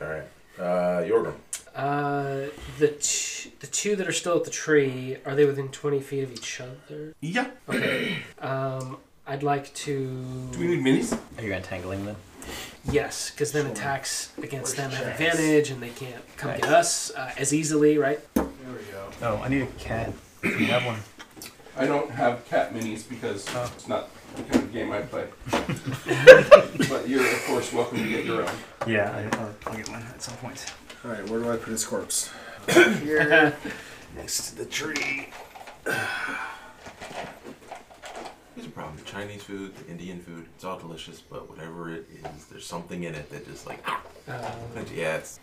J: All right. Uh, Yorgrim.
D: Uh, the t- the two that are still at the tree are they within twenty feet of each other?
B: Yeah.
D: Okay. Um, I'd like to.
B: Do we need minis?
G: Are you entangling them?
D: Yes, because then attacks against them have
A: chance.
D: advantage, and they can't come
G: Nice.
D: get us uh, as easily, right?
A: There we go.
H: Oh, I need a cat. If you have one.
B: I don't have cat minis because it's not the kind of game I play. but you're, of course, welcome to get your own.
H: Yeah, I, I'll, I'll get one at some point.
A: All right, where do I put his corpse? Next to the tree.
E: the problem. The Chinese food, the Indian food, it's all delicious, but whatever it is, there's something in it that just like, ah.
D: Uh.
E: [laughs] yeah, it's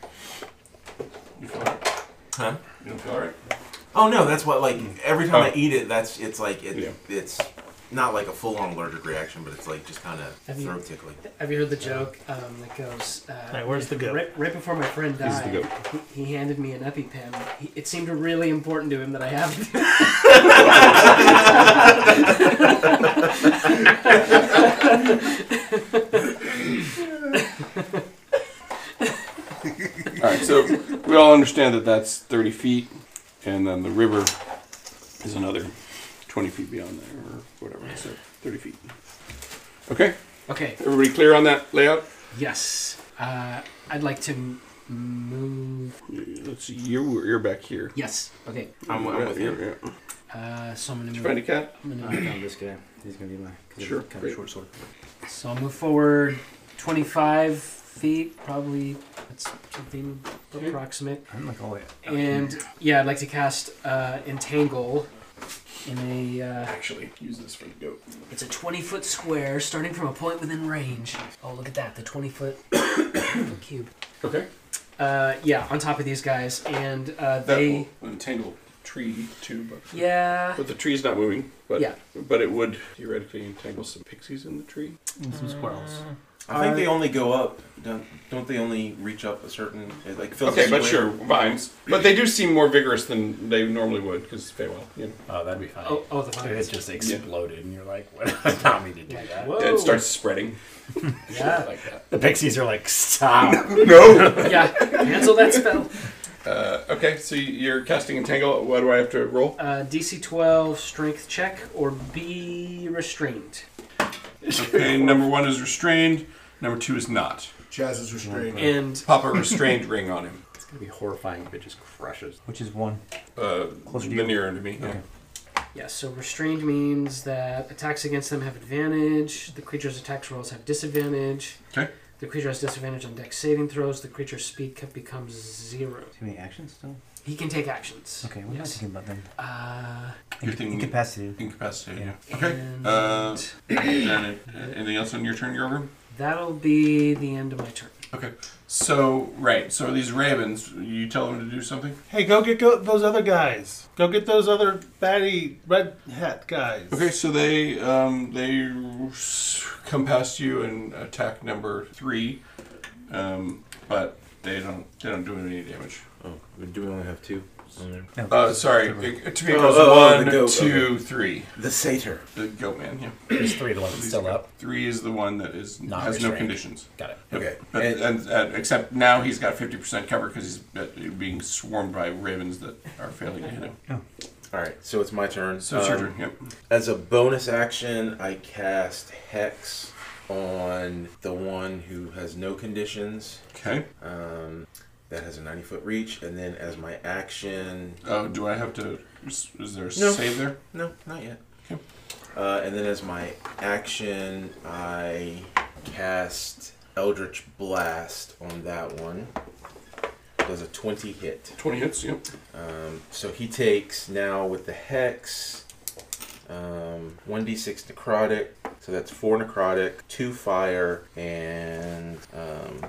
B: You feel alright?
E: huh?
B: You don't feel alright?
E: Oh no, that's what like every time
B: Oh.
E: I eat it, that's it's like it,
B: Yeah.
E: it's not like a full on allergic reaction, but it's like just kind of
D: Have you-
E: throat tickling.
D: Have you heard the joke um, that goes? Uh,
F: right, where's the goat?
D: Right, right before my friend
B: Here's the
D: died, he, he handed me an EpiPen. He, it seemed really important to him that I have it. [laughs]
B: All right, so we all understand that that's 30 feet, and then the river is another 20 feet beyond there, or whatever. So 30 feet. Okay,
D: Okay.
B: everybody clear on that layout?
D: Yes. Uh, I'd like to m- move.
B: Yeah, Let's see, you're, you're back here.
D: Yes. Okay.
E: I'm, I'm with you.
B: Yeah, yeah.
D: Uh, so I'm
B: Did
D: gonna
B: you find a
D: move.
B: cat?
D: I'm gonna
M: I found this guy. He's gonna be my 'cause he's
B: Sure,
M: Kind
B: great.
M: of short sword.
D: So I'll move forward 25 feet, probably. That's something approximate.
M: I'm like all the way.
D: And yeah, I'd like to cast uh, Entangle in a. Uh,
B: Actually, use this for the goat.
D: it's a 20 foot square starting from a point within range. Oh, look at that, the 20 foot [coughs] cube.
B: Okay.
D: Uh, yeah, on top of these guys. And uh,
B: That
D: they.
B: will entangle tree, too. But,
D: Yeah.
B: but the tree's not moving. But,
D: Yeah.
B: But it would theoretically entangle some pixies in the tree.
N: And some squirrels.
E: I think they only go up. Don't don't they only reach up a certain it, like fills
B: Okay,
E: a
B: but
E: square?
B: sure, vines. But they do seem more vigorous than they normally would, because Feywild, you know.
G: Oh, that'd be funny.
D: Oh, oh the
G: If it
D: vines.
G: just exploded, and you're like, "What? Not me to do
D: Like,
G: that."
D: whoa.
B: It starts spreading.
D: Yeah.
B: like that.
G: The pixies are like, "Stop!"
B: No.
D: yeah, cancel that spell.
B: uh, okay, so you're casting entangle. What do I have to roll?
D: Uh, DC 12 strength check or be restrained.
B: Okay, number one is restrained. Number two is not.
O: Jazz is restrained.
D: And
B: Pop a [laughs] restrained ring on him.
G: It's gonna be horrifying if it just crushes.
F: Which is one.
B: Uh,
F: Closer to
B: the
F: you.
B: nearer to me. yeah.
D: yeah, so restrained means that attacks against them have advantage, the creature's attacks rolls have disadvantage.
B: Okay.
D: The creature has disadvantage on dex saving throws, the creature's speed cap becomes zero.
F: Too many actions still?
D: He can take actions.
F: Okay, what am I
D: yes.
F: thinking about then?
D: Uh,
B: You're thinking-
F: incapacitated.
B: Incapacitated.
F: Yeah.
B: Yeah. Okay.
D: and
B: Uh, then, uh, anything else on your turn, Grover?
D: that'll be the end of my turn.
B: Okay. So right. So these ravens, you tell them to do something.
C: Hey, go get go- those other guys. Go get those other batty red hat guys.
B: Okay. So they um, they s- come past you and attack number three, um, but they don't they don't do any damage.
E: Oh, do we only have two? on there?
F: No,
B: Uh, sorry. it- To me, it
E: Oh,
B: goes
E: oh, oh,
B: one,
E: the goat,
B: two, three.
E: [laughs] The satyr.
B: The goat man. Yeah.
G: There's three to eleven still up.
B: Three is the one that is
G: Not
B: has no
G: restrained.
B: conditions.
G: Got it.
B: Yep.
E: Okay.
B: But,
E: And-
B: and, and except now he's got fifty percent cover because he's uh, being swarmed by ravens that are failing to hit him.
E: All right, so it's my turn.
B: So it's your
E: Um,
B: turn. Yep.
E: As a bonus action, I cast hex on the one who has no conditions.
B: Okay.
E: Um, that has a 90 foot reach, and then as my action,
B: Oh, do I have to? Is is there a
E: No.
B: save there?
E: no, not yet.
B: Okay.
E: Uh, and then as my action, I cast Eldritch Blast on that one. Does a 20 hit.
B: Twenty hits. Yep.
E: Um, so he takes now with the hex um, 1d6 necrotic. So that's 4 necrotic, 2 fire, and um,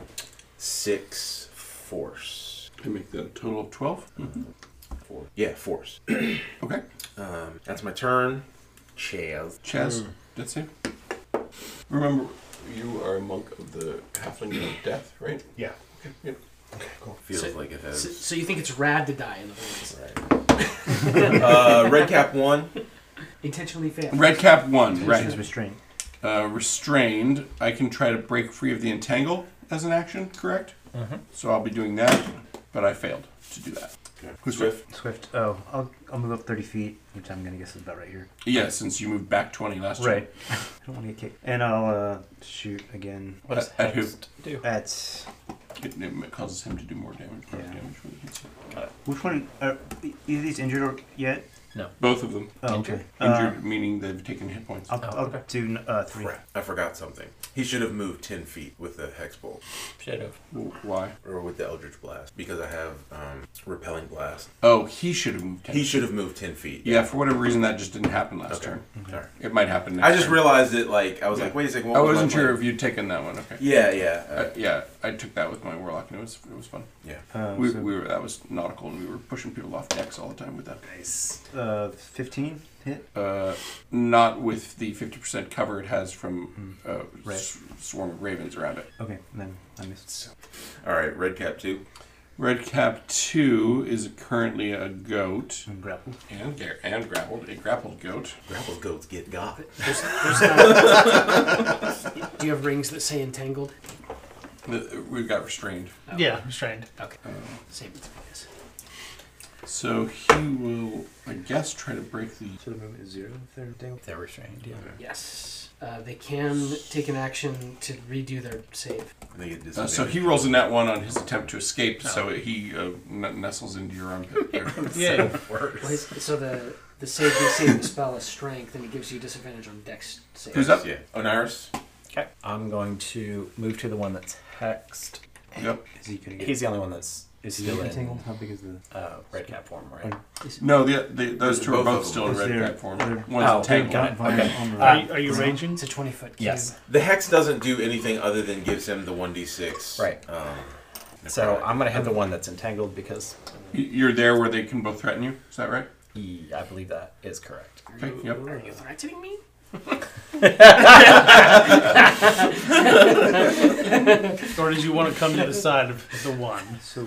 E: 6 force.
B: I make that a total of 12
E: Four. Yeah, force.
B: Okay.
E: Um, that's my turn. Chaz.
B: Chaz,
G: Hmm.
B: that's it. Remember, you are a monk of the Halfling of Death, right?
O: Yeah.
B: Okay. Yep.
E: Feels
D: So-
E: like it has.
D: So, so you think it's rad to die in the vines?
E: Right. uh, red cap 1.
D: Intentionally fail.
B: Red cap one,
F: She's
B: right?
F: restrained.
B: Uh, restrained. I can try to break free of the entangle as an action, correct?
F: Mm-hmm.
B: So I'll be doing that, but I failed to do that. Who's
E: Swift.
F: Swift. Oh, I'll, I'll move up 30 feet, which I'm going to guess is about right here.
B: Yeah, since you moved back 20 last turn.
F: Right. [laughs] I don't want to get kicked. And I'll uh, shoot again
G: What does
B: At- at who?
G: Hex do?
F: at.
B: It, it causes him to do more damage. More
F: Yeah.
B: damage for the hits.
F: Which one? Are, is these uh, injured or- yet?
G: No.
B: Both of them.
F: Oh, okay.
E: Uh,
B: Injured, meaning they've taken hit points.
F: I'll, I'll do uh, three.
E: Crap, I forgot something. He should have moved 10 feet with the Hex Bolt
P: Should have.
B: W- Why?
E: or with the Eldritch Blast because I have um, Repelling Blast.
B: Oh, he should have moved 10.
E: He should have moved 10 feet.
B: yeah, for whatever reason, that just didn't happen last
E: Okay.
B: turn.
E: Sorry.
B: It might happen next
E: I just
B: turn.
E: realized it, like, I was
B: Yeah.
E: like, wait a second. What
B: I
E: was my
B: wasn't sure
E: plan?
B: if you'd taken that one. Okay.
E: Yeah, yeah. uh,
B: Uh, yeah, I took that with my warlock, and it was it was fun.
E: yeah.
F: Uh,
B: we,
F: so,
B: we were that was nautical, and we were pushing people off decks all the time with that.
F: uh, 15 hit.
B: Uh, not with the fifty percent cover it has from uh,
F: Right.
B: s- swarm of ravens around it.
F: Okay, then I missed.
E: All right, Red Cap 2.
B: Red Cap two is currently a goat
F: And grappled.
B: and gar- and grappled a grappled goat.
E: Grapple goats get got.
D: There's, there's
B: [laughs]
D: not- do you have rings that say entangled?
B: The- We got restrained,
C: Oh.
Q: Yeah, restrained.
D: Okay.
B: Um,
D: Same as it is.
B: so he will, I guess, try to break the.
F: So the movement is zero if they're dangled.
G: If they're restrained, yeah.
D: Yes. Uh, they can take an action to redo their save.
E: I think it
B: Uh, so he rolls a nat one on his attempt to escape, so he uh, n- nestles into your [laughs] armpit. there.
Q: Yeah.
D: Well, his, so the the save they save the spell is strength, and it gives you disadvantage on dex save.
B: Who's up?
E: Yeah. Onaris?
G: Okay. I'm going to move to the one that's hexed.
B: Yep.
F: Is he gonna get
G: He's the only one that's is
F: is he
G: still
F: entangled?
G: in
F: How big is the.
G: uh, red cap form, right?
B: No, the, the those two are
E: Both
B: both
E: of
B: still in
F: them.
B: red
F: Is there-
B: cap form.
F: there-
B: One's
G: Oh,
B: entangled.
G: got it.
F: Vine
G: Okay.
F: on the
G: Uh,
F: right.
C: Are, are you raging?
D: It's a twenty foot cube.
G: Yes.
E: The Hex doesn't do anything other than gives him the 1d6.
G: Right.
E: Um,
G: So I'm gonna hit the one that's entangled because
B: Y- You're there where they can both threaten you. Is that right?
G: he, I believe that is correct.
B: Okay. Yep.
D: Are you threatening me?
C: Or did you want to come to the side of the one?
F: So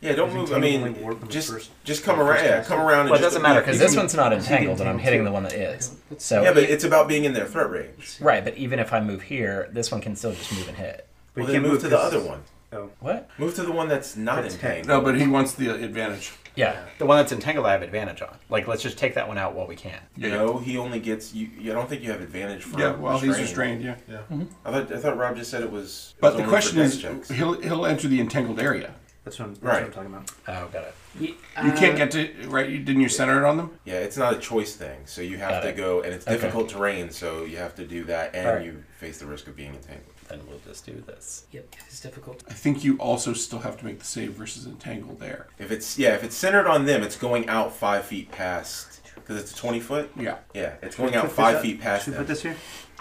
E: yeah, don't
F: Is he
E: move. I
F: taking
E: mean,
F: only ward from the
E: just
F: first-
E: just come around.
F: first
E: Yeah,
F: cast?
E: come around. And
G: Well, it
E: just-
G: doesn't matter because this
F: can-
G: one's not
F: is he
G: entangled, and I'm hitting
F: entangled
G: the one that is. So
E: Yeah, but it's about being in their threat range.
G: right, but even if I move here, this one can still just move and hit.
E: Well,
F: he
E: then
F: can't
E: move to the
F: 'cause-
E: other one.
F: Oh,
G: What?
E: Move to the one that's not
F: That's
E: entangled.
B: No, but he wants the advantage.
G: Yeah, the one that's entangled, I have advantage on. Like, let's just take that one out while we can.
B: Yeah.
E: No, he only gets you. you- I don't think you have advantage for.
B: Yeah. Well, he's
E: restraint.
B: restrained. Yeah.
E: I thought, I thought Rob just said it was.
B: But
E: it
B: the
E: was only for
B: question
E: dex
B: is,
E: checks.
B: he'll he'll enter the entangled area.
F: that's what I'm, that's
E: Right.
F: what I'm talking about.
G: Oh, got it.
D: You
B: You can't
D: uh,
B: get to right. You, didn't you center it on them?
E: yeah, it's not a choice thing. So you have
G: Got
E: to
G: it.
E: go, and it's
G: Okay.
E: difficult terrain, so you have to do that, and
G: Alright.
E: you face the risk of being entangled.
G: Then we'll just do this.
D: Yep, it's difficult.
B: I think you also still have to make the save versus entangled there.
E: If it's yeah, if it's centered on them, it's going out five feet past because it's a twenty foot.
B: Yeah.
E: Yeah, it's going
F: Put
E: out
F: this
E: five
F: up-
E: feet past
F: Should we
E: them.
F: put this here?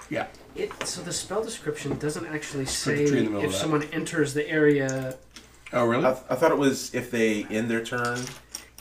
B: Yeah.
D: It, so the spell description doesn't
B: tree
D: actually
B: in
D: say
B: the middle of
D: if
B: that.
D: someone enters the area.
B: Oh,
E: I,
B: really?
E: th- I thought it was if they end their turn.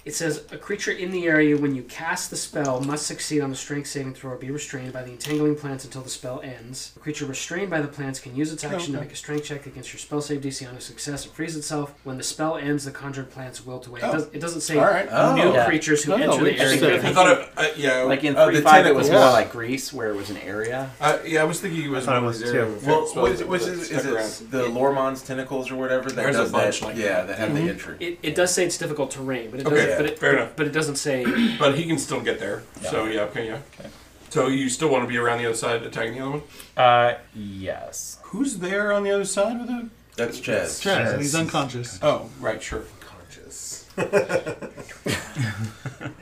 D: It says a creature in the area when you cast the spell must succeed on a strength saving throw or be restrained by the entangling plants until the spell ends. A creature restrained by the plants can use its action to
B: Oh, okay.
D: make a strength check against your spell save DC on a success and frees itself. When the spell ends, the conjured plants wilt away.
B: Oh.
D: It, does, it doesn't say
B: All right.
D: new
P: yeah.
D: creatures who
B: No,
D: enter
B: we
D: the
B: just-
D: area.
P: I
B: I thought it. Uh, yeah.
P: Oh. Like in
E: Oh, the
P: three five, it
E: tentacles,
P: was
E: yeah.
P: more like Greece, where it was an area.
B: Uh, yeah, I was thinking it was.
F: thought it was
B: there.
F: too.
E: Well,
B: Spells
E: what is,
B: that
E: which
B: were
E: is,
B: stuck
E: is
B: around.
E: it the Lormon's tentacles or whatever that
B: There's a
E: does
B: bunch
E: that?
B: like
E: yeah,
B: that.
E: that have the entry.
D: It, it does say it's difficult terrain, but it
B: Okay,
D: doesn't. but, it,
B: fair enough.
D: but it doesn't say.
B: But he can still get there. So yeah, okay, yeah. Okay. So you still want to be around the other side attacking the other one?
G: Uh, yes.
B: Who's there on the other side with it?
E: That's chess.
C: Chaz, he's unconscious.
B: Oh, right, sure.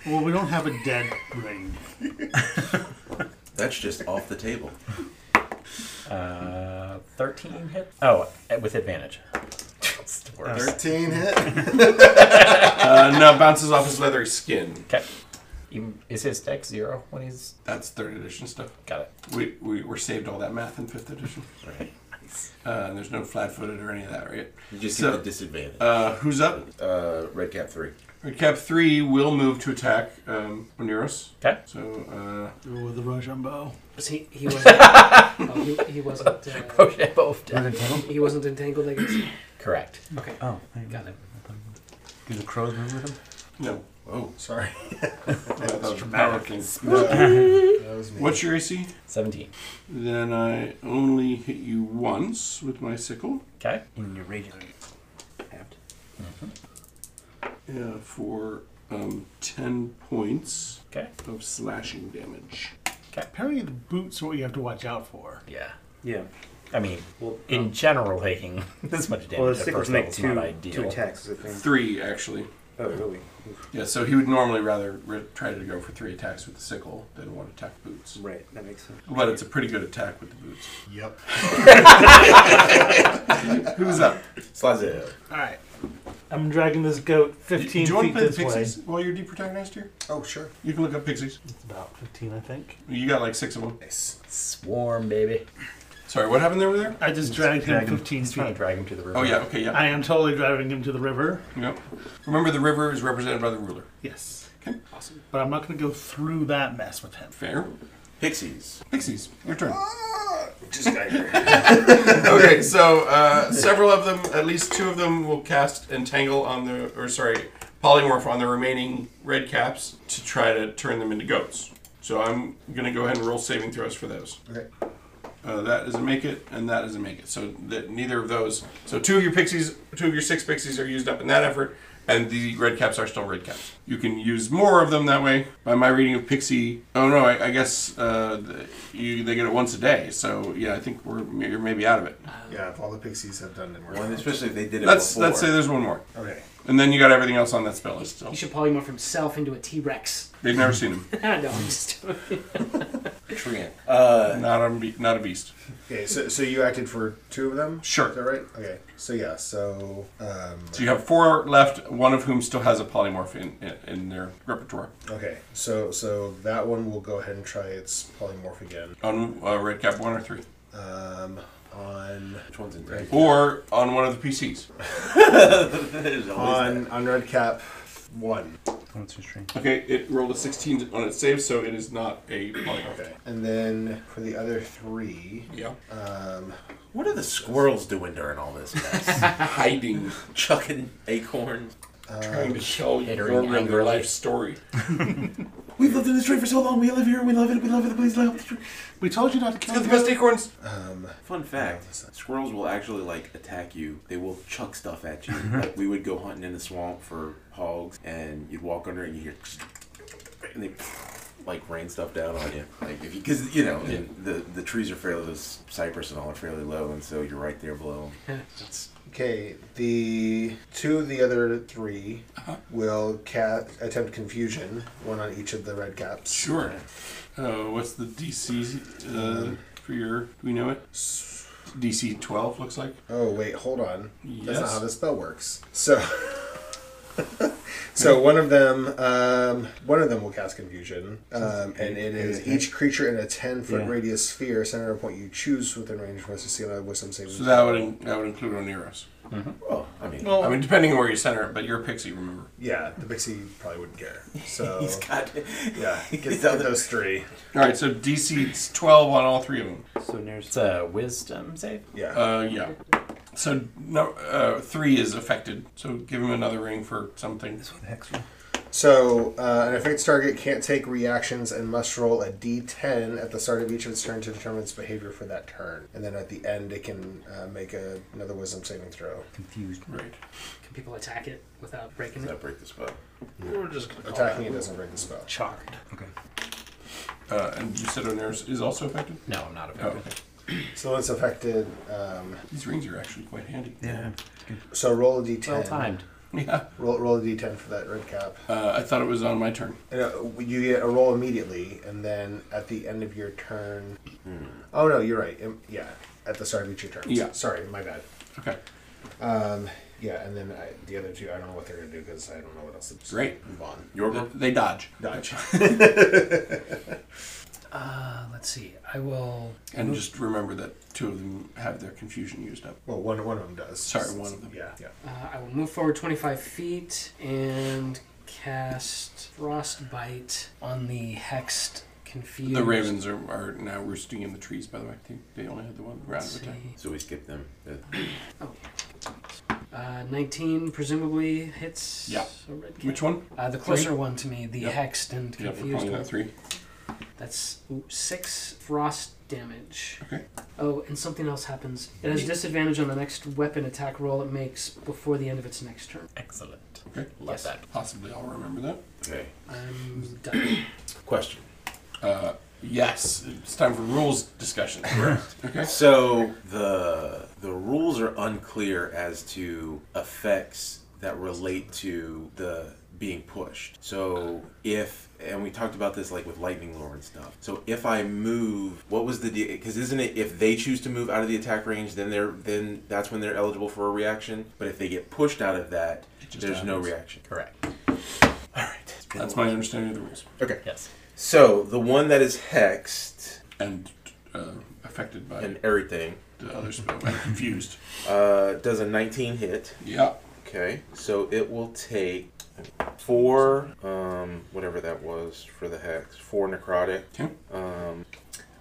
C: Well, we don't have a dead ring.
E: That's just off the table.
G: Uh, 13 hit? Oh, with advantage. It's the worst.
R: 13 hit.
B: Uh, no, bounces off his leathery skin.
G: Okay. Even- Is his deck zero when he's.
B: That's third edition stuff.
G: Got it.
B: We, we we're saved all that math in fifth edition.
E: Right.
B: Uh, and there's no flat-footed or any of that, right?
E: You just
B: So-
E: hit the disadvantage.
B: Uh, who's up?
E: Uh, red cap three.
B: Cap three will move to attack um, Oneros.
G: Okay.
B: So uh,
C: Ooh, the Rojambo.
D: Was he,
B: [laughs]
D: he wasn't. oh, he, he wasn't. Uh,
G: Oh, both dead.
D: he wasn't entangled. I guess.
G: Correct.
D: Okay,
F: Oh,
D: got it.
F: Do the crows move with him?
B: no,
E: Oh,
R: Sorry.
B: that was Power
R: dramatic.
B: King. [laughs]
R: that was me.
B: What's your AC?
G: 17.
B: Then I only hit you once with my sickle.
G: Okay.
F: In your raging. Tapped.
B: Yeah, uh, for um, 10 points
G: Okay.
B: of slashing damage.
C: Apparently, the boots are what you have to watch out for.
G: Yeah.
F: Yeah.
G: I mean,
F: Well,
G: in general, taking [laughs] this much damage
F: well, the
G: at
F: stickers
G: first
F: make
G: level is
F: two,
G: not ideal.
F: two attacks. Is the thing.
B: Three, actually.
F: Oh, really? Oof.
B: Yeah, so he would normally rather re- try to go for three attacks with the sickle than one attack with boots.
F: Right, that makes sense.
B: But it's a pretty good attack with the boots.
A: Yep.
B: Who's
E: Uh,
B: up?
J: Slides it up.
C: All right. I'm dragging this goat 15
B: Do you want
C: feet
B: to play the
C: this way.
B: pixies while you're deprotagonized here?
A: Oh, sure.
B: You can look up pixies.
C: It's about 15, I think.
B: You got like six of them.
A: Nice.
I: Swarm, baby.
B: Sorry, what happened there? Were there?
C: I just dragged him
G: Drag him.
C: 15
G: He's trying to
C: feet.
G: drag him to the river.
B: Oh yeah. Okay. Yeah.
C: I am totally driving him to the river.
B: Yep. Remember, the river is represented by the ruler.
C: Yes.
B: Okay.
C: Awesome. But I'm not going to go through that mess with him.
B: Fair.
J: Pixies.
B: Pixies, your turn.
A: Just got here.
B: [laughs] okay, so uh, several of them, at least two of them, will cast entangle on the, or sorry, polymorph on the remaining red caps to try to turn them into goats. So I'm gonna go ahead and roll saving throws for those.
A: Okay.
B: Uh, that is a make it, and that is a make it. So that neither of those. So two of your pixies, two of your six pixies are used up in that effort, and the red caps are still red caps. You can use more of them that way. By my reading of pixie, oh no, I, I guess uh, the, you they get it once a day. So yeah, I think we're you're maybe out of it.
A: Yeah, if all the pixies have done it, we're
J: One, especially if they did it
B: Let's
J: before.
B: let's say there's one more,
A: okay.
B: and then you got everything else on that spell list. [laughs] Still,
D: He should polymorph himself into a T Rex.
B: they've never seen him.
D: [laughs] no, I'm just.
J: Treant. Uh,
B: Not a be- not a beast.
A: Okay, so, so you acted for two of them?
B: Sure.
A: Is that right? Okay. So, yeah, so. Um,
B: So you have four left, one of whom still has a polymorph in in, in their repertoire
A: okay, so so that one will go ahead and try its polymorph again.
B: on uh, red cap one or three,
A: Um, on.
J: which one's in there?
B: or on one of the PCs.
J: There's always
A: On, on red cap one.
F: That's interesting.
B: Okay, it rolled a 16 on its save, so it is not a polymorph.
A: Okay. And then for the other three.
B: Yeah.
A: Um,
J: that. What are the squirrels doing during all this mess?
B: Hiding,
J: Chucking acorns.
B: trying to tell your
G: Entering
B: real their
G: angrily.
B: life story.
J: We've lived in this tree for so long. We live here. We love it. We love it. Please love it.
C: We told you not to
B: It's
C: kill
B: got the
C: him.
B: best acorns.
A: um,
J: Fun fact: squirrels will actually like attack you. They will chuck stuff at [laughs] you. like we would go hunting in the swamp for hogs, and you'd walk under and you hear, and they like rain stuff down on you. Like if you, because you know and the the trees are fairly those cypress and all are fairly low, and so you're right there below. 'em.
A: okay, the two of the other 3 will ca- attempt confusion, one on each of the red caps.
B: Sure. Uh, what's the DC uh, for your? Do we know it? DC 12 looks like.
A: Oh wait, hold on. That's not
B: Yes.
A: how the spell works. So, [laughs] so one of them, um, one of them will cast confusion, um, and it is each creature in a ten foot
F: Yeah.
A: radius sphere center point you choose within range must succeed on a wisdom saving.
B: So that would in, that would include Oneros.
J: Well, I mean,
B: I mean, depending on where you center it, but you're a pixie, remember?
A: yeah, the pixie probably wouldn't care. So
J: he's got.
A: yeah, get,
J: he's
A: get
J: out there.
A: those three.
B: All right, so DC's 12 on all three of them.
F: So nearest.
G: It's a wisdom save.
A: Yeah,
B: Uh, yeah. So no, uh, three is affected. So give him another ring for something.
F: What the heck's wrong?
A: So, uh, an affected target can't take reactions and must roll a d10 at the start of each of its turn to determine its behavior for that turn. And then at the end, it can uh, make a, another wisdom saving throw.
F: Confused.
B: Right.
D: Can people attack it without breaking
J: Does
D: it?
J: that break the spell?
C: We're just going to
A: Attacking it doesn't break the spell.
C: Charred.
B: Uh, and you said Oneros is also affected?
G: No, I'm not
B: Oh,
G: affected.
B: okay.
A: So, it's affected. Um,
B: These rings are actually quite handy.
H: Yeah.
A: so, roll a d10.
G: Well timed.
B: [laughs] Yeah.
A: Roll, roll a d10 for that red cap.
B: Uh, I thought it was on my turn.
A: And, uh, you get a roll immediately, and then at the end of your turn. Oh, no, you're right. Um, yeah, at the start of each of your turn.
B: Yeah.
A: Sorry, my bad.
B: Okay.
A: Um, yeah, and then I, the other two, I don't know what they're going to do because I don't know what else to do.
B: Great.
A: Move on.
B: They, they dodge.
A: Dodge.
D: Uh, let's see. I will.
B: And just remember that two of them have their confusion used up.
A: Well, one, one of them does.
B: Sorry, one of them.
A: Yeah, yeah.
D: Uh, I will move forward 25 feet and cast Frostbite on the hexed confused.
B: The ravens are, are now roosting in the trees, by the way. They, they only had the one round
D: Let's
B: of attack.
D: see.
J: So we skip them.
D: Oh. Uh, 19 presumably hits.
B: Yeah.
D: A red cap.
B: Which one?
D: Uh, the closer one to me, the
B: Yep.
D: hexed and
B: Yeah, we're
D: confused
B: calling
D: one.
B: that three.
D: That's ooh, six frost damage.
B: Okay.
D: Oh, and something else happens. It has disadvantage on the next weapon attack roll it makes before the end of its next turn.
G: Excellent.
B: Okay.
G: Love
D: Yes.
G: that.
B: Possibly I'll remember that.
J: Okay.
D: I'm Um, done.
J: Question.
B: Uh, yes, it's time for rules discussion. okay.
J: So the the rules are unclear as to effects
E: that relate to the being pushed. So if and we talked about this like with lightning lore and stuff. So if I move, what was the deal? Because isn't it if they choose to move out of the attack range, then they're then that's when they're eligible for a reaction. But if they get pushed out of that,
B: just
E: there's no
B: happens.
E: reaction.
G: Correct.
E: All right.
B: That's my understanding of the rules.
E: Okay.
G: Yes.
E: So the one that is hexed
B: And uh, affected by
E: and everything
B: the other spell. I'm confused.
E: uh, does a 19 hit.
B: Yeah.
E: Okay, so it will take four, um, whatever that was for the hex, four necrotic.
B: Okay.
E: Um,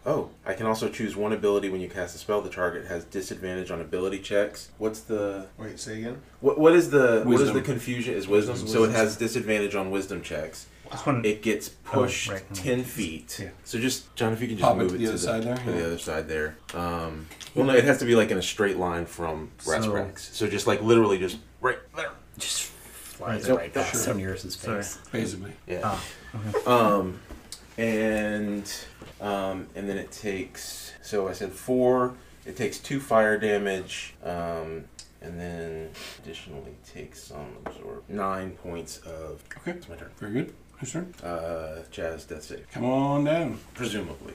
E: oh, I can also choose one ability when you cast a spell. The target has disadvantage on ability checks. What's the
A: Wait, say again.
E: what? What is the what is
B: Wisdom.
E: the confusion? Is wisdom? So it has disadvantage on wisdom checks.
F: This one,
E: It gets pushed
F: right.
E: ten feet.
F: Yeah.
E: So just John, if you can just
B: Pop it
E: move
B: to
E: it
B: the other side there,
E: to
B: yeah.
E: the other side there. Um, well, no, it has to be like in a straight line from Brass
G: So-
E: Rex. So just like literally just right there.
G: Just flies
E: Nope.
G: right past
E: Sure.
G: Oneirus's
F: Sorry.
G: face.
B: Basically.
E: Yeah.
F: Ah,
E: Um, and um, and then it takes. So I said four. It takes two fire damage. Um, and then additionally takes some absorb nine points of.
B: Okay.
E: It's my turn.
B: Very good. Who's turn?
E: Uh, Jazz death save,
B: Come on down.
E: presumably.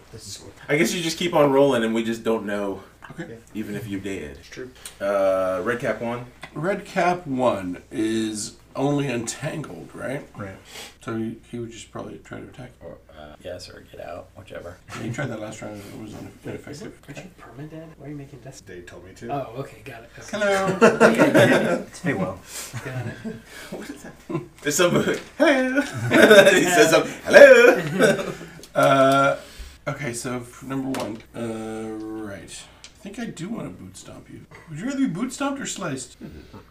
E: I guess you just keep on rolling, and we just don't know.
B: Okay.
E: Even if you did.
A: It's true.
E: Uh, red cap one.
B: Red Cap 1 is only entangled, right?
F: right.
B: So he, he would just probably try to attack.
G: Or, uh, yes, or get out, whichever.
B: He tried that last round, it was uneff-
D: Is it,
B: ineffective.
D: are you permadead? Why are you making death?
A: They told me to.
D: Oh, okay, [laughs] got it. Okay,
E: [laughs]
B: Hello.
F: It's me well.
D: got it.
E: There's some. Hello. [laughs] he says something. Hello.
B: Uh, okay, so f- number one. Uh, right. I think I do want to boot stomp you. Would you rather be boot stomped or sliced?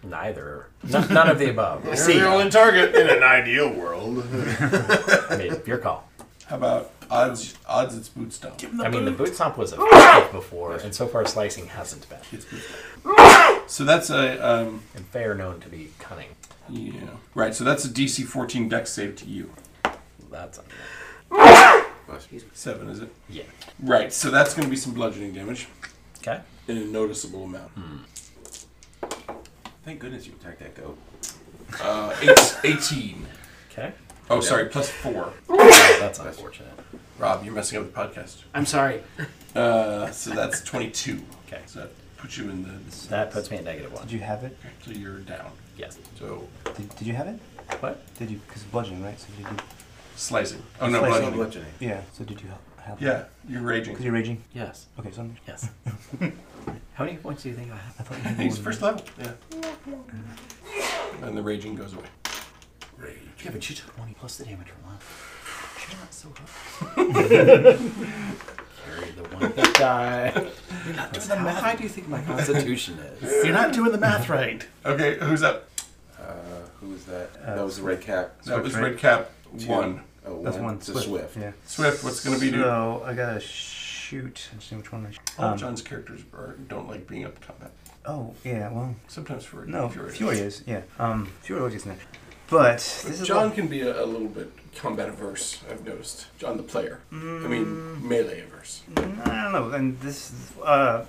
G: Neither. N- none of the above.
F: [laughs]
A: You're
G: See,
A: the
G: I
A: only target in an ideal world.
G: mean, your call.
B: How about odds? Odds it's boot stomp.
G: I mean, the boot stomp was effective before, and so far slicing hasn't been.
B: It's boot stomp. so that's a um.
G: And fair known to be cunning.
B: Yeah. Right. So that's a DC 14 Dex save to you.
G: That's un-
B: Seven, is it?
G: yeah.
B: Right. So that's going to be some bludgeoning damage
G: Okay.
B: in a noticeable amount.
E: Hmm. Thank goodness you attacked that goat.
B: Uh, eight, 18.
G: Okay.
B: Oh, sorry. Plus four.
G: That's unfortunate.
B: Rob, you're messing up the podcast.
D: I'm [laughs] sorry.
B: Uh, so that's 22.
G: Okay.
B: So that puts you in the.
G: That puts me at negative one.
F: Did you have it?
B: So you're down.
G: Yes.
B: So
F: Did, did you have it?
G: What?
F: Did you? Because bludgeoning, right? So did you?
B: slicing. Oh no,
F: Slicing.
B: bludgeoning.
F: Yeah. So did you ha- have?
B: Yeah, you're
F: Because
B: raging.
F: you're raging.
G: Yes.
F: Okay, so I'm,
G: Yes. [laughs] How many points do you think I have?
F: I thought you
B: I
F: had
B: think it's
F: one.
B: first level. Yeah. And the raging goes away. Rage.
G: Yeah, but you took 20 plus the damage from left. You're not so rough. [laughs] Carry the one hit die. You're not doing the math. How high do you think my [laughs] constitution is?
C: You're not doing the math right.
B: Okay, who's up?
E: Uh, who was that? that was the red cap.
B: That was
F: Swift, right?
B: red cap
E: Two.
B: one.
E: Oh,
F: That's one.
E: It's a swift.
F: Yeah.
B: Swift, what's gonna be
F: So
B: do?
F: I gotta shoot. I just know which one. I sh-
B: All
F: um,
B: John's characters are, don't like being up to combat.
F: Oh yeah. Well,
B: Sometimes for
F: no.
B: furious.
F: Fury is. Yeah. Um, Fury always gets in there. But this
B: But
F: is
B: John
F: John.
B: can be a, a little bit combat averse. I've noticed. John the player. I mean melee averse.
F: I don't know. And this uh,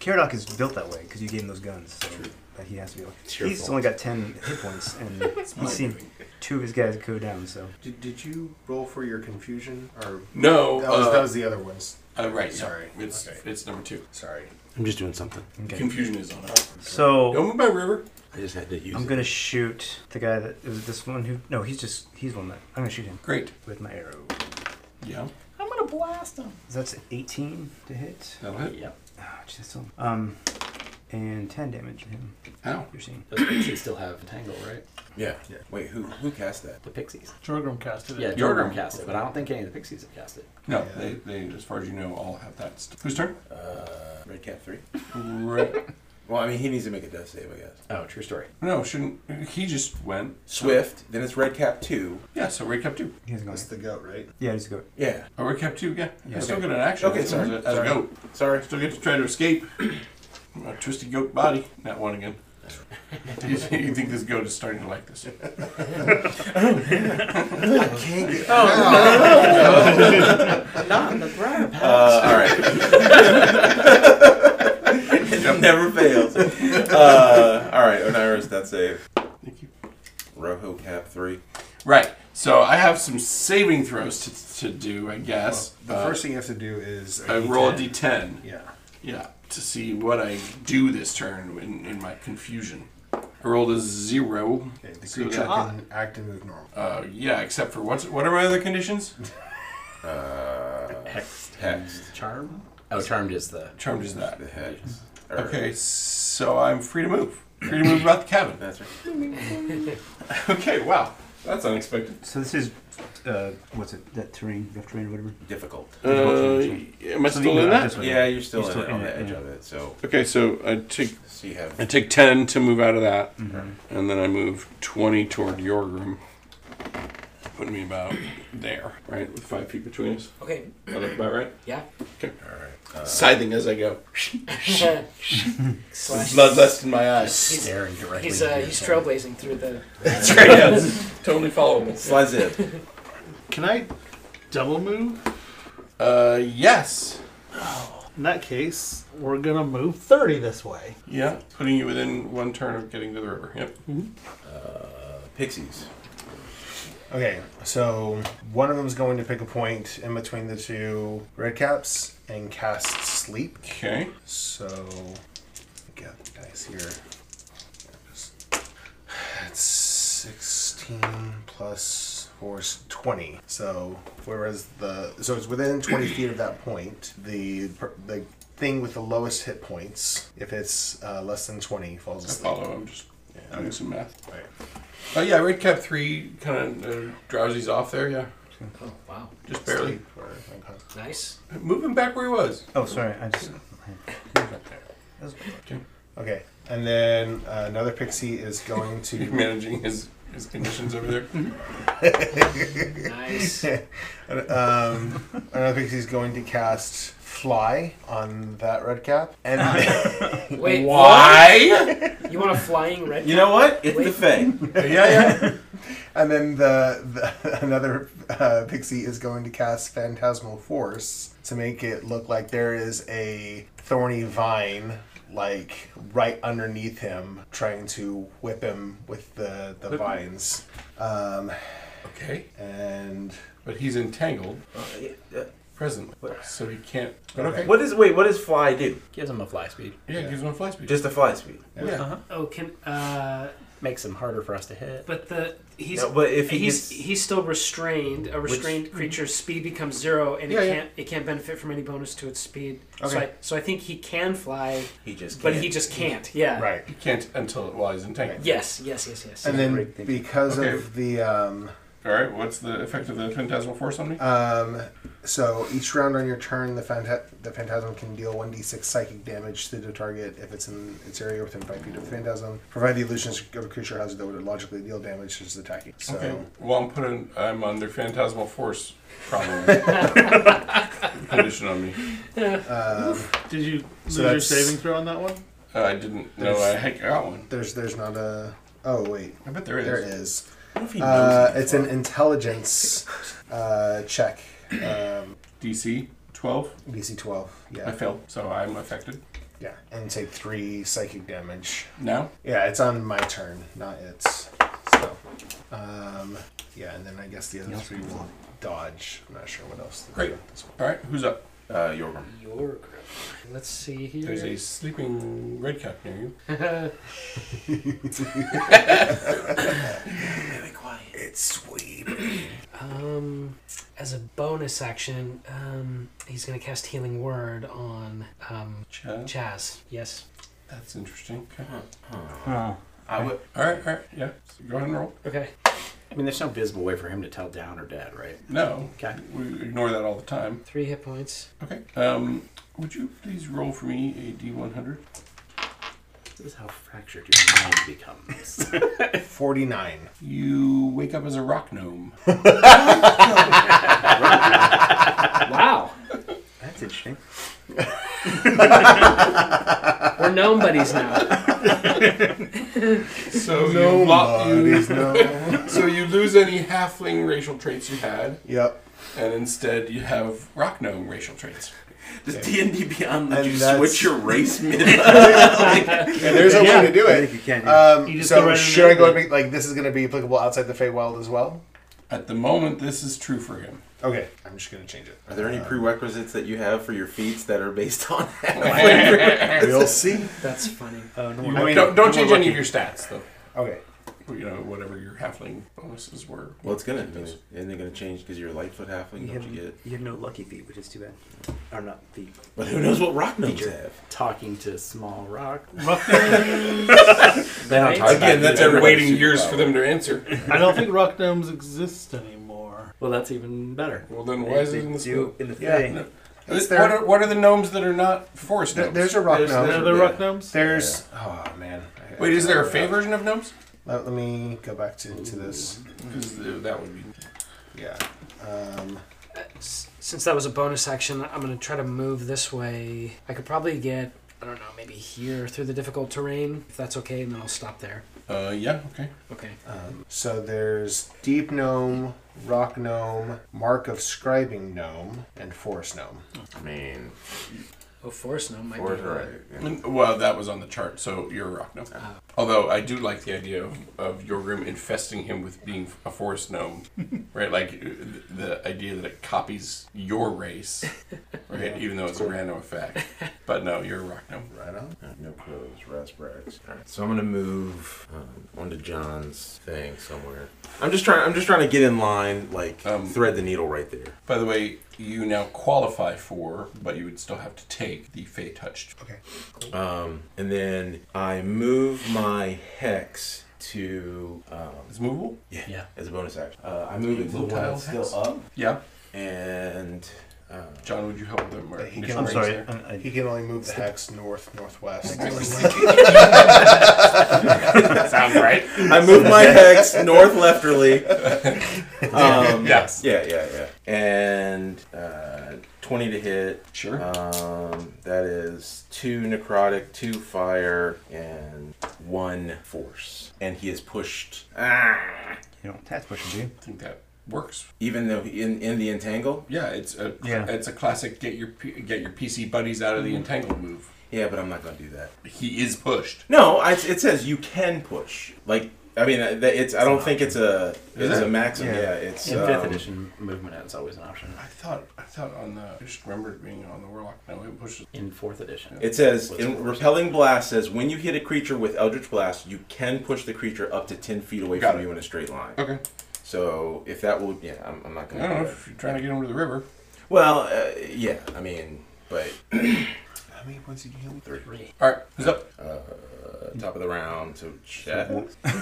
F: Caradoc is built that way because you gave him those guns. So that he has to be. Like,
E: your
F: he's
E: fault.
F: only got ten hit points,
E: [laughs]
F: and he's seen two of his guys go down. So
A: Did, did you roll for your confusion or?
B: No.
A: That was,
B: uh,
A: that was the other ones.
B: uh, right. Sorry.
A: Sorry.
B: It's
A: Okay.
B: it's number two.
A: Sorry.
E: I'm just doing something.
F: okay.
B: Confusion is on. it.
F: So
B: Don't move my river.
E: I just had to use
F: I'm
E: it.
F: gonna shoot the guy that is this one who no he's just he's one that I'm gonna shoot him
B: Great.
F: with my arrow.
B: Yeah.
G: I'm gonna blast him.
F: That's 18 to hit.
B: That'll hit.
G: Yep.
F: Ah, geez, that's still um, and 10 damage to him.
B: Ow.
F: You're seeing.
G: Those pixies still have entangle, right?
E: Yeah. Wait, who who cast that?
G: The pixies.
C: Jorgrim casted it.
G: Yeah, Jorgrim cast it, but I don't think any of the pixies have cast it.
B: No,
A: Yeah.
B: they, they, as far as you know, all have that. St- Whose turn?
E: Uh, red cap three.
B: Right. [laughs]
E: Well, I mean, he needs to make a death save, I guess.
G: Oh, true story.
B: No, shouldn't. He just went.
E: Swift. Then it's red cap two.
B: Yeah, so red cap two.
F: He hasn't gone.
A: That's the goat, right?
F: Yeah, he's good.
E: Yeah.
B: Oh, red cap two, yeah.
F: Yeah.
B: I still get an action.
E: Okay,
B: as a-
E: sorry,
B: As
E: sorry.
B: a goat.
E: Sorry.
B: I still get to try to escape. [clears throat] A twisted goat body. That one again. [laughs] you, think- you think this goat is starting to like this?
D: Oh, [laughs] Not in the briar patch.
E: Uh, all right.
J: [laughs] [laughs]
E: it never fails. Uh, all right, Onira's death save.
B: I think
J: Rojo Cap 3.
B: Right. So I have some saving throws to, to do, I guess.
A: The
B: Uh,
A: first thing you have to do is a E
B: I roll a
A: D10.
B: d10.
A: Yeah.
B: Yeah, to see what I do this turn in, in my confusion. I rolled a zero.
A: Okay, the
B: So,
A: creature
B: yeah.
A: can act and move normal.
B: Uh, yeah, except for what's what are my other conditions?
G: Hex.
J: Hex.
G: Charm? Oh, charmed is the.
B: Charmed is that.
J: The hex.
B: Okay, so I'm free to move. Free to move about the cabin.
J: That's right.
B: [coughs] Okay, wow. That's unexpected.
H: So this is, uh, what's it? That terrain, rough terrain, or whatever.
J: Difficult.
B: Uh, am I still in that?
J: Yeah, you're still,
H: You're
J: in
H: still
J: it,
H: in
J: on
H: it,
J: the edge
H: yeah.
J: of it. So,
B: Okay, so I take
J: so you have
B: I take 10 to move out of that, and then I move 20 toward your room, putting me about there, right, with five feet between us.
D: Okay.
B: That look about right?
D: Yeah.
B: Uh, Scything as I [laughs] go.
D: Slash.
B: Bloodlust [laughs] in my eyes.
D: He's-
G: Staring directly.
D: He's
G: into
D: uh,
G: your
D: he's
G: soul.
D: trailblazing through the.
B: That's right, yes. [laughs] Totally followable.
J: slides [laughs] in.
C: Can I double move?
B: Uh, yes.
C: In that case, we're gonna move 30 this way.
B: Yeah, putting you within one turn of getting to the river. Yep.
J: Pixies.
A: Okay, so one of them's going to pick a point in between the two red caps and cast sleep.
B: Okay.
A: So, get the dice here. Just- That's 16 plus 4 is 20. So, whereas the. So it's within 20 feet of that point. The, per- the thing with the lowest hit points, if it's uh, less than 20, falls
B: I
A: asleep.
B: follow. I'm just doing some math.
A: Right.
B: Oh, yeah, Red Cap 3 kind of uh, drowsies off there, yeah.
D: Oh wow!
B: Just barely.
A: Sleep or unconscious.
D: Nice.
B: Move him back where he was.
H: Oh, sorry. I just.
A: Okay, and then uh, another pixie is going
B: [laughs]
A: to.
B: You're managing his, his conditions over there.
D: [laughs] Nice.
A: [laughs] Um, another pixie's going to cast fly on that red cap, and then,
D: [laughs] Wait.
B: Why?
D: what? You want a flying red?
J: You know what? It's the
D: Wait.
J: Fae.
B: yeah,
D: [laughs]
B: yeah.
A: and then the, the another uh, pixie is going to cast phantasmal force to make it look like there is a thorny vine like right underneath him, trying to whip him with the the vines. Um,
B: [laughs] Okay,
A: and
B: but he's entangled
J: Uh, yeah,
B: presently, so he can't. But
J: uh,
B: okay.
J: What is wait? What does fly do?
G: Gives him a fly speed.
B: Yeah, gives him a fly speed.
J: Just a fly speed.
B: yeah.
D: Oh, can uh,
G: Makes him harder for us to hit.
D: but the he's
J: No, but if he
D: he's
J: gets-
D: he's still restrained. A restrained creature's speed becomes zero, and
B: Yeah,
D: it
B: yeah.
D: can't it can't benefit from any bonus to its speed. So I
A: Okay.
D: so I think he can fly,
J: He just.
D: but
J: can't.
D: he just can't. Yeah.
A: right,
B: He can't until while he's entangled.
D: Yes. Yes. Yes. Yes.
A: and then
H: Break thing.
A: because
B: Okay.
A: of the um,
B: All right. What's the effect of the phantasmal force on me?
A: Um, so each round on your turn, the phanta- the phantasm can deal one d six psychic damage to the target if it's in its area within five feet of the phantasm. Provide the illusion of a creature has that would logically deal damage to its attacking. So
B: okay. Well, I'm putting. I'm under phantasmal force [laughs] problem. condition on me.
C: Did you lose
A: So
C: your
A: that's-
C: saving throw on that one?
B: Uh, I didn't know I had got one.
A: there's there's not a oh wait
B: I bet there is.
A: there it is.
J: What if he
A: Uh,
J: knows he
A: it's
J: can
A: an intelligence uh, check. Um,
B: DC 12.
A: DC twelve.
B: I
A: Yeah,
B: failed, so I'm affected
A: yeah, and take three psychic damage.
B: now.
A: Yeah, it's on my turn, not its. So, um, yeah, and then I guess the other three will dodge. I'm not sure what else. to do
B: Great.
A: with This one.
B: All right. Who's up?
J: fly? Uh, Yorgrim.
D: Your group. Let's see
B: There's
D: here.
B: a sleeping red cap near you.
J: Very quiet.
A: It's sweet.
D: um, as a bonus action, um, he's gonna cast healing word on um,
B: Chad.
D: Chaz. Yes.
B: That's interesting. Okay.
H: Huh.
J: I would.
B: All right. All right. Yeah. So go ahead and roll.
D: Okay.
G: I mean, there's no visible way for him to tell down or dead, right?
B: No.
G: Okay.
B: We ignore that all the time.
D: Three hit points.
B: Okay. Um, would you please roll for me a D100?
G: This is how fractured your mind becomes. [laughs]
A: Forty-nine.
B: You wake up as a rock gnome.
D: Wow.
H: That's interesting.
D: We're gnome buddies now.
B: So you, lo- you
A: Nobody's
B: [laughs]
A: no.
B: so you lose any halfling racial traits you had,
A: Yep.
B: and instead you have rock gnome racial traits.
G: Does D and D Beyond let
E: And
G: you
E: that's-
G: switch
E: [laughs]
G: your race
A: And
G: mid?
A: there's a way to do
S: I think
A: it.
S: you can. yeah.
C: You
A: Um,
C: just
A: so
C: go right in
A: should I
C: there.
A: go and make like this is going to be applicable outside the Feywild as well?
B: At the moment, this is true for him.
A: Okay, I'm just going to change it.
E: Are there any prerequisites that you have for your feats that are based on [laughs]
B: [laughs]
A: We'll see.
D: That's funny.
S: Uh, no
B: You
S: more-
A: I mean,
B: don't
A: you
B: don't change
A: were
B: any of
A: lucky.
B: your stats though.
A: Okay,
B: You know whatever your halfling bonuses were.
E: Well, it's gonna do. Isn't it gonna change because you're a Lightfoot halfling?
S: you,
E: Don't you get
S: have,
E: it?
S: you have no lucky feet, which is too bad. Or not feet.
E: But who knows what rock gnomes
S: Feature.
E: have?
G: Talking to small rock.
T: They don't talk
B: Again,
T: about
B: that's
T: it.
B: every waiting years for them to answer.
C: I don't think rock gnomes exist anymore.
G: Well, that's even better.
B: Well, then why is it in
S: They
B: this
S: do
B: book?
S: in the
A: Yeah,
S: thing.
B: no.
A: It's
B: What
A: there.
B: are, what are the gnomes that are not forest
A: There-
B: gnomes?
A: there's a rock
C: There's
A: gnome.
C: no other
A: Yeah.
C: rock gnomes.
A: There's oh man. I-
B: Wait, is there a
A: I-
B: fae version of gnomes?
A: Let, let me go back to, to this.
B: Because uh, that would be.
A: Yeah. Um,
D: S- Since that was a bonus action, I'm gonna try to move this way. I could probably get I don't know maybe here through the difficult terrain if that's okay, and then I'll stop there.
B: Uh, yeah. Okay.
D: Okay. Uh,
A: um, so there's deep gnome, rock gnome, mark of scribing gnome, and forest gnome.
E: I mean,
D: Oh, forest gnome might
E: or
D: be
E: right. yeah.
B: And- Well, that was on the chart, so you're a rock gnome. Although I do like the idea of, of your room infesting him with being a forest [laughs] gnome, right? Like uh, the idea that it copies your [laughs] race, right? Even though it's a random [laughs] effect. But no, you're a rock gnome.
A: Right on.
E: No clothes, raspberries. All right. So I'm gonna move um, onto John's thing somewhere. I'm just trying. I'm just trying to get in line, like
B: Um,
E: thread the needle right there.
B: By the way, you now qualify for, but you would still have to take the Fey Touched.
E: Um, and then I move my hex to um,
B: It's movable?
E: yeah,
G: Yeah.
E: as a bonus action. Uh, I move it to the one
B: Motile
E: that's
B: hex?
E: still up,
B: Yeah.
E: and uh,
B: John, would you help with the mar-
A: He can-
B: initial
A: I'm
F: I'm
B: range
F: sorry.
B: there? [laughs]
F: I, I,
A: He can only move the hex north northwest.
B: I was thinking-
A: [laughs]
B: Sounds right.
E: I move my hex north lefterly. Um,
B: Yes.
E: [laughs] Yeah, yeah, yeah. And uh, 20 to hit.
B: Sure.
E: Um, that is two necrotic, two fire, and one force. And he is pushed. Ah!
F: you don't tax push him,
B: I think that works.
E: Even though he- in in the entangle.
B: Yeah, Mm-hmm. it's a
F: Yeah.
B: it's a classic get your P- get your PC buddies out of the entangled move.
E: Yeah, but I'm not gonna do that.
B: He is pushed.
E: No, I, it says you can push. Like. I mean, uh, that- it's. I don't think it's a.
B: Is
E: It's
B: it?
E: a maximum.
F: Yeah.
E: Yeah, it's.
G: In fifth
E: um,
G: edition, movement is always an option.
B: I thought I thought on the I just remember it being on the warlock. No, it pushes.
G: In fourth edition,
E: It says, in repelling blast says, when you hit a creature with Eldritch Blast, you can push the creature up to 10 feet away
B: Got
E: from
B: it.
E: you in a straight line.
B: Okay.
E: So if that will, yeah, I'm, I'm not
B: I
E: going
B: don't know
E: to.
B: if you're trying to get him to the river.
E: Well, uh, yeah, I mean, but
A: How many points did you heal?
E: three.
B: All right, who's up?
E: Uh, top of the round, so chat.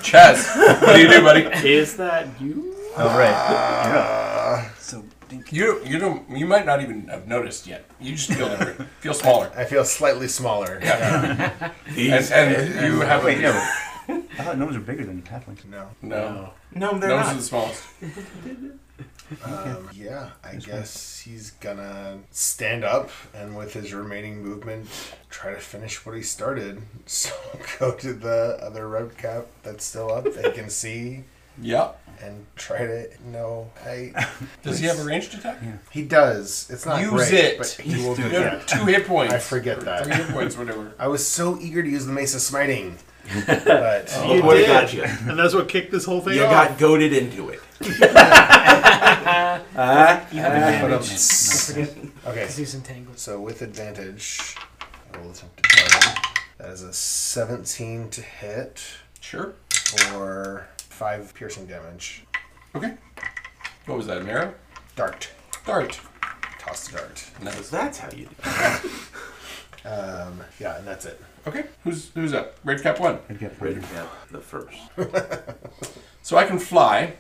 B: Chaz. [laughs] what do you do, buddy?
G: [laughs] is that you?
F: Oh, right.
A: Uh,
G: So
B: You you don't you might not even have noticed yet. You just feel different. [laughs] feel smaller.
A: I feel slightly smaller.
B: And, and you have
F: Wait, no.
B: a
F: I thought gnomes are bigger than halflings.
A: No.
G: Oh.
B: no.
E: No, Oh, they're
B: Those are
E: not.
B: the smallest.
A: Um, yeah, I guess he's gonna stand up and with his remaining movement try to finish what he started. [laughs] So go to the other red cap that's still up that he [laughs] can see
B: Yeah.
A: and try to. No, I.
B: Does he have a ranged attack?
A: He does. It's not
B: Use
A: great,
B: it.
A: but he will do
B: You have
A: that.
B: two hit points.
A: I forget
B: Or
A: that.
B: Three hit points, whatever.
A: I was so eager to use the Mesa Smiting,
B: [laughs]
A: but
B: Oh.
E: Look what I got Oh, you.
C: And that's what kicked this whole thing
E: You
C: off.
E: got goaded into it.
D: You have advantage.
A: okay.
D: Because he's entangled.
A: So with advantage, I will attempt to target. That is a 17 to hit
B: Sure.
A: or five piercing damage.
B: Okay. What was that, an arrow?
A: Dart.
B: Dart.
A: Toss the dart.
B: Nice.
E: That's how you do it.
A: Um, yeah, and that's it.
B: Okay, who's who's up? Red cap one.
F: I'd get
E: Right now, the first.
B: So I can fly.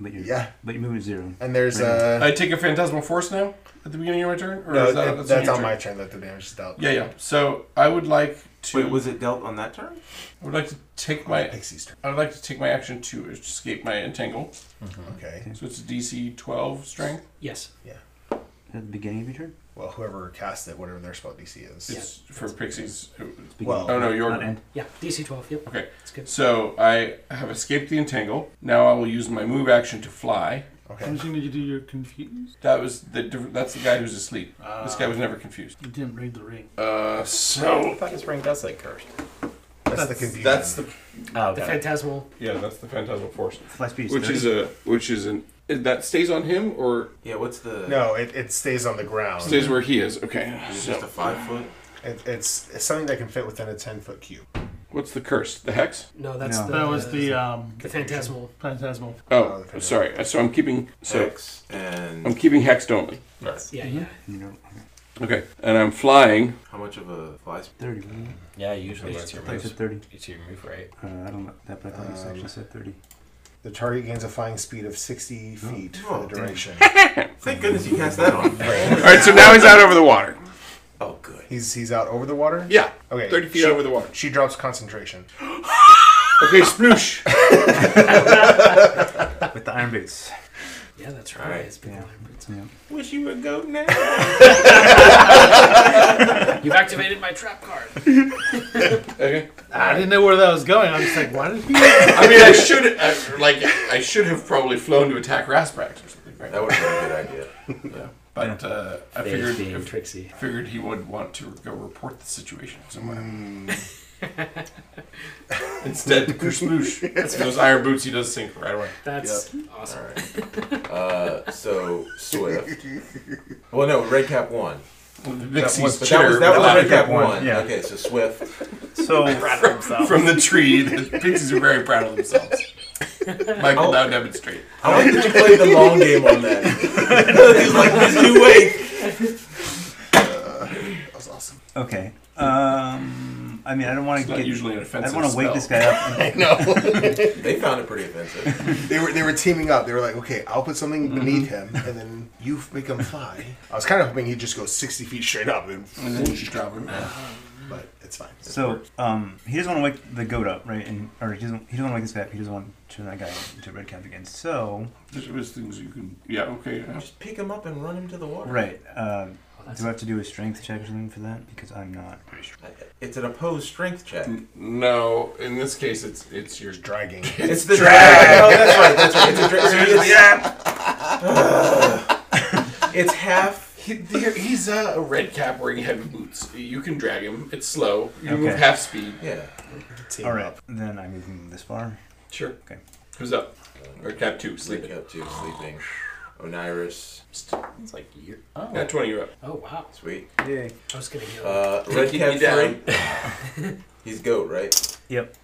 F: But you're,
A: Yeah.
F: But you're moving zero.
A: And there's a.
B: I take a phantasmal force now at the beginning of my turn, or
A: No,
B: is that,
A: that- that's,
B: your
A: on my
B: turn?
A: turn that the damage is dealt.
B: Yeah, yeah. So I would like to.
E: Wait, was it dealt on that turn?
B: I would like to take my.
A: Pixie's turn.
B: I would like to take my action to escape my entangle.
A: Okay.
B: So it's a DC 12 strength.
D: Yes.
F: At the beginning of your turn?
A: Well, whoever cast it, whatever their spell DC is.
B: It's for pixies.
A: Well,
B: Oh no, your
F: Not end.
D: Yeah. DC 12. Yep.
B: Okay.
D: That's good.
B: So I have escaped the entangle. Now I will use my move action to fly.
A: Okay.
C: Anything that you do, you're confused.
B: That was the. diff- That's the guy who's asleep. this guy was never confused.
C: You didn't read the ring.
B: Uh,
G: Oh, I
B: so
G: thought his ring does say cursed.
A: That's, the confusion.
E: That's the
G: Oh,
D: The
G: got it.
D: phantasmal.
B: yeah, that's the phantasmal force,
F: Flash beast.
B: which is a which is an that stays on him or
E: yeah. What's the
A: no, it, it stays on the ground.
B: stays where he is. Okay,
E: Is it
B: so
E: just a five foot?
A: It, it's, it's something that can fit within a ten foot cube.
B: what's the curse? The hex? Oh,
D: No, that's
F: No.
D: the.
C: That was the um,
D: the phantasmal.
C: phantasmal.
B: Oh, sorry. So I'm keeping so
E: Six and
B: I'm keeping hexed only.
D: Yeah, yeah.
F: You know,
B: Okay, and I'm flying. [laughs]
E: how much of a fly speed?
F: thirty. wasn't it?
G: Yeah, usually
F: I
G: it's your
F: thought you
G: move.
F: said thirty.
G: It's your move rate.
F: Uh, I don't know that, but I thought you said-
A: Um,
F: you said thirty.
A: The target gains a flying speed of sixty feet for
E: Oh,
A: the
B: [laughs]
E: damn.
A: duration.
E: Thank goodness you cast that on.
B: All right, so now he's out over the water.
E: [laughs] Oh, good.
A: he's he's out over the water.
B: Yeah.
A: Okay.
B: Thirty feet
A: she,
B: over the water.
A: She drops concentration.
B: Okay, sploosh.
F: With the iron boots.
D: Yeah, that's right.
E: All right,
D: It's been
F: yeah.
D: iron boots.
F: Yeah.
E: Wish you would go [laughs] now.
D: You've activated my trap card.
B: Okay.
C: I didn't know where that was going. I was like, why did he?
B: I mean,
F: [laughs]
B: I should I, like I should have probably flown to attack Rasprax or something. Right?
E: That would have been a good idea.
B: But uh, I
G: They
B: figured
G: being
B: if,
G: tricksy.
B: figured he would want to go report the situation somewhere. [laughs] Instead, koosh [laughs] sploosh. those iron boots, he does sink right away.
D: That's awesome.
E: Uh, so Swift. Well, no, Red Cap one.
B: Vixie's
E: was, but that
B: chair
E: was, that was
B: fell
E: Red Cap
F: Cap one,
E: one.
F: yeah.
E: Okay, so Swift.
F: So
B: from the tree. The pixies are very proud of
A: [laughs]
B: themselves. Michael
A: Oh.
B: now demonstrate.
E: I like that you played the long game on that. [laughs] He's like, there's no way.
A: That was awesome.
F: okay. Um, I mean, I don't want
B: It's
F: to
B: not
F: get.
B: usually an
F: I
B: offensive.
F: don't want to wake
B: spell.
F: this guy up.
A: [laughs]
F: and-
E: They found it pretty offensive.
A: They were they were teaming up. They were like, okay, I'll put something beneath him, and then you make him fly. I was kind of hoping he'd just go sixty feet straight up, and,
B: And then you just drop him.
A: but it's fine.
F: so um, he doesn't want to wake the goat up, right? And or he doesn't. He doesn't want to wake this guy up. He doesn't want to turn that guy into a red cap again. So
B: There was things you can. Yeah. Okay. yeah.
E: Just pick him up and run him to the water.
F: right. Uh,
D: that's-
F: do I have to do a strength check or something for that? Because I'm not pretty sure.
E: It's an opposed strength check.
B: No. In this case, it's it's your.
A: There's dragging.
E: It's the drag. Oh, that's right. That's right. It's a drag. So it's, it's [laughs] half.
B: He, there- he's uh, a red cap wearing heavy boots. You can drag him. It's slow. You move
F: Okay.
B: half speed.
E: Yeah.
A: Team
F: All right.
A: up.
F: Then I move him this far.
B: Sure.
F: Okay.
B: Who's up? Red cap two.
E: Sleeping
B: Sleeping.
E: up too. Sleeping. Oniris.
G: It's like year.
B: Yeah, twenty. You're up.
D: Oh wow.
E: Sweet.
F: Yay.
D: I was gonna go.
E: Uh, red
B: Taking
E: cap
B: you down.
E: three. He's goat, right?
F: Yep.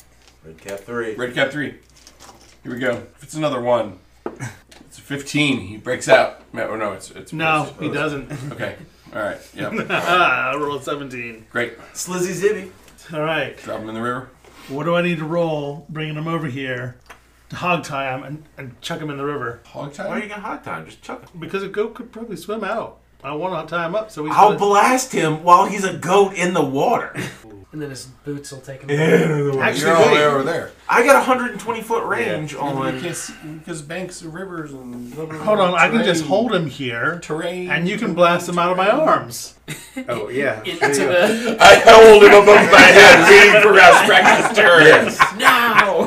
E: Red cap three.
B: Red cap three. Here we go. If it's another one, [laughs] it's a fifteen. He breaks out. No, no, it's it's
C: [laughs] No, [laughs] he doesn't.
B: Okay. All right. Yeah. [laughs]
C: I rolled 17.
B: Great.
E: Slizzy Zibby.
C: All right.
B: Drop him in the river.
C: What do I need to roll bringing him over here to hog tie him and, and chuck him in the river?
B: Hog
E: Why are
B: tie.
E: you gonna hot time? Just chuck him.
C: Because a goat could probably swim out. I want to tie him up so we
E: I'll blast him while he's a goat in the [laughs] water.
D: and then his boots
E: [laughs]
D: will take him.
C: Actually,
B: You're all the way
C: wait.
B: over there.
E: I got 120 foot range
B: Nobody
E: on.
B: can see- because banks are rivers and
C: Hold on, I can just hold him here
B: terrain
C: and you can blast him out of my arms.
U: Oh yeah.
D: Into the
B: I held him above my head waiting for us practice turns.
D: now.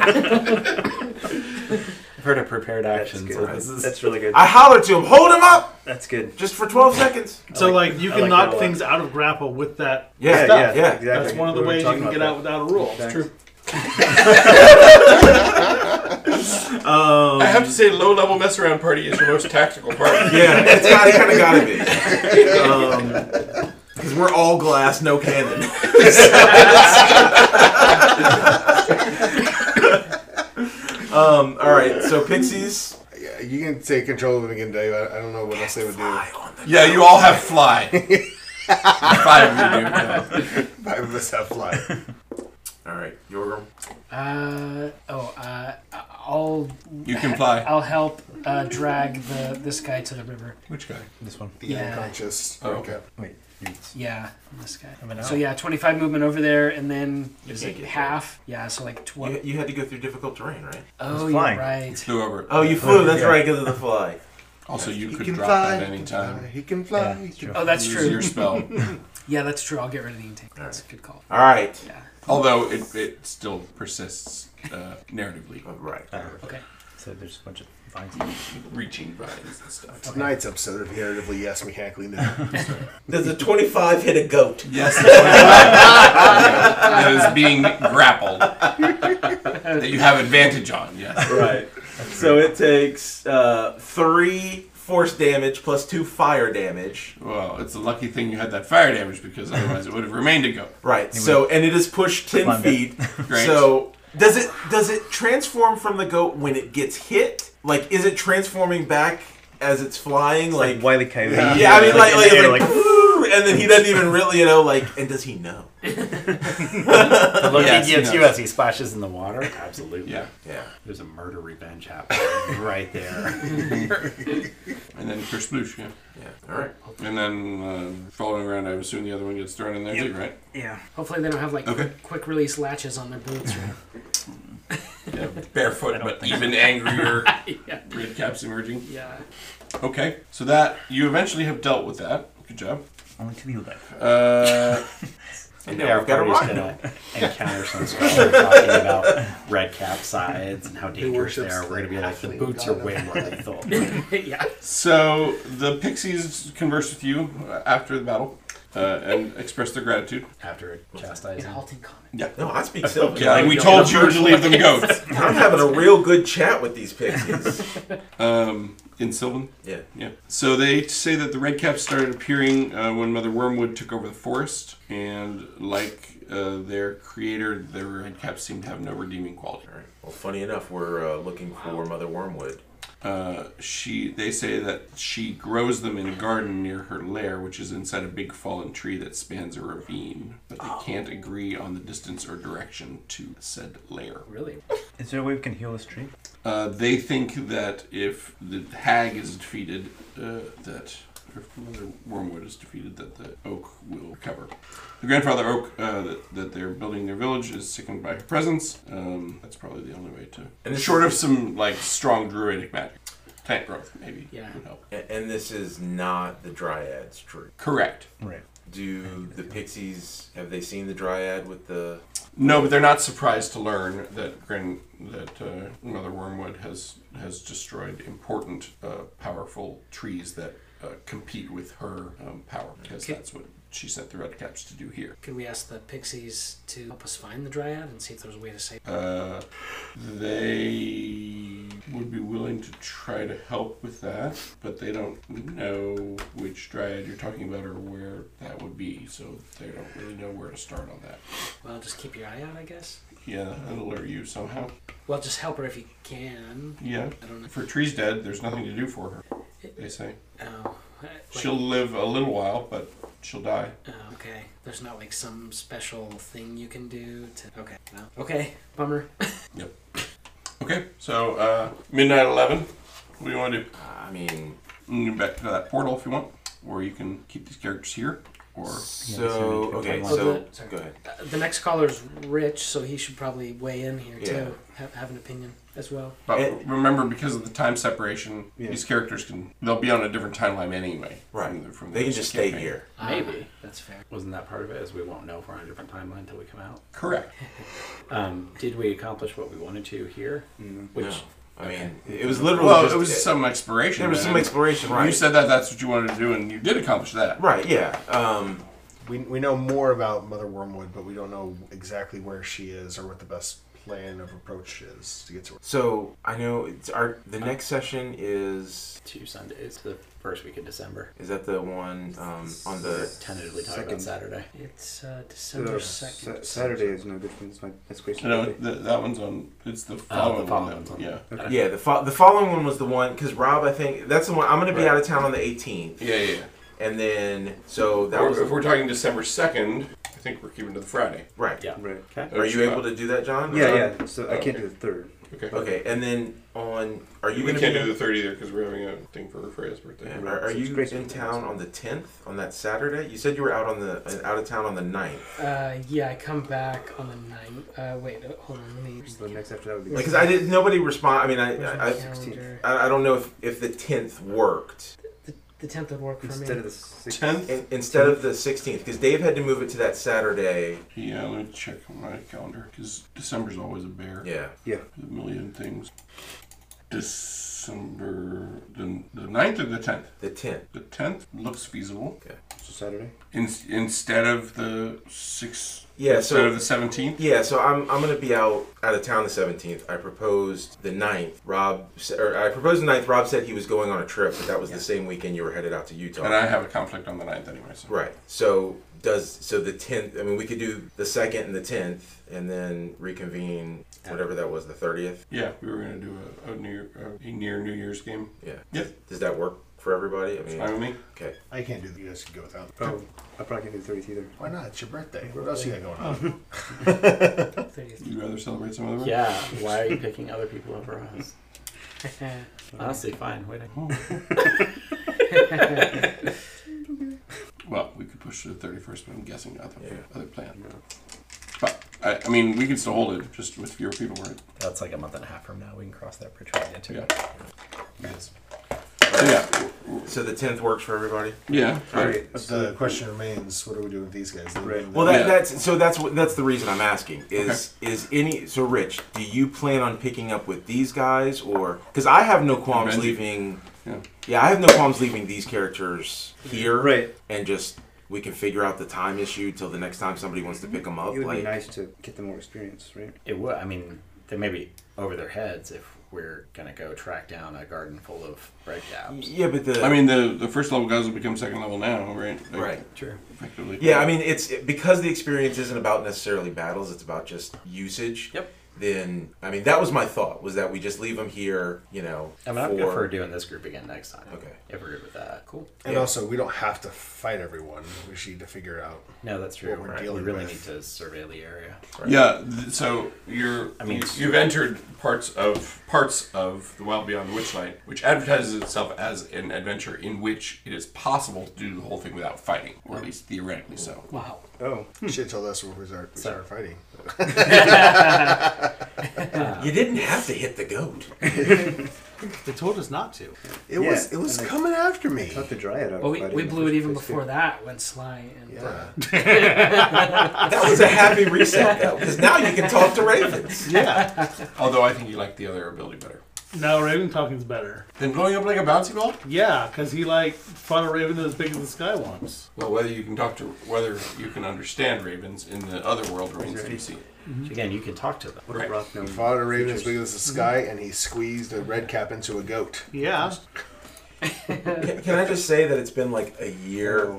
G: I've heard of [laughs] prepared actions.
U: good.
G: so this is-
U: That's really good.
E: I hollered to him, hold him up
U: That's good.
E: just for 12 seconds.
C: So
U: like-
C: like, you
U: I
C: can
U: like that a
C: knock
U: lot.
C: things out of grapple with that.
E: Yeah,
C: Stop.
E: yeah, yeah.
U: exactly.
C: That's one of the
U: We were
C: ways you
U: talking
C: can
U: about
C: get
U: that.
C: out without a rule.
U: Thanks.
B: I have to say, low level mess around party is your most tactical party.
E: Yeah, it's got, it kind of got to be.
B: [laughs]
E: Because we're all glass, no
B: [laughs]
E: cannon. um, all right, so Pixies.
A: Yeah, you can take control of him again, Dave. I, I don't know what else they would do.
E: Eye on the-
B: yeah, you all have fly. Five of you do.
A: Five of us have fly.
E: All right, Jorgrim.
D: Uh oh. Uh, I'll
B: You can fly.
D: I'll help uh, drag the this guy to the river.
B: Which guy?
F: This one.
A: The
D: Yeah.
A: unconscious.
B: Oh,
A: okay.
F: Wait. you-
D: Yeah, this guy.
G: Coming
D: So
G: out.
D: yeah, 25 movement over there, and then
E: You
D: is
E: can't
D: it
E: get
D: half? Yeah, so like 20.
E: You, you had to go through difficult terrain, right?
D: oh,
F: It's
D: you're
F: flying.
D: right.
B: Flew over. it.
E: Oh, you flew. That's right, because of the fly.
B: Also, you
A: He
B: could
A: can
B: drop
A: fly.
B: at any time.
A: He can fly.
F: Yeah,
A: he can
F: sure.
D: Oh, that's
B: Use
D: true.
B: your spell.
D: Yeah, that's true. I'll get rid of the intake. That's a good call.
E: All right.
D: Yeah.
B: Although it, it still persists uh, narratively.
E: All right.
D: Okay.
G: So there's a bunch of finds
B: reaching vines and stuff.
A: Tonight's episode of Imperatively Yes Mechanically No.
E: Does a 25 hit a goat?
B: Yes, that is being grappled. that you have advantage on. Yes.
E: Right. so it takes uh, three force damage plus two fire damage.
B: Well, it's a lucky thing you had that fire damage because otherwise it would have remained a goat.
E: Right. So and it is pushed ten
F: Climbed
E: feet.
F: it.
B: Great.
E: So does it does it transform from the goat when it gets hit? Like is it transforming back as it's flying?
H: Like,
E: like
H: Wily Coyote.
E: yeah, I mean like
H: in
E: like,
H: the air,
E: like, and then he doesn't even really you know like and does he know?
G: The look
B: Yes,
G: he
B: he
G: gives you
B: knows.
G: as he splashes in the water. Absolutely.
B: Yeah.
E: Yeah.
G: There's a murder revenge happening [laughs] right there.
B: And then Kersploosh, yeah.
E: Yeah. All right.
B: And then uh, following around, I assume the other one gets thrown in there too, right?
F: Yeah.
D: Hopefully they don't have like
B: Okay.
D: quick, quick release latches on their boots.
B: Yeah, barefoot, but even angrier.
D: yeah.
B: Red caps emerging.
D: Yeah. [laughs]
B: Okay, so that you eventually have dealt with that. Good job.
H: Only two people left.
B: Uh,
E: And
G: Our
E: now we've got a
G: party's
E: rock.
G: gonna encounter some scholar talking about red cap sides and how dangerous they
A: worships
G: are. We're gonna be like, the
A: halfling
G: boots are
A: god
G: way more lethal.
D: [laughs]
G: They
D: yeah.
B: so the pixies converse with you uh, after the battle uh, and express their gratitude.
G: After
D: In
G: chastising.
D: halting comment.
E: No, I speak Sylvan.
B: Yeah, like we told you to leave them [laughs] goats.
E: I'm having a real good chat with these pixies.
B: Um, in Sylvan.
E: Yeah.
B: Yeah. So they say that the red caps started appearing uh, when Mother Wormwood took over the forest, and like uh, their creator, the red caps seem to have no redeeming quality.
E: All right. Well, funny enough, we're uh, looking for Mother Wormwood.
B: Uh, she, they say that she grows them in a garden near her lair, which is inside a big fallen tree that spans a ravine. But they can't agree on the distance or direction to said lair.
D: Really?
H: Is there a way we can heal this tree?
B: Uh, they think that if the hag is defeated, uh, that or if Mother Wormwood is defeated, that the oak will recover. The grandfather oak uh, that, that they're building their village is sickened by her presence. Um, that's probably the only way to.
E: And
B: short of some like strong druidic magic, plant growth maybe
D: Yeah.
B: would help.
E: A- And this is not the Dryad's tree.
B: Correct.
H: Right.
E: Do the pixies have they seen the Dryad with the?
B: No, but they're not surprised to learn that Grin, that uh, Mother Wormwood has has destroyed important, uh, powerful trees that uh, compete with her um, power because
D: Okay.
B: that's what she sent the Red Caps to do here.
D: Could we ask the pixies to help us find the dryad and see if there's a way to save?
B: Uh, they would be willing to try to help with that, but they don't know which dryad you're talking about or where that would be, so they don't really know where to start on that.
D: Well, just keep your eye out, I guess.
B: Yeah, that'll alert you somehow.
D: Well, just help her if you can.
B: Yeah.
D: I don't know.
B: For tree's dead, there's nothing to do for her. They say
D: Oh, uh, like,
B: she'll live a little while, but she'll die.
D: oh, okay. There's not like some special thing you can do to. Okay. Well, okay. Bummer.
B: Okay, so uh, midnight eleven. What do you want to do?
E: uh, I mean,
B: You can go back to that portal if you want, or you can keep these characters here. Or
E: so okay,
D: Oh,
E: so
D: the- sorry.
E: go ahead.
D: Uh, the next caller's rich, so he should probably weigh in here
E: Yeah.
D: too. Have, have an opinion as well.
B: but
E: It-
B: remember, because of the time separation, these characters can they'll be on a different timeline anyway.
E: Right,
B: the-
E: they
B: the
E: can just stay
B: campaign.
E: here.
G: Maybe.
D: Ah, that's fair.
G: Wasn't that part of it? Is we won't know if we're on a different timeline until we come out.
B: Correct.
G: Um, did we accomplish what we wanted to here? Which
E: No, I mean it was literally
B: Well,
E: just,
B: it was some exploration.
E: there was some
B: man.
E: exploration, right?
B: You said that that's what you wanted to do, and you did accomplish that.
E: right, yeah. Um,
A: we, we know more about Mother Wormwood, but we don't know exactly where she is or what the best plan of approach is to get to her.
E: so I know it's our the next session is
G: two Sundays, the first week of December.
E: is that the one um, on
G: We're
E: the
G: tentatively talking
H: Second.
G: about Saturday.
D: It's uh, December
H: Uh,
D: second.
H: Sa- Saturday is no good for me. That's my that's Grace.
B: No, th- that one's on. It's
E: Ah,
B: the following.
G: Oh, following
B: one.
G: one's on.
B: Yeah.
E: yeah the fo- the following one was the one because Rob I think that's the one I'm gonna be
B: Right.
E: out of town on the 18th
B: Yeah, yeah. yeah.
E: and then so that
B: Or
E: was
B: if we're talking December second, I think we're keeping to the Friday.
E: right.
G: Yeah.
H: Right.
E: Are you able to do that, John?
H: Yeah, yeah. So I
B: Oh,
H: can't
B: okay.
H: do the third.
B: Okay.
E: Okay, and then on are you
B: we
E: gonna
B: can't
E: be,
B: do the third either because we're having a thing for Freya's birthday.
E: Yeah, Are, are
H: So it's
E: you
H: Grace
E: in
H: Week,
E: town
H: so-
E: on the 10th on that Saturday? You said you were out on the uh, out of town on the 9th.
D: [laughs] Uh, yeah, I come back on the ninth. Uh, wait, uh, hold on. Let me.
H: So the next after that would be.
E: Because I didn't nobody respond. I mean,
D: Where's
E: I
D: my
E: I,
D: calendar?
E: I I don't know if, if the 10th worked
D: The tenth would work for me.
H: Instead of the sixth.
E: in, instead of the 16th because Dave had to move it to that Saturday.
B: Yeah, let me check my calendar because December's always a bear.
E: Yeah.
H: Yeah.
B: A million things. December. December the, the 9th or the 10th?
E: The tent.
B: The 10th looks feasible.
F: So Saturday.
B: In, instead of the 6th,
E: Yeah,
B: instead
E: so-
B: of the 17th?
E: Yeah, so I'm, I'm gonna be out out of town the 17th. I proposed the 9th. Rob s- or I proposed the 9th. Rob said he was going on a trip, but that was the same weekend you were headed out to Utah.
B: And I have a conflict on the 9th anyway. So.
E: Right. So does so the tenth? I mean, we could do the second and the tenth, and then reconvene whatever that was, the thirtieth.
B: Yeah, we were going to do a, a, near, a near New Year's game.
E: Yeah.
B: Yep.
E: Does that work for everybody? I mean,
B: Fine with me.
E: okay.
A: I can't do that. You guys can go without.
F: Oh, I probably can't do the 30th either. Oh,
A: Why not? It's your birthday. What else you got going on?
D: [laughs]
B: You'd rather celebrate some other way?
V: Yeah, why are you picking other people over us? Honestly, fine. Wait, I-
B: Well, we could push to the 31st, but I'm guessing other,
E: Yeah.
B: other plan. But, I, I mean, we can still hold it, just with fewer people, right?
G: That's like a month and a half from now. We can cross that bridge when we get to
B: Yeah.
G: it.
B: So, yeah.
E: So the tenth works for everybody.
B: Yeah.
F: Alright,
A: But the question remains: What are we doing with these guys? Right.
E: Well, that,
B: Yeah.
E: that's so that's what that's the reason I'm asking is is any so Rich, do you plan on picking up with these guys or because I have no qualms
B: Benji.
E: leaving.
B: Yeah.
E: Yeah, I have no qualms leaving these characters here.
F: Right.
E: And just we can figure out the time issue till the next time somebody wants to pick them up.
F: It would
E: like
F: be nice to get them more experience, right?
G: It would. I mean, they may be over their heads if we're gonna go track down a garden full of red caps.
E: Yeah, but the
B: I mean, the the first level guys will become second level now, right? Like,
E: right.
G: Sure.
B: Effectively.
E: Yeah, I mean it's it- because the experience isn't about necessarily battles; it's about just usage.
G: Yep.
E: Then I mean that was my thought was that we just leave them here, you know.
G: I mean, I'm good for doing this group again next time.
E: Okay.
G: If we're good with that, cool.
A: and
E: yeah.
A: also, we don't have to fight everyone. We just need to figure out.
G: No, that's true.
A: What we're
G: Right. We
A: dealing
G: really
A: with.
G: need to survey the area.
B: Yeah. Th- so you're. I
G: I
B: mean,
G: mean-
B: you, have entered parts of parts of the Wild Beyond the Witchlight, which advertises itself as an adventure in which it is possible to do the whole thing without fighting, or at least theoretically so.
D: Wow.
F: Oh,
A: Shit told us when we start, we start fighting.
E: You didn't have to hit the
G: [laughs]
E: goat.
C: They told us not to.
A: It
F: Yeah,
A: was it was
F: and they-
A: coming after me.
F: not the dryad.
D: Well, we, we blew it even before that when Sly and
A: [laughs]
D: uh,
F: [laughs]
A: Yeah.
E: That was a happy reset though, because now you can talk to ravens.
C: Yeah.
B: Although I think you like the other ability better.
C: no, Raven talking's better.
B: Then blowing up like a bouncy ball.
C: Yeah, because he like fought a Raven as big as the sky once.
B: Well, whether you can talk to whether you can understand ravens in the other world remains to be seen.
G: So again, you can talk to them.
F: What
B: Right.
F: a rock gnome.
A: He fought a raven as big as the sky, and he squeezed a red cap into a
F: [laughs]
A: goat.
C: Yeah.
E: Can, can I just say that it's been like a year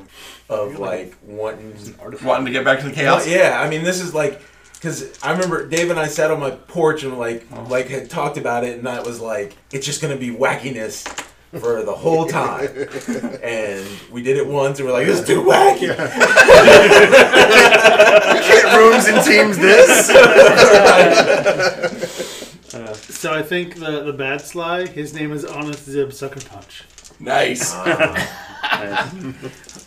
E: of like wanting
B: Wanting to get back to the chaos.
E: Well, yeah, I mean, this is like because I remember Dave and I sat on my porch and like like had talked about it, and that was like it's just gonna be wackiness for the whole time. [laughs] and we did it once, and we're like, this is too wacky.
A: rooms and teams this. [laughs]
C: So I think the the bad Sly, his name is Honest Zib Sucker Punch.
B: Nice.
E: Uh,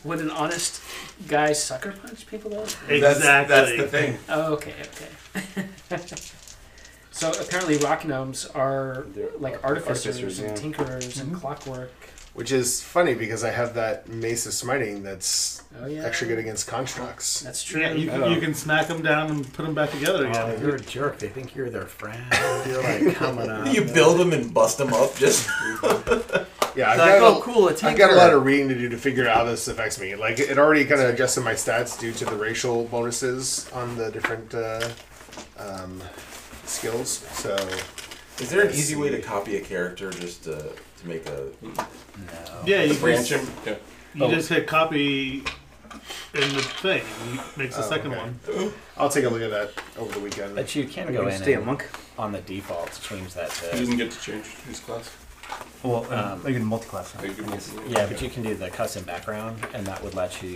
D: would an honest guy sucker punch people though?
C: Exactly.
B: That's, that's the thing.
D: Oh, okay, okay.
C: [laughs]
D: so apparently, rock gnomes are
F: They're
D: like artificers,
F: artificers,
D: and
F: yeah.
D: tinkerers
C: Mm-hmm.
D: and clockwork.
A: Which is funny because I have that Mace of Smiting that's
D: Oh yeah,
A: extra good against constructs.
D: That's true.
C: Yeah, you
F: Oh.
C: can, you can smack them down and put them back together
G: Oh,
C: again.
G: you're a jerk. They think you're their friend. You're like coming up.
E: [laughs] You build them and bust them up. Just
A: Yeah, I've
V: Like,
A: got,
V: oh,
A: a,
V: cool, a
A: I've got a
V: tinker.
A: lot of reading to do to figure out how this affects me. Like, it already kind of adjusted my stats due to the racial bonuses on the different uh, um, skills. So,
E: is there an easy way to copy a character just to to make a
C: Yeah, you,
B: Branch
C: just,
B: him. Yeah.
C: you just hit copy in the thing and it makes a
A: Oh,
C: second
A: okay.
C: one.
A: I'll take a look at that over the weekend.
G: But you can go
F: You
G: in eh?
F: can stay a
G: and
F: monk.
G: on the default to change that
B: He
G: to
B: doesn't get to change his class.
W: Well,
G: uh,
W: um, you can multi-class.
B: They give him-
G: Yeah, but you can do the custom background, and that would let you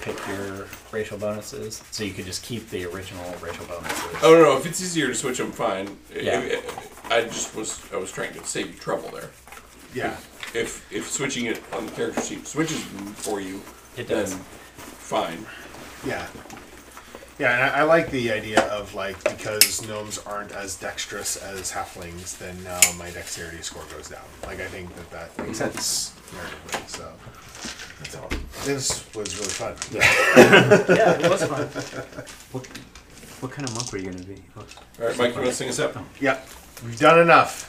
G: pick your racial bonuses. So you could just keep the original racial bonuses.
B: Oh no, no! If it's easier to switch, I'm fine. I-
G: Yeah.
B: I, I just was I was trying to save you trouble there.
A: yeah.
B: If if switching it on the character sheet switches them for you,
G: It does.
B: Then fine.
A: Yeah. Yeah, and I, I like the idea of like because gnomes aren't as dexterous as halflings, then now my dexterity score goes down. Like I think that that makes sense narratively. So
E: that's awesome.
A: this was really fun.
D: Yeah, it was fun.
F: What, what kind of monk were you going to be?
H: Oh,
G: Oh.
B: All right, Mike, you want to sing us up?
A: Yep, we've done enough.